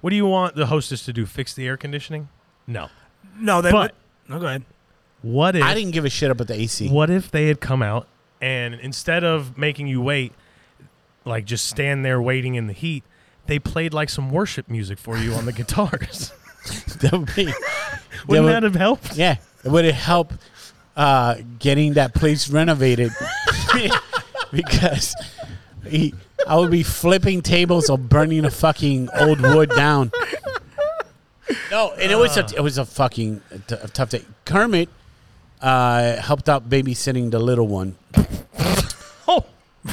[SPEAKER 1] What do you want the hostess to do? Fix the air conditioning? No.
[SPEAKER 2] No, they.
[SPEAKER 1] But-
[SPEAKER 2] no, go ahead.
[SPEAKER 1] What if?
[SPEAKER 4] I didn't give a shit about the AC.
[SPEAKER 1] What if they had come out and instead of making you wait, like just stand there waiting in the heat, they played like some worship music for you on the guitars?
[SPEAKER 4] That would be-
[SPEAKER 1] Wouldn't
[SPEAKER 4] would-
[SPEAKER 1] that have helped?
[SPEAKER 4] Yeah, it would it help uh, getting that place renovated? because he, I would be flipping tables or burning the fucking old wood down. No, and it was a, it was a fucking t- a tough day. Kermit uh, helped out babysitting the little one.
[SPEAKER 1] Oh,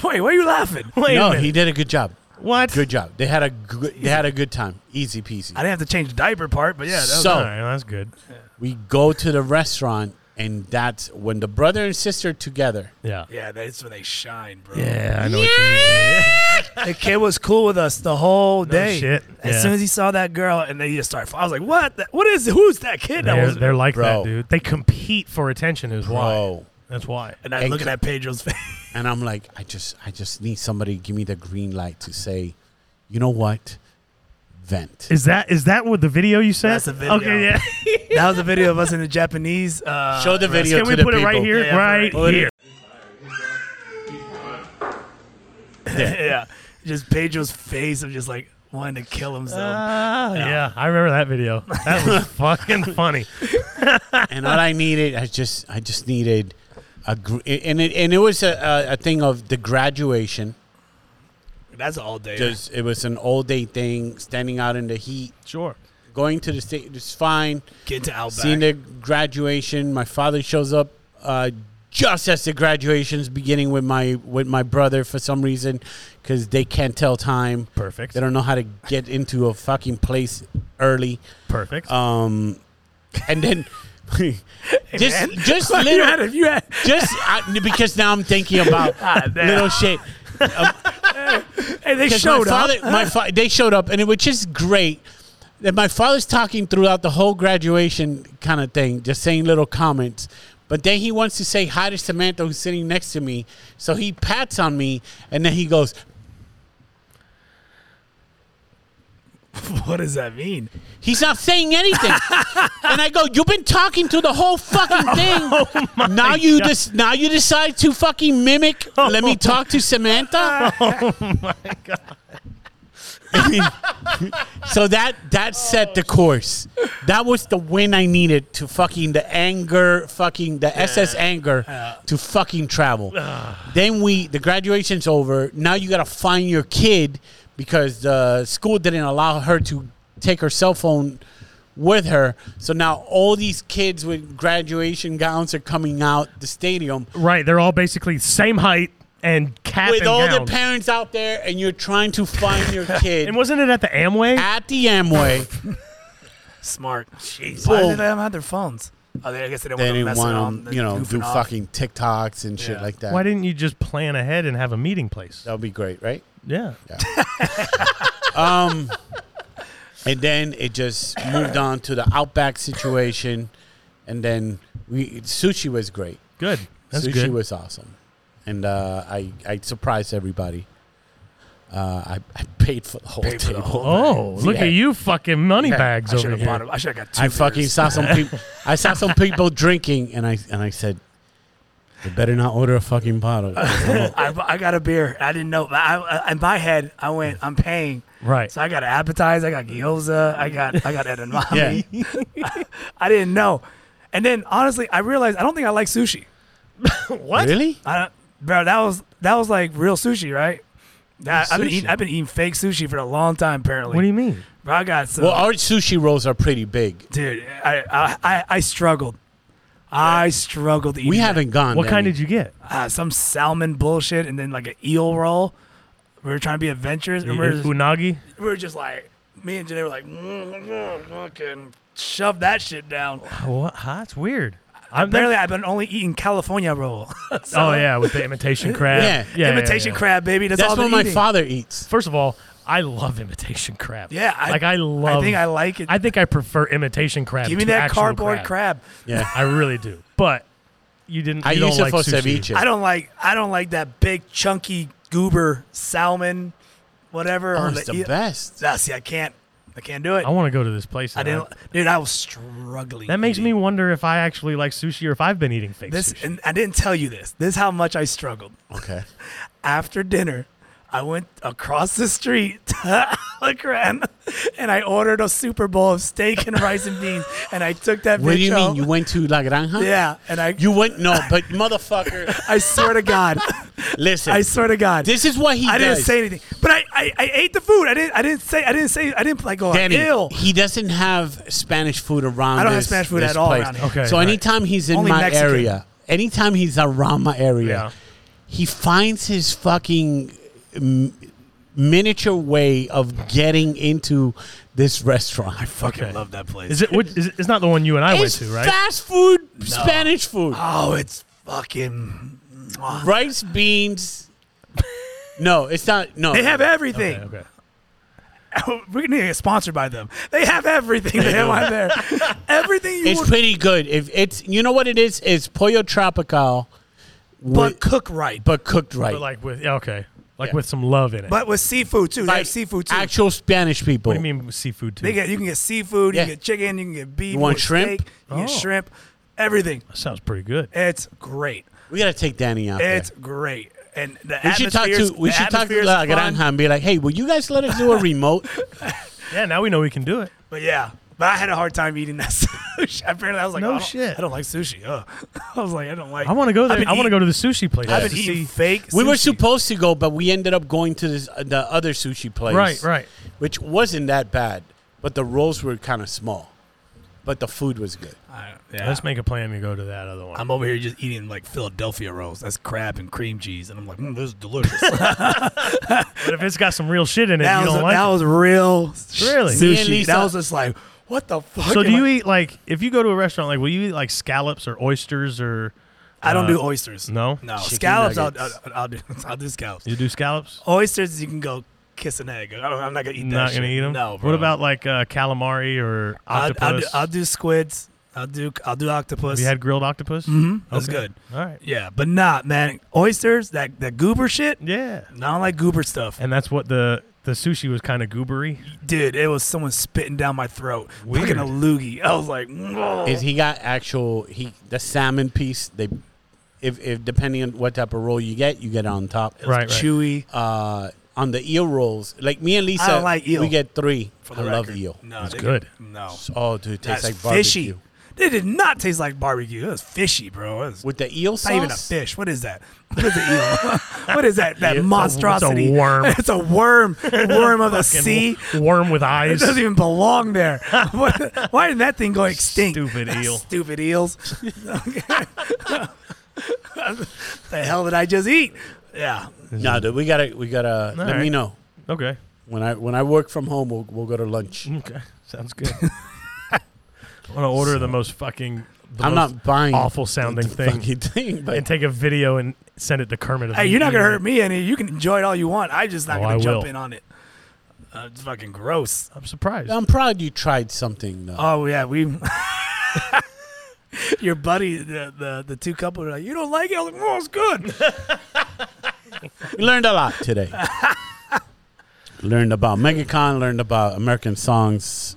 [SPEAKER 2] Wait, why are you laughing?
[SPEAKER 1] wait a
[SPEAKER 4] no,
[SPEAKER 1] minute.
[SPEAKER 4] he did a good job.
[SPEAKER 1] what?
[SPEAKER 4] Good job. They had a good, they had a good time. Easy peasy.
[SPEAKER 2] I didn't have to change the diaper part, but yeah, that was
[SPEAKER 4] So-
[SPEAKER 1] All right, that's good.
[SPEAKER 4] We go to the restaurant, and that's when the brother and sister together.
[SPEAKER 1] Yeah.
[SPEAKER 2] yeah, that's when they shine, bro.
[SPEAKER 1] Yeah, I know what you mean.
[SPEAKER 2] The kid was cool with us the whole day.
[SPEAKER 1] shit.
[SPEAKER 2] As
[SPEAKER 1] Yeah.
[SPEAKER 2] soon as he saw that girl, and then he just started. I was like, what? The- what is? Who's that kid? That
[SPEAKER 1] They're,
[SPEAKER 2] was.
[SPEAKER 1] they're like that,
[SPEAKER 4] Bro.
[SPEAKER 1] dude. They compete for attention, is why.
[SPEAKER 4] Bro.
[SPEAKER 1] That's why.
[SPEAKER 2] And I
[SPEAKER 4] and-
[SPEAKER 2] looking at Pedro's face.
[SPEAKER 4] and I'm like, I just, I just need somebody to give me the green light to say, you know what, vent.
[SPEAKER 1] Is that is that what the video you sent?
[SPEAKER 2] That's the video.
[SPEAKER 1] Okay, yeah.
[SPEAKER 2] that was a video of us in the Japanese. Uh,
[SPEAKER 4] Show the video
[SPEAKER 1] Can
[SPEAKER 4] to
[SPEAKER 1] we
[SPEAKER 4] the
[SPEAKER 1] put it
[SPEAKER 4] people.
[SPEAKER 1] right here?
[SPEAKER 2] Yeah,
[SPEAKER 1] right
[SPEAKER 2] put it-
[SPEAKER 1] here.
[SPEAKER 2] yeah, just Pedro's face of just like wanting to kill himself.
[SPEAKER 1] Ah, yeah, I remember that video. That was fucking funny.
[SPEAKER 4] And all I needed, I just, I just needed a, gr- and it, and it was a, a, a thing of the graduation.
[SPEAKER 2] That's all day.
[SPEAKER 4] Just, it was an all day thing, standing out in the heat,
[SPEAKER 1] Sure.
[SPEAKER 4] going to the state was fine.
[SPEAKER 2] get to Outback.
[SPEAKER 4] Seeing the graduation, my father shows up uh, just as the graduation's beginning with my with my brother for some reason, because they can't tell time.
[SPEAKER 1] Perfect.
[SPEAKER 4] They don't know how to get into a fucking place early.
[SPEAKER 1] Perfect.
[SPEAKER 4] Um, and then just
[SPEAKER 2] man.
[SPEAKER 4] just
[SPEAKER 2] Like, you had
[SPEAKER 4] little
[SPEAKER 2] it. You had.
[SPEAKER 4] just I, because now I'm thinking about
[SPEAKER 2] God damn.
[SPEAKER 4] little shit.
[SPEAKER 2] Hey, they
[SPEAKER 4] 'Cause
[SPEAKER 2] showed
[SPEAKER 4] my father,
[SPEAKER 2] up.
[SPEAKER 4] my fa- they showed up, and it was just great. That my father's talking throughout the whole graduation kind of thing, just saying little comments. But then he wants to say hi to Samantha, who's sitting next to me. So he pats on me, and then he goes,
[SPEAKER 2] What does that mean?
[SPEAKER 4] He's not saying anything. and I go, You've been talking to the whole fucking thing. now you just now you decide to fucking mimic let me talk to Samantha. Oh my god. so that that set the course. That was the win I needed to fucking the anger, fucking the SS anger to fucking travel. then we the graduation's over. Now you gotta find your kid because the school didn't allow her to take her cell phone with her. So now all these kids with graduation gowns are coming out the stadium
[SPEAKER 1] right. They're all basically same height and cap
[SPEAKER 4] with
[SPEAKER 1] and
[SPEAKER 4] all
[SPEAKER 1] gown.
[SPEAKER 4] their parents out there, and you're trying to find your kid
[SPEAKER 1] And wasn't it at the Amway?
[SPEAKER 4] at the Amway.
[SPEAKER 2] Smart. Jeez.
[SPEAKER 4] Boom.
[SPEAKER 2] Why did they let them have their phones? Oh, they, I guess they didn't
[SPEAKER 4] They
[SPEAKER 2] want to
[SPEAKER 4] didn't
[SPEAKER 2] mess
[SPEAKER 4] want
[SPEAKER 2] around.
[SPEAKER 4] to, you know,
[SPEAKER 2] goofing
[SPEAKER 4] do
[SPEAKER 2] off.
[SPEAKER 4] fucking TikToks and shit
[SPEAKER 2] Yeah.
[SPEAKER 4] like that.
[SPEAKER 1] Why didn't you just plan ahead and have a meeting place?
[SPEAKER 4] that would be great, right?
[SPEAKER 1] Yeah.
[SPEAKER 4] Um, and then it just moved on to the Outback situation, and then we sushi was great.
[SPEAKER 1] Good. That's
[SPEAKER 4] sushi
[SPEAKER 1] good.
[SPEAKER 4] was awesome, and uh, I I surprised everybody. Uh, I, I paid for the whole
[SPEAKER 2] Paid for the
[SPEAKER 4] table.
[SPEAKER 2] whole
[SPEAKER 1] oh, look
[SPEAKER 4] Yeah.
[SPEAKER 1] at you, fucking money bags
[SPEAKER 2] I
[SPEAKER 1] over
[SPEAKER 2] should have
[SPEAKER 1] here.
[SPEAKER 2] bought it. I should have got two.
[SPEAKER 4] I fucking
[SPEAKER 2] beers.
[SPEAKER 4] saw some people. I saw some people drinking, and I and I said, "You better not order a fucking bottle."
[SPEAKER 2] I, I got a beer. I didn't know. I, I, in my head, I went. I'm paying.
[SPEAKER 1] Right.
[SPEAKER 2] So I got an appetizer. I got gyoza. I got I got edamame.
[SPEAKER 4] yeah,
[SPEAKER 2] I didn't know. And then honestly, I realized I don't think I like sushi.
[SPEAKER 1] what?
[SPEAKER 4] really?
[SPEAKER 2] I don't, bro, that was that was like real sushi, right? That, I've been
[SPEAKER 4] Sushi.
[SPEAKER 2] eating, I've been eating fake sushi for a long time. Apparently,
[SPEAKER 1] What do you mean? uh,
[SPEAKER 2] Bro, I got some,
[SPEAKER 4] Well, our sushi rolls are pretty big.
[SPEAKER 2] dude. I, I I I struggled. I struggled. Eating
[SPEAKER 4] We
[SPEAKER 2] that.
[SPEAKER 4] haven't gone.
[SPEAKER 1] What kind did you get?
[SPEAKER 2] uh, some salmon bullshit and then like an eel roll. We were trying to be adventurous and we were just, we
[SPEAKER 1] Unagi?
[SPEAKER 2] were just like me and Janae were like mm, fucking shove that shit down.
[SPEAKER 1] What? Huh? It's weird. I'm
[SPEAKER 2] Apparently, I've been only eating California roll. So,
[SPEAKER 1] Oh yeah, with the imitation crab.
[SPEAKER 4] Yeah.
[SPEAKER 1] yeah,
[SPEAKER 2] imitation
[SPEAKER 1] yeah.
[SPEAKER 2] crab, baby. That's,
[SPEAKER 4] That's
[SPEAKER 2] all
[SPEAKER 4] what
[SPEAKER 2] I've
[SPEAKER 4] my
[SPEAKER 2] been eating.
[SPEAKER 4] father eats.
[SPEAKER 1] First of all, I love imitation crab.
[SPEAKER 2] Yeah, I-
[SPEAKER 1] like I love.
[SPEAKER 2] I think I like it.
[SPEAKER 1] I think I prefer imitation crab.
[SPEAKER 2] Give me
[SPEAKER 1] to
[SPEAKER 2] that
[SPEAKER 1] actual
[SPEAKER 2] cardboard crab.
[SPEAKER 4] Yeah,
[SPEAKER 1] I really do. But you didn't.
[SPEAKER 4] I
[SPEAKER 1] you don't
[SPEAKER 4] use it
[SPEAKER 1] like
[SPEAKER 4] for
[SPEAKER 1] sushi.
[SPEAKER 4] ceviche.
[SPEAKER 2] I don't like I don't like that big chunky goober salmon, whatever.
[SPEAKER 4] Oh,
[SPEAKER 2] or
[SPEAKER 4] it's the
[SPEAKER 2] eel-
[SPEAKER 4] best. Oh
[SPEAKER 2] Ah, see, I can't I can't do it.
[SPEAKER 1] I want to go to this place. now.
[SPEAKER 2] I didn't, dude. I was struggling.
[SPEAKER 1] That makes
[SPEAKER 2] eating.
[SPEAKER 1] me wonder if I actually like sushi or if I've been eating fake
[SPEAKER 2] This
[SPEAKER 1] sushi.
[SPEAKER 2] and I didn't tell you this. This is how much I struggled.
[SPEAKER 4] Okay.
[SPEAKER 2] After dinner, I went across the street to Alacran and I ordered a Super Bowl of steak and rice and beans. And I took that
[SPEAKER 4] What do you
[SPEAKER 2] bitch
[SPEAKER 4] mean?
[SPEAKER 2] home.
[SPEAKER 4] You went to La Granja?
[SPEAKER 2] Yeah, and I
[SPEAKER 4] You went no, but motherfucker,
[SPEAKER 2] I swear to God,
[SPEAKER 4] listen.
[SPEAKER 2] I swear to God,
[SPEAKER 4] this is what he
[SPEAKER 2] I
[SPEAKER 4] does.
[SPEAKER 2] didn't say anything. But I, I, I ate the food. I didn't I didn't say I didn't say I didn't like go
[SPEAKER 4] Danny,
[SPEAKER 2] ill.
[SPEAKER 4] he doesn't have Spanish food around.
[SPEAKER 2] I don't have
[SPEAKER 4] this-
[SPEAKER 2] Spanish food
[SPEAKER 4] this
[SPEAKER 2] at all
[SPEAKER 4] place.
[SPEAKER 2] around here.
[SPEAKER 1] Okay,
[SPEAKER 4] so
[SPEAKER 1] right.
[SPEAKER 4] anytime he's in
[SPEAKER 2] Only
[SPEAKER 4] my
[SPEAKER 2] Mexican.
[SPEAKER 4] area, anytime he's around my area,
[SPEAKER 1] Yeah.
[SPEAKER 4] he finds his fucking m- miniature way of getting into this restaurant. I
[SPEAKER 2] Fucking love that place.
[SPEAKER 1] Is it? Which, is it it's not the one you and I went
[SPEAKER 4] it's
[SPEAKER 1] to, right?
[SPEAKER 4] fast food Spanish food.
[SPEAKER 2] oh, it's fucking
[SPEAKER 4] Rice beans. no, it's not. No,
[SPEAKER 2] They have everything.
[SPEAKER 1] Okay, okay.
[SPEAKER 2] We're gonna get sponsored by them. They have everything. They have on there. everything you
[SPEAKER 4] It's
[SPEAKER 2] would,
[SPEAKER 4] pretty good. If it's you know what it is, it's pollo tropical,
[SPEAKER 2] but
[SPEAKER 4] with-
[SPEAKER 2] cook right. But,
[SPEAKER 4] but cooked right.
[SPEAKER 1] But like with yeah, okay, like
[SPEAKER 4] Yeah.
[SPEAKER 1] with some love in it.
[SPEAKER 2] with seafood too. They
[SPEAKER 4] Like
[SPEAKER 2] have seafood too.
[SPEAKER 4] Actual Spanish people.
[SPEAKER 1] what do you mean with seafood too?
[SPEAKER 2] they get you can get seafood.
[SPEAKER 4] Yeah.
[SPEAKER 2] You can get chicken. You can get beef.
[SPEAKER 4] want
[SPEAKER 2] can get
[SPEAKER 4] shrimp?
[SPEAKER 2] steak, you can get
[SPEAKER 1] Oh.
[SPEAKER 2] shrimp. Everything.
[SPEAKER 1] that sounds pretty good.
[SPEAKER 2] It's great.
[SPEAKER 4] We gotta take Danny out.
[SPEAKER 2] It's
[SPEAKER 4] there.
[SPEAKER 2] great. And the
[SPEAKER 4] We should talk to we should talk to La Granja and be like, hey, will you guys let us do a remote?
[SPEAKER 1] Yeah, now we know we can do it.
[SPEAKER 2] But yeah, but I had a hard time eating that sushi. Apparently, I was like, "Oh,
[SPEAKER 1] No
[SPEAKER 2] I don't-
[SPEAKER 1] shit.
[SPEAKER 2] I don't like sushi. Ugh. I was like, I don't like.
[SPEAKER 1] I want to go
[SPEAKER 2] I've
[SPEAKER 1] there.
[SPEAKER 2] been
[SPEAKER 1] I want to
[SPEAKER 2] eating-
[SPEAKER 1] go to the sushi place.
[SPEAKER 2] I've
[SPEAKER 1] to
[SPEAKER 2] been eating
[SPEAKER 1] see.
[SPEAKER 2] fake.
[SPEAKER 4] we were
[SPEAKER 2] sushi.
[SPEAKER 4] supposed to go, but we ended up going to this uh, the other sushi place.
[SPEAKER 1] Right, right.
[SPEAKER 4] Which wasn't that bad, but the rolls were kind of small, but the food was good.
[SPEAKER 2] I- yeah.
[SPEAKER 1] Let's make a plan to go to that other one.
[SPEAKER 2] I'm over here just eating like Philadelphia rolls. That's crab and cream cheese, and I'm like, mm, this is delicious.
[SPEAKER 1] but if it's got some real shit in it, you
[SPEAKER 2] that, was,
[SPEAKER 1] don't like.
[SPEAKER 2] that
[SPEAKER 1] it.
[SPEAKER 2] was real. sh-
[SPEAKER 1] Really?
[SPEAKER 4] Me and
[SPEAKER 2] sushi.
[SPEAKER 4] Lisa-
[SPEAKER 2] That was just like, what the fuck?
[SPEAKER 1] So
[SPEAKER 2] am
[SPEAKER 1] do you
[SPEAKER 2] I-
[SPEAKER 1] eat like if you go to a restaurant like will you eat like scallops or oysters or
[SPEAKER 2] I don't
[SPEAKER 1] uh,
[SPEAKER 2] do oysters.
[SPEAKER 1] no?
[SPEAKER 2] no
[SPEAKER 4] Chicken
[SPEAKER 2] scallops. I'll, I'll,
[SPEAKER 4] nuggets.
[SPEAKER 2] I'll do. I'll do scallops.
[SPEAKER 1] You do scallops?
[SPEAKER 2] Oysters, you can go kiss an egg. I don't, I'm not gonna eat that.
[SPEAKER 1] Not gonna
[SPEAKER 2] shit.
[SPEAKER 1] eat them.
[SPEAKER 2] No. Bro.
[SPEAKER 1] What about like uh, calamari or
[SPEAKER 2] I'll,
[SPEAKER 1] octopus?
[SPEAKER 2] I'll, do, I'll do squids. I'll do. I'll do octopus.
[SPEAKER 1] Have you had grilled octopus?
[SPEAKER 2] Mm-hmm. That's
[SPEAKER 1] Okay.
[SPEAKER 2] good.
[SPEAKER 1] All right.
[SPEAKER 2] Yeah, but not man. Oysters, that that goober shit.
[SPEAKER 1] Yeah.
[SPEAKER 2] I don't like goober stuff,
[SPEAKER 1] And that's what the the sushi was kind of goobery.
[SPEAKER 2] dude. It was someone spitting down my throat, fucking a loogie. I was like, "Whoa."
[SPEAKER 4] Is he got actual he the salmon piece? They, if if depending on what type of roll you get, you get it on top.
[SPEAKER 1] Right, right.
[SPEAKER 2] chewy.
[SPEAKER 4] Uh, on the eel rolls, like me and Lisa,
[SPEAKER 2] don't like eel.
[SPEAKER 4] we get three.
[SPEAKER 2] For
[SPEAKER 4] I
[SPEAKER 2] the
[SPEAKER 4] love
[SPEAKER 2] record.
[SPEAKER 4] eel.
[SPEAKER 2] No,
[SPEAKER 1] It's
[SPEAKER 2] they-
[SPEAKER 1] good.
[SPEAKER 2] No,
[SPEAKER 4] Oh, dude, it
[SPEAKER 2] that's
[SPEAKER 4] tastes like barbecue.
[SPEAKER 2] fishy. They did not taste like barbecue. It was fishy, bro. It was
[SPEAKER 4] With the eel
[SPEAKER 2] it's
[SPEAKER 4] sauce?
[SPEAKER 2] not even a fish. What is that? What is an eel? what is that? That
[SPEAKER 1] It's a-
[SPEAKER 2] monstrosity.
[SPEAKER 1] it's a worm.
[SPEAKER 2] it's a worm. Worm of the sea.
[SPEAKER 1] Worm with
[SPEAKER 2] It
[SPEAKER 1] eyes.
[SPEAKER 2] doesn't even belong there. What- Why did that thing go extinct? Ah,
[SPEAKER 1] Stupid eel.
[SPEAKER 2] Stupid eels. the hell did I just eat? Yeah.
[SPEAKER 4] No, dude, we gotta, we gotta. let me
[SPEAKER 1] right.
[SPEAKER 4] know
[SPEAKER 1] Okay.
[SPEAKER 4] when I when I work from home. We'll we'll go to lunch.
[SPEAKER 1] Okay. Sounds good. I want to order the most fucking the
[SPEAKER 4] I'm
[SPEAKER 1] most
[SPEAKER 4] not buying
[SPEAKER 1] awful sounding
[SPEAKER 4] the
[SPEAKER 1] thing
[SPEAKER 4] fucking thing, but
[SPEAKER 1] and take a video and send it to Kermit. of
[SPEAKER 2] Hey, you're not gonna
[SPEAKER 1] eating
[SPEAKER 2] hurt
[SPEAKER 1] it.
[SPEAKER 2] me any. You can enjoy it all you want. I just not
[SPEAKER 1] Oh,
[SPEAKER 2] gonna
[SPEAKER 1] I
[SPEAKER 2] jump
[SPEAKER 1] will.
[SPEAKER 2] in on it. Uh, it's fucking gross.
[SPEAKER 1] I'm surprised.
[SPEAKER 4] I'm proud you tried something though.
[SPEAKER 2] Oh yeah, we. Your buddy, the, the the two couple are like, you don't like it? I was like, oh, it's good.
[SPEAKER 4] We learned a lot today. learned about MegaCon, learned about American songs.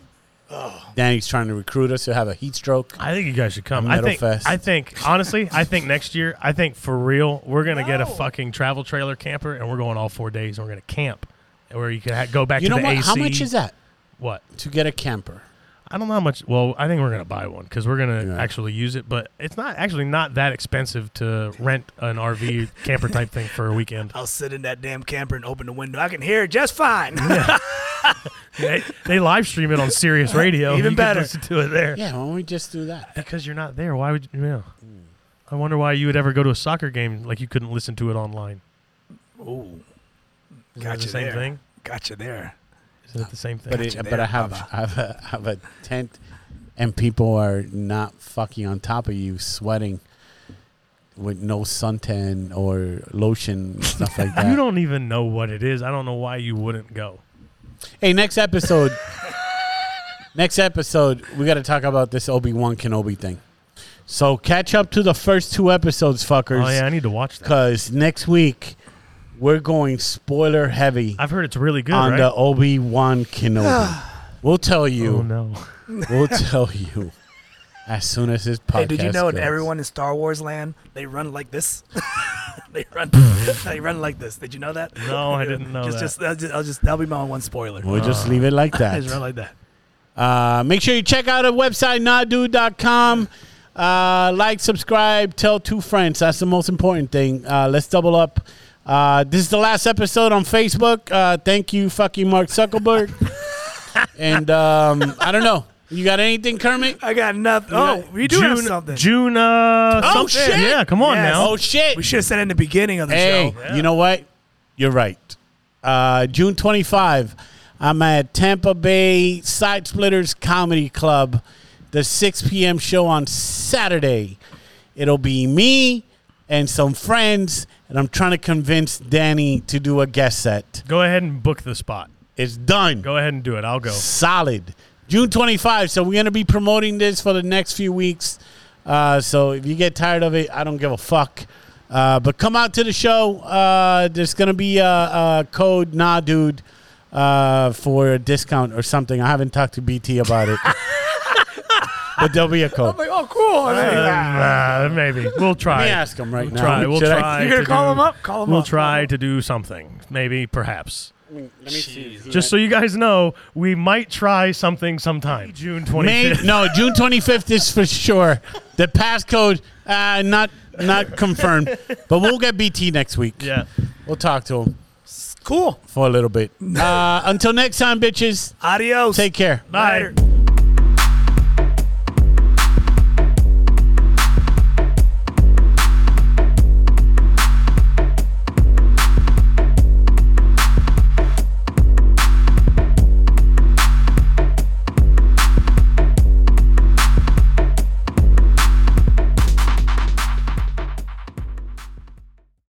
[SPEAKER 4] Danny's trying to recruit us to have a heat stroke.
[SPEAKER 1] I think you guys should come.
[SPEAKER 4] A
[SPEAKER 1] I
[SPEAKER 4] metal
[SPEAKER 1] think.
[SPEAKER 4] fest.
[SPEAKER 1] I think honestly, I think next year, I think for real, we're gonna get a fucking travel trailer camper, and we're going all four days, and we're gonna camp, where you can ha- go back
[SPEAKER 4] You
[SPEAKER 1] to
[SPEAKER 4] know
[SPEAKER 1] the
[SPEAKER 4] what?
[SPEAKER 1] AC.
[SPEAKER 4] How much is that
[SPEAKER 1] What?
[SPEAKER 4] to get a camper?
[SPEAKER 1] I don't know how much. Well, I think we're gonna buy one because we're gonna
[SPEAKER 4] Yeah.
[SPEAKER 1] actually use it. But it's not actually not that expensive to rent an RV camper type thing for a weekend.
[SPEAKER 2] I'll sit in that damn camper and open the window. I can hear it just fine.
[SPEAKER 1] They, they live stream it on Sirius Radio.
[SPEAKER 2] Even
[SPEAKER 1] You can
[SPEAKER 2] better.
[SPEAKER 1] listen to it there.
[SPEAKER 4] Yeah, why don't we just do that?
[SPEAKER 1] Because you're not there. Why would you? Yeah.
[SPEAKER 4] Hmm.
[SPEAKER 1] I wonder why you would ever go to a soccer game like you couldn't listen to it online. Ooh.
[SPEAKER 2] Gotcha
[SPEAKER 1] the same
[SPEAKER 2] there.
[SPEAKER 1] thing?
[SPEAKER 2] gotcha there.
[SPEAKER 1] Isn't it the same thing?
[SPEAKER 4] But, it,
[SPEAKER 2] Gotcha
[SPEAKER 4] but I
[SPEAKER 2] there,
[SPEAKER 4] have I have a, I have a tent, and people are not fucking on top of you, sweating with no suntan or lotion and stuff like that.
[SPEAKER 1] you don't even know what it is. I don't know why you wouldn't go. Oh,
[SPEAKER 4] Hey, next episode. next episode, we got to talk about this Obi Wan Kenobi thing. So catch up to the first two episodes, fuckers.
[SPEAKER 1] Oh yeah, I need to watch that.
[SPEAKER 4] Because next week we're going spoiler heavy
[SPEAKER 1] I've heard it's really good.
[SPEAKER 4] on
[SPEAKER 1] right?
[SPEAKER 4] the Obi Wan Kenobi. we'll tell you.
[SPEAKER 1] oh no.
[SPEAKER 4] We'll tell you as soon as this podcast.
[SPEAKER 2] Hey, did you know in
[SPEAKER 4] goes.
[SPEAKER 2] everyone in Star Wars land they run like this? they run, they run like this. Did you know that?
[SPEAKER 1] No, I didn't know
[SPEAKER 2] just,
[SPEAKER 1] that.
[SPEAKER 2] Just, I'll just, I'll just, that'll be my one spoiler.
[SPEAKER 4] We'll just leave it like
[SPEAKER 2] Just run
[SPEAKER 4] that.
[SPEAKER 2] like that.
[SPEAKER 4] Uh, make sure you check out our website, nadu.com. Uh, like, subscribe, tell two friends. That's the most important thing. Uh, let's double up. Uh, this is the last episode on Facebook. Uh, thank you, fucking Mark Zuckerberg. and um, I don't know. You got anything, Kermit?
[SPEAKER 2] I got nothing. Oh, we do have
[SPEAKER 1] June-
[SPEAKER 2] something.
[SPEAKER 1] June. Uh,
[SPEAKER 4] Oh,
[SPEAKER 1] something.
[SPEAKER 4] shit.
[SPEAKER 1] Yeah, come on
[SPEAKER 2] Yes.
[SPEAKER 1] now.
[SPEAKER 4] Oh, shit.
[SPEAKER 2] We should have said it in the beginning of the
[SPEAKER 4] Hey,
[SPEAKER 2] show.
[SPEAKER 4] you know what? You're right. Uh, June 25, I'm at Tampa Bay Side Splitters Comedy Club, the 6 p.m. show on Saturday. It'll be me and some friends, and I'm trying to convince Danny to do a guest set.
[SPEAKER 1] Go ahead and book the spot.
[SPEAKER 4] It's done.
[SPEAKER 1] Go ahead and do it. I'll go.
[SPEAKER 4] Solid. June 25. So we're going to be promoting this for the next few weeks. Uh, so if you get tired of it, I don't give a fuck. Uh, but come out to the show. Uh, there's going to be a, a code nah dude uh, for a discount or something. I haven't talked to BT about it. but there'll be a code. Let
[SPEAKER 2] Oh, cool.
[SPEAKER 1] Uh, maybe we'll try.
[SPEAKER 4] me ask him right now.
[SPEAKER 1] Try. We'll
[SPEAKER 4] Should I-
[SPEAKER 1] try.
[SPEAKER 2] You're gonna
[SPEAKER 1] to
[SPEAKER 2] call
[SPEAKER 1] do-
[SPEAKER 2] him up? Call him
[SPEAKER 1] We'll
[SPEAKER 2] up.
[SPEAKER 1] try to do something. Maybe, perhaps.
[SPEAKER 4] Let me see.
[SPEAKER 1] Just so you guys know, we might try something sometime. June 25th.
[SPEAKER 4] May, no, June 25th is for sure. The passcode, uh, not not confirmed, but we'll get BT next week.
[SPEAKER 1] Yeah.
[SPEAKER 4] We'll talk to him
[SPEAKER 2] Cool.
[SPEAKER 4] for a little bit. Uh, until next time, bitches,
[SPEAKER 2] Adios.
[SPEAKER 4] take care.
[SPEAKER 1] Bye.
[SPEAKER 2] Later.